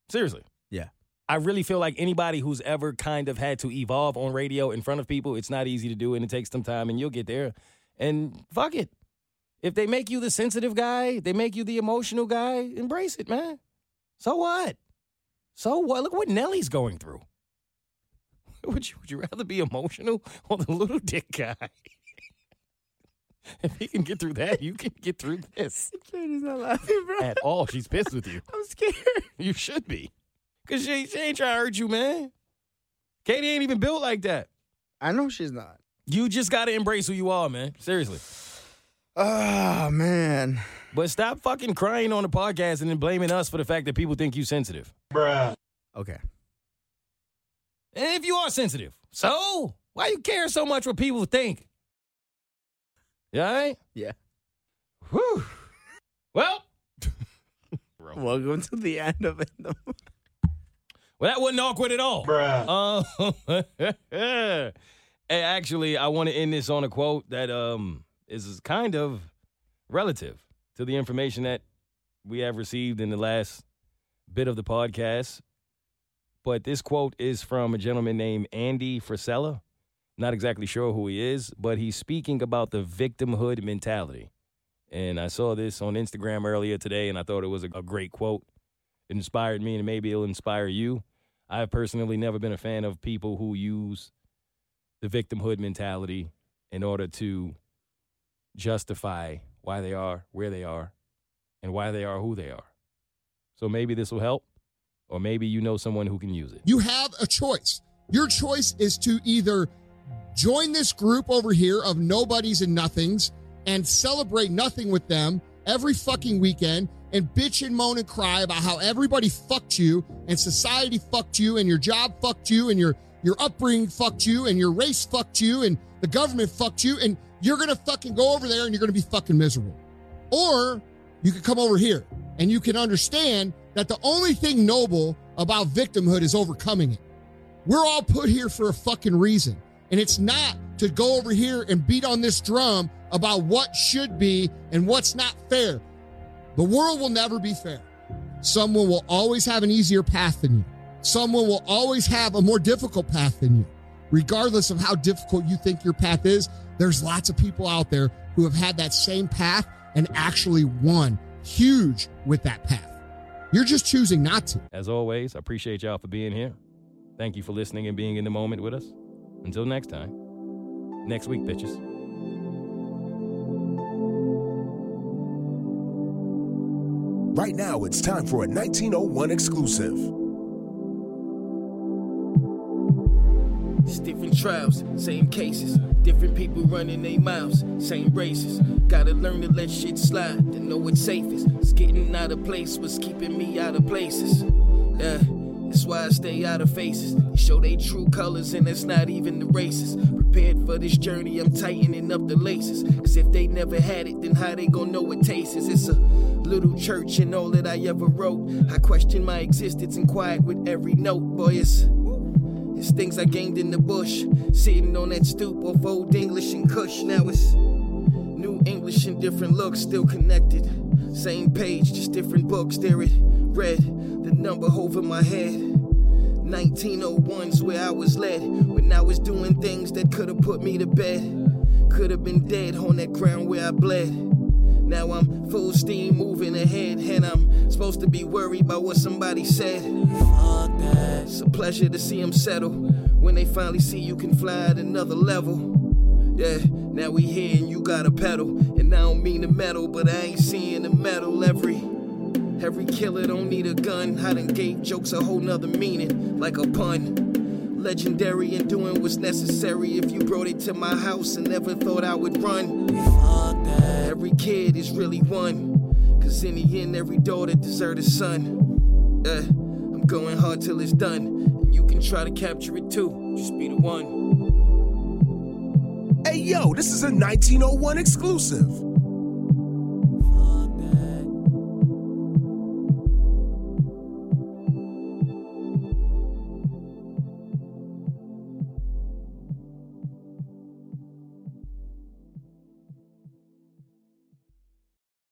[SPEAKER 1] Seriously.
[SPEAKER 2] Yeah.
[SPEAKER 1] I really feel like anybody who's ever kind of had to evolve on radio in front of people, it's not easy to do and it takes some time and you'll get there. And fuck it. If they make you the sensitive guy, they make you the emotional guy, embrace it, man. So what? So what? Look what Nelly's going through. Would you, would you rather be emotional or the little dick guy? if he can get through that, you can get through this
[SPEAKER 2] Katie's not laughing, bro.
[SPEAKER 1] at all. She's pissed with you.
[SPEAKER 2] I'm scared.
[SPEAKER 1] You should be. Because she, she ain't trying to hurt you, man. Katie ain't even built like that.
[SPEAKER 2] I know she's not.
[SPEAKER 1] You just got to embrace who you are, man. Seriously.
[SPEAKER 2] Oh man.
[SPEAKER 1] But stop fucking crying on the podcast and then blaming us for the fact that people think you sensitive.
[SPEAKER 2] Okay.
[SPEAKER 1] And if you are sensitive, so why you care so much what people think? You all right?
[SPEAKER 2] Yeah.
[SPEAKER 1] Whew. Well,
[SPEAKER 2] Welcome to the end of it. though.
[SPEAKER 1] Well, that wasn't awkward at all. Bruh. Um, Oh. hey, actually, I want to end this on a quote that um is kind of relative to the information that we have received in the last bit of the podcast. But this quote is from a gentleman named Andy Frisella. Not exactly sure who he is, but he's speaking about the victimhood mentality. And I saw this on Instagram earlier today, and I thought it was a, a great quote. It inspired me, and maybe it'll inspire you. I've personally never been a fan of people who use the victimhood mentality in order to justify why they are where they are and why they are who they are. So maybe this will help, or maybe you know someone who can use it.
[SPEAKER 8] You have a choice. Your choice is to either join this group over here of nobodies and nothings and celebrate nothing with them every fucking weekend and bitch and moan and cry about how everybody fucked you and society fucked you and your job fucked you and your your upbringing fucked you and your race fucked you and the government fucked you and you're going to fucking go over there and you're going to be fucking miserable. Or you can come over here and you can understand that the only thing noble about victimhood is overcoming it. We're all put here for a fucking reason. And it's not to go over here and beat on this drum about what should be and what's not fair. The world will never be fair. Someone will always have an easier path than you. Someone will always have a more difficult path than you. Regardless of how difficult you think your path is, there's lots of people out there who have had that same path and actually won huge with that path. You're just choosing not to.
[SPEAKER 1] As always, I appreciate y'all for being here. Thank you for listening and being in the moment with us. Until next time, next week, bitches.
[SPEAKER 9] Right now, it's time for a 1901 exclusive.
[SPEAKER 10] It's different trials, same cases. Different people running their mouths, same races. Gotta learn to let shit slide, to know what's safest. It's getting out of place, what's keeping me out of places. Yeah, that's why I stay out of faces. They show they true colors, and that's not even the races. Prepared for this journey, I'm tightening up the laces. Cause if they never had it, then how they gon' know what tastes? is? It's a little church and all that I ever wrote. I question my existence and quiet with every note, boy. It's it's things I gained in the bush, sitting on that stoop of old English and Kush. Now it's new English and different looks, still connected. Same page, just different books. There it read, the number over my head. 1901's where I was led, when I was doing things that could have put me to bed. Could have been dead on that ground where I bled. Now I'm full steam moving ahead, and I'm supposed to be worried about what somebody said. Fuck that. It's a pleasure to see them settle. When they finally see you can fly at another level. Yeah, now we here and you got a pedal. And I don't mean to meddle, but I ain't seeing the metal every. Every killer don't need a gun. I done gave jokes a whole nother meaning, like a pun. Legendary and doing what's necessary. If you brought it to my house and never thought I would run. Every kid is really one. Cause in the end, every daughter deserves a son. Uh, I'm going hard till it's done. And you can try to capture it too. Just be the one.
[SPEAKER 9] Hey, yo, this is a 1901 exclusive.